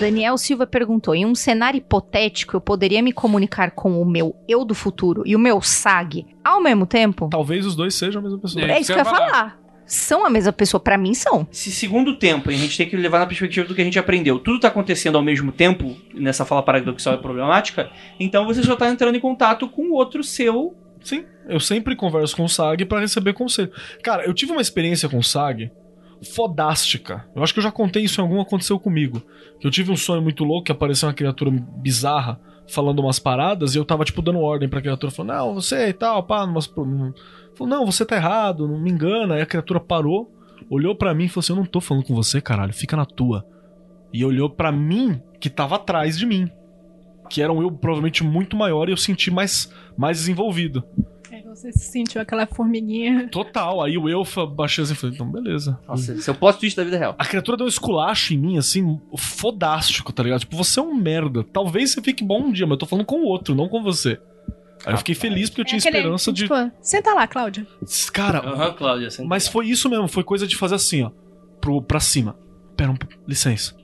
B: Daniel Silva perguntou: em um cenário hipotético, eu poderia me comunicar com o meu eu do futuro e o meu SAG ao mesmo tempo?
D: Talvez os dois sejam a mesma pessoa.
E: É,
B: É isso que eu ia
E: falar.
B: falar. São a mesma pessoa, pra mim são.
C: Esse segundo tempo, e a gente tem que levar na perspectiva do que a gente aprendeu. Tudo tá acontecendo ao mesmo tempo, nessa fala paradoxal e problemática, então você já tá entrando em contato com o outro seu.
D: Sim, eu sempre converso com o SAG pra receber conselho. Cara, eu tive uma experiência com o SAG fodástica. Eu acho que eu já contei isso em algum aconteceu comigo. Que eu tive um sonho muito louco que apareceu uma criatura bizarra falando umas paradas e eu tava tipo dando ordem pra criatura falando: "Não, você e tal, pá, umas pro- hum." Falou: "Não, você tá errado, não me engana". Aí a criatura parou, olhou pra mim e falou assim: "Eu não tô falando com você, caralho, fica na tua". E olhou pra mim que tava atrás de mim. Que era um eu provavelmente muito maior e eu senti mais, mais desenvolvido.
F: É, Você se sentiu aquela formiguinha.
D: Total. Aí o Elfa baixei assim e falei, então beleza.
C: Nossa, seu plot twist da vida real.
D: A criatura deu um esculacho em mim, assim, fodástico, tá ligado? Tipo, você é um merda. Talvez você fique bom um dia, mas eu tô falando com o outro, não com você. Aí eu fiquei feliz porque eu tinha
F: É aquele-
D: esperança de.
F: tipo, Senta lá, Cláudia.
D: Cara,
G: Aham, Cláudia, senta
D: mas foi isso mesmo, foi coisa de fazer assim, ó. Pro, pra cima. Pera, um, p- licença.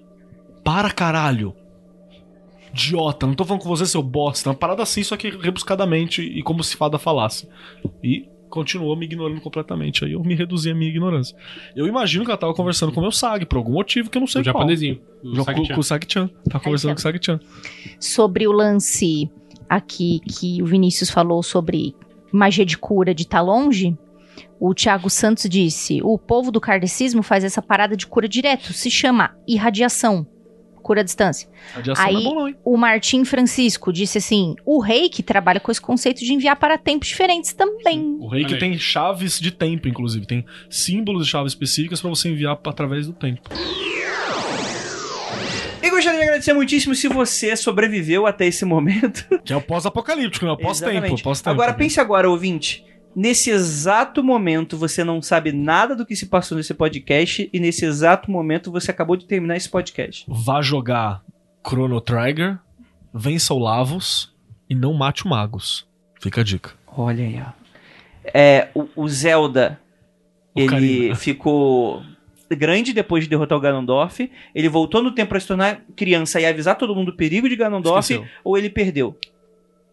D: Para caralho. Idiota, não tô falando com você, seu bosta. Uma parada assim, só que rebuscadamente e como se fada falasse. E continuou me ignorando completamente. Aí eu me reduzi a minha ignorância. Eu imagino que ela tava conversando com o meu Sag, por algum motivo que eu não sei
E: O
D: qual.
E: japonesinho, o
D: Jo-
E: Sag-chan.
D: Com o Sag-chan. Tava conversando com o Sag-chan.
B: sobre o lance aqui que o Vinícius falou sobre magia de cura de tá longe, o Thiago Santos disse: o povo do kardecismo faz essa parada de cura direto, se chama irradiação. Cura à distância.
D: Radiação
B: Aí,
D: não é bom, não, hein?
B: o Martim Francisco disse assim: o rei que trabalha com esse conceito de enviar para tempos diferentes também.
D: O reiki
E: Olha
D: é
E: aí.
D: tem chaves de tempo, inclusive. Tem símbolos de chaves específicas pra você enviar pra- através do tempo.
C: E gostaria de agradecer muitíssimo se você sobreviveu até esse momento.
D: Que é o pós-apocalíptico, né? O pós-tempo.
C: Exatamente.
D: pós-tempo.
C: Agora, pense agora, ouvinte. Nesse exato momento, você não sabe nada do que se passou nesse podcast. E nesse exato momento, você acabou de terminar esse podcast.
D: Vá jogar Chrono Trigger, vença o Lavos e não mate o Magus. Fica a dica.
C: Olha aí, ó. É, o, o Zelda, ele
D: Ocarina.
C: ficou grande depois de derrotar o Ganondorf. Ele voltou no tempo pra se tornar criança e avisar todo mundo do perigo de Ganondorf.
D: Esqueceu.
C: Ou ele perdeu.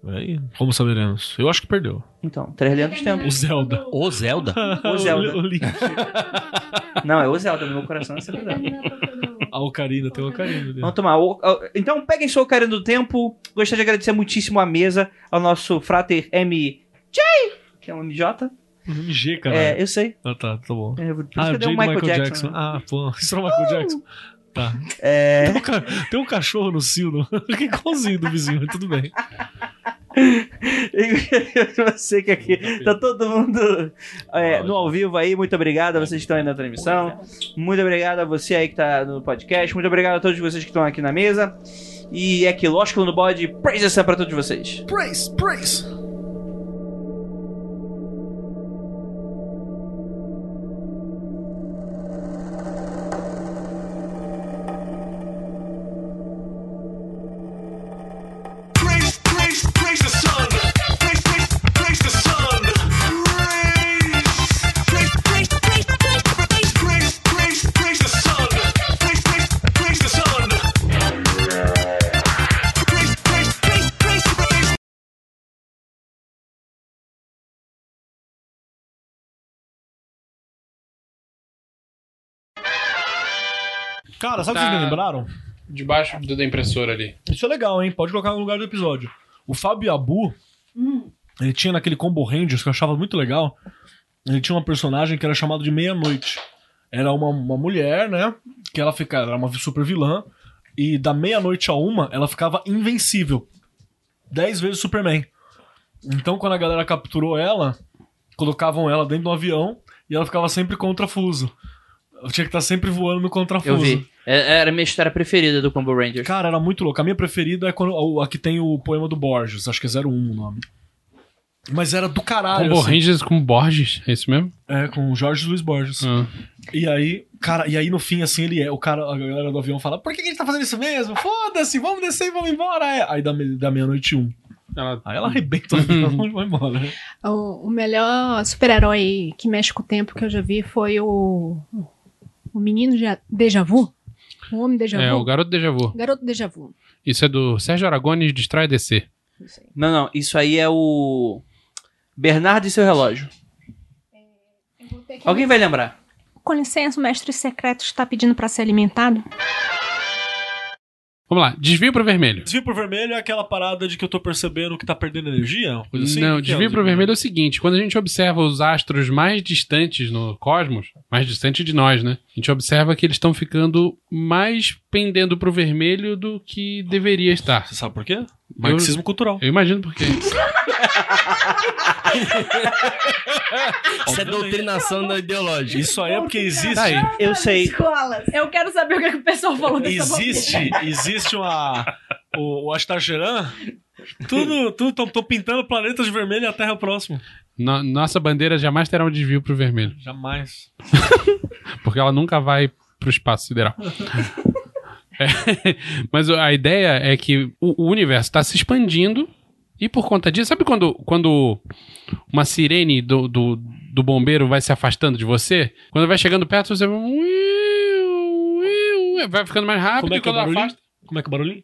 D: Aí, como saberemos? Eu acho que perdeu.
C: Então, Três Lendas Tempos.
D: O Zelda.
G: O Zelda?
C: O Zelda.
D: O Link.
C: Não, é o Zelda, no meu coração é sempre o Zelda.
D: A Ocarina tem Ah, um o Ocarina dele.
C: Vamos tomar. o- o- Então, peguem sua Ocarina do Tempo. Gostaria de agradecer muitíssimo à mesa, ao nosso frater MJ, que é um MJ.
D: MG, cara.
C: É, eu sei.
D: Ah, tá, tá bom.
C: É, por isso
D: ah,
C: que
D: o
C: eu dei
D: Jay
C: o
D: do
C: Michael
D: Michael Jackson.
C: Jackson, né?
D: Ah, pô. Isso era o Michael Jackson. Tá.
C: É.
D: Tem, um ca- tem um cachorro no sino. que igualzinho do vizinho, mas tudo bem.
C: Eu sei que aqui tá todo mundo é, no ao vivo aí. Muito obrigado a vocês que estão aí na transmissão. Muito obrigado a você aí que tá no podcast. Muito obrigado a todos vocês que estão aqui na mesa. E é que lógico no bode, praise the sun pra todos vocês.
D: Praise, praise.
M: Praise, praise, praise the sun. Praise, praise, praise the sun. Praise, praise, praise, praise, praise, praise, praise, praise the sun. Praise, praise, praise the sun. Praise, praise, praise, praise, praise.
D: Cara, sabe o
E: Tá.
D: que vocês me lembraram?
E: Debaixo do- da impressora ali.
D: Isso é legal, hein? Pode colocar no lugar do episódio. O Fábio Abu, ele tinha naquele Combo Rangers, que eu achava muito legal, ele tinha uma personagem que era chamada de Meia-Noite. Era uma, uma mulher, né? Que ela ficava, era uma super vilã, e da meia-noite a uma, ela ficava invencível. Dez vezes Superman. Então, quando a galera capturou ela, colocavam ela dentro do avião e ela ficava sempre contrafuso. Eu tinha que estar sempre voando no contrafuso.
G: Eu vi. É- Era a minha história preferida do Combo Rangers.
D: Cara, era muito louco. A minha preferida é quando a, a que tem o poema do Borges, acho que é 01 o nome. Mas era do caralho.
E: Combo
D: assim.
E: Rangers com Borges, é isso mesmo?
D: É, com o Jorge Luiz Borges.
E: Ah.
D: E aí, cara, e aí no fim, assim, ele é. O cara, a galera do avião fala: por que, que ele tá fazendo isso mesmo? Foda-se, vamos descer e vamos embora. É. Aí da, me- da meia-noite um. Aí ela arrebenta o
E: Uhum.
D: avião e vai embora.
F: O, o melhor super-herói que mexe com o tempo que eu já vi foi o. O menino de Deja Vu. O homem Deja Vu.
E: É, o Garoto Deja Vu.
F: Garoto Deja Vu.
E: Isso é do Sérgio Aragones, Distrai DC.
C: Não, não, isso aí é o Bernardo e seu relógio. Alguém vai lembrar?
K: Com licença, o mestre secreto está pedindo para ser alimentado.
G: Uhum.
E: Vamos lá, desvio pro vermelho.
D: Desvio pro vermelho é aquela parada de que eu tô percebendo que tá perdendo energia? Uma coisa assim?
E: Não,
D: Que que é o
E: desvio pro vermelho é o seguinte: quando a gente observa os astros mais distantes no cosmos, mais distante de nós, né? A gente observa que eles estão ficando mais pendendo pro vermelho do que deveria estar. Você
D: sabe por quê? Marxismo cultural.
E: Eu imagino por quê.
G: Isso é doutrinação da ideológica.
D: Isso aí é porque existe.
G: Tá aí.
C: Eu sei.
K: Escolas. Eu quero saber o que, que o pessoal falou dessa
D: Existe, existe uma. O, o Astacheran. Tudo, tudo, tão, tão pintando planetas de vermelho e a Terra é o próximo.
E: No- nossa bandeira jamais terá um desvio pro vermelho.
D: Jamais.
E: porque ela nunca vai pro espaço sideral. É, mas a ideia é que o, o universo está se tá expandindo E por conta disso, sabe quando, quando uma sirene do, do, do bombeiro vai se afastando de você? Quando vai chegando perto, você vai. Vai ficando mais rápido
D: Como é que é
E: Ah,
D: o
E: quando
D: barulhinho?
E: afasta.
D: Como é que é o barulhinho?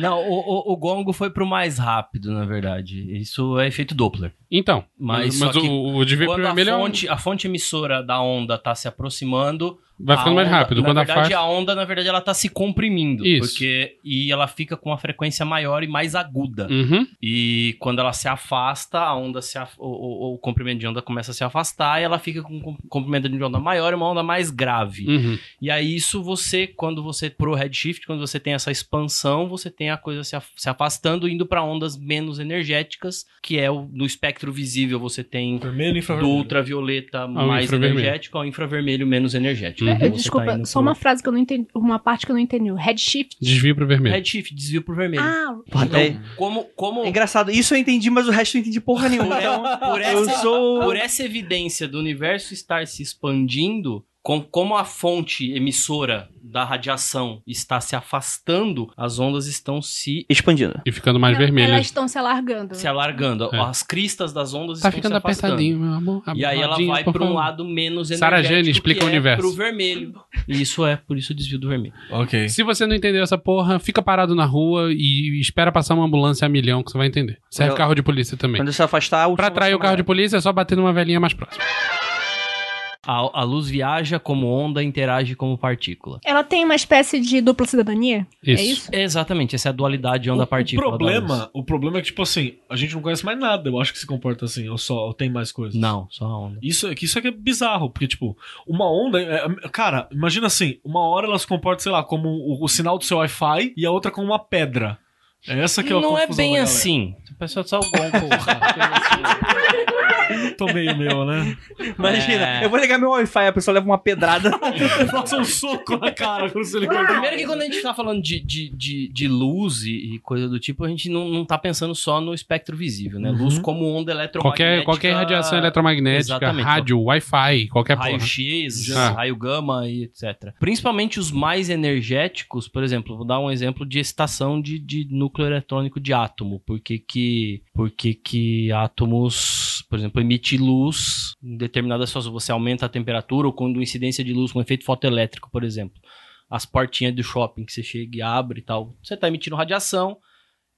G: Não, o, o- o gongo foi pro mais rápido, na verdade. Isso é efeito Doppler.
E: Então,
G: mas,
E: mas
G: só que
E: o- o de ver
G: quando
E: primeiro ele é
G: a
E: um-
G: fonte, a fonte emissora da onda tá se aproximando,
E: Vai ficando
G: a
E: mais
G: onda-
E: rápido.
G: Na
E: Quando
G: verdade,
E: afasta-
G: a onda, na verdade, ela tá se comprimindo,
E: Isso.
G: porque e ela fica com uma frequência maior e mais aguda.
E: Uhum.
G: E quando ela se afasta, a onda se af- o, o- o comprimento de onda começa a se afastar e ela fica com um com- comprimento de onda maior e uma onda mais grave.
E: Uhum.
G: E aí isso você, quando você pro redshift, quando você tem essa expansão, você tem a coisa se, af- se afastando, indo para ondas menos energéticas, que é o, no espectro visível você tem
D: Vermelho,
G: do ultravioleta mais
E: infravermelho.
G: energético ao infravermelho menos
F: É,
G: energético.
E: Uhum.
G: Então você
K: Desculpa,
G: tá indo
K: só
G: pro-
K: uma frase que eu não entendi, uma parte que eu não entendi. O redshift.
E: Desvio pro vermelho.
G: Redshift, desvio pro vermelho.
K: Ah,
G: Então, como, como...
J: É engraçado, isso eu entendi, mas o resto eu não entendi porra nenhuma.
G: Por,
J: Então,
G: por essa,
J: eu sou.
G: por essa evidência do universo estar se expandindo, com, como a fonte emissora da radiação está se afastando, as ondas estão se
J: expandindo
E: e ficando mais
F: é
E: vermelho.
K: elas estão se alargando.
G: se alargando.
E: É.
G: As cristas das ondas
E: Tá
G: estão
E: ficando
G: se afastando.
E: apertadinho, meu amor.
G: E aí ela
E: Amarradinho,
G: vai
E: por
G: para um
E: favor.
G: lado menos energético.
E: Sarah Jane, explica o
G: que é
E: universo.
G: Pro vermelho. E isso é, por isso o desvio do vermelho.
D: Ok.
E: Se você não entendeu essa porra, fica parado na rua e espera passar uma ambulância a milhão que você vai entender. Serve
J: Quando-
E: carro de polícia também.
J: Quando se afastar, o
E: Pra
J: som vai
E: atrair o
J: ser
E: carro
J: maior.
E: de polícia é só bater numa velhinha mais próxima.
G: A, a luz viaja como onda, interage como partícula.
K: Ela tem uma espécie de dupla cidadania? É isso?
G: Exatamente, essa é a dualidade onda-partícula.
D: O problema, o problema é que, tipo assim, a gente não conhece mais nada. Eu acho que se comporta assim, ou só ou tem mais coisas.
G: Não, só a onda.
D: Isso, é que isso aqui é bizarro, porque, tipo, uma onda. é- é- cara, imagina assim, uma hora ela se comporta, sei lá, como o, o sinal do seu Wi-Fi e a outra como uma pedra. É essa que é a
G: Não é
D: confusão
G: bem
D: da galera.
G: assim. O pessoal só o gongo.
D: Tomei o meu, né?
J: Imagina,
G: É.
J: eu vou ligar meu Wi-Fi, a pessoa leva uma pedrada.
D: Nossa, um soco na cara quando você ligou.
G: Primeiro que quando a gente tá falando de, de, de, de luz e, e coisa do tipo, a gente não, não tá pensando só no espectro visível, né? Luz como onda eletromagnética.
E: Qualquer, qualquer radiação eletromagnética,
G: Exatamente.
E: rádio, Wi-Fi, qualquer porra.
G: Raio-X,
E: Ah.
G: raio gama e etc. Principalmente os mais energéticos, por exemplo, vou dar um exemplo de excitação de, de núcleo eletrônico de átomo. Por que que, por que que átomos, por exemplo, emitem luz em determinadas situações? Você aumenta a temperatura ou quando incidência de luz com efeito fotoelétrico, por exemplo. As portinhas do shopping que você chega e abre e tal. Você está emitindo radiação.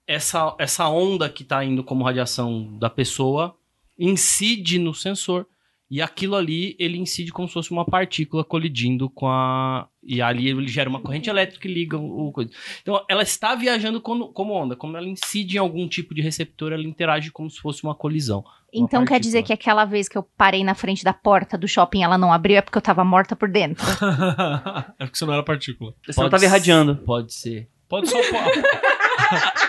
G: Essa, essa onda que está indo como radiação da pessoa incide no sensor e aquilo ali, ele incide como se fosse uma partícula colidindo com a. E ali ele gera uma corrente elétrica e liga o o coisa. Então, ela está viajando como, como onda. Como ela incide em algum tipo de receptor, ela interage como se fosse uma colisão.
B: Então quer dizer que aquela vez que eu parei na frente da porta do shopping ela não abriu é porque eu tava morta por dentro.
D: é porque você não era partícula.
J: Você não tava irradiando.
G: Pode ser.
D: Pode só.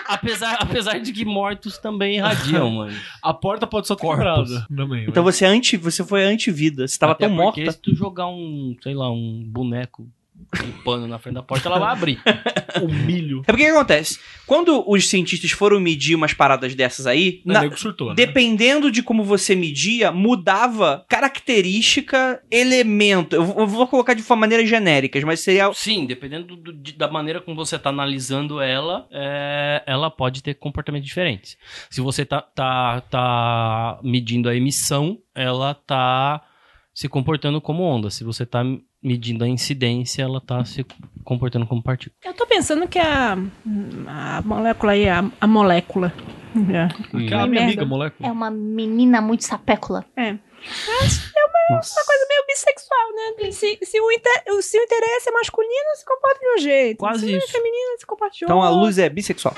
G: Apesar, apesar de que mortos também irradiam, mano.
D: A porta pode só ter
G: Corpos.
D: quebrado. Também,
J: Então você, é anti, você foi anti-vida, você tava
G: Até
J: tão
G: porque
J: morta.
G: se tu jogar um, sei lá, um boneco, um pano na frente da porta, ela vai abrir.
D: o milho.
J: É porque o que acontece? Quando os cientistas foram medir umas paradas dessas aí,
D: O
J: na-
D: nego surtou, né?
J: dependendo de como você media, mudava característica, elemento. Eu vou- eu vou colocar de forma maneira genéricas, mas seria
G: Sim, dependendo do- de- da maneira como você está analisando ela, é, ela pode ter comportamentos diferentes. Se você tá, tá, tá medindo a emissão, ela tá se comportando como onda. Se você tá medindo a incidência, ela tá se comportando como partícula.
F: Eu tô pensando
K: é
F: que a, a molécula aí, a, a molécula.
D: Aquela
F: Que
D: minha
F: merda.
D: amiga, moleque.
B: É uma menina muito sapécula.
F: É. Mas É uma, uma coisa meio bissexual, né? Se, se, o inter- se o interesse é masculino, se comporta de um jeito.
G: Quase
F: se
G: isso.
F: é feminino, se comporta de outro.
J: Então a luz é bissexual.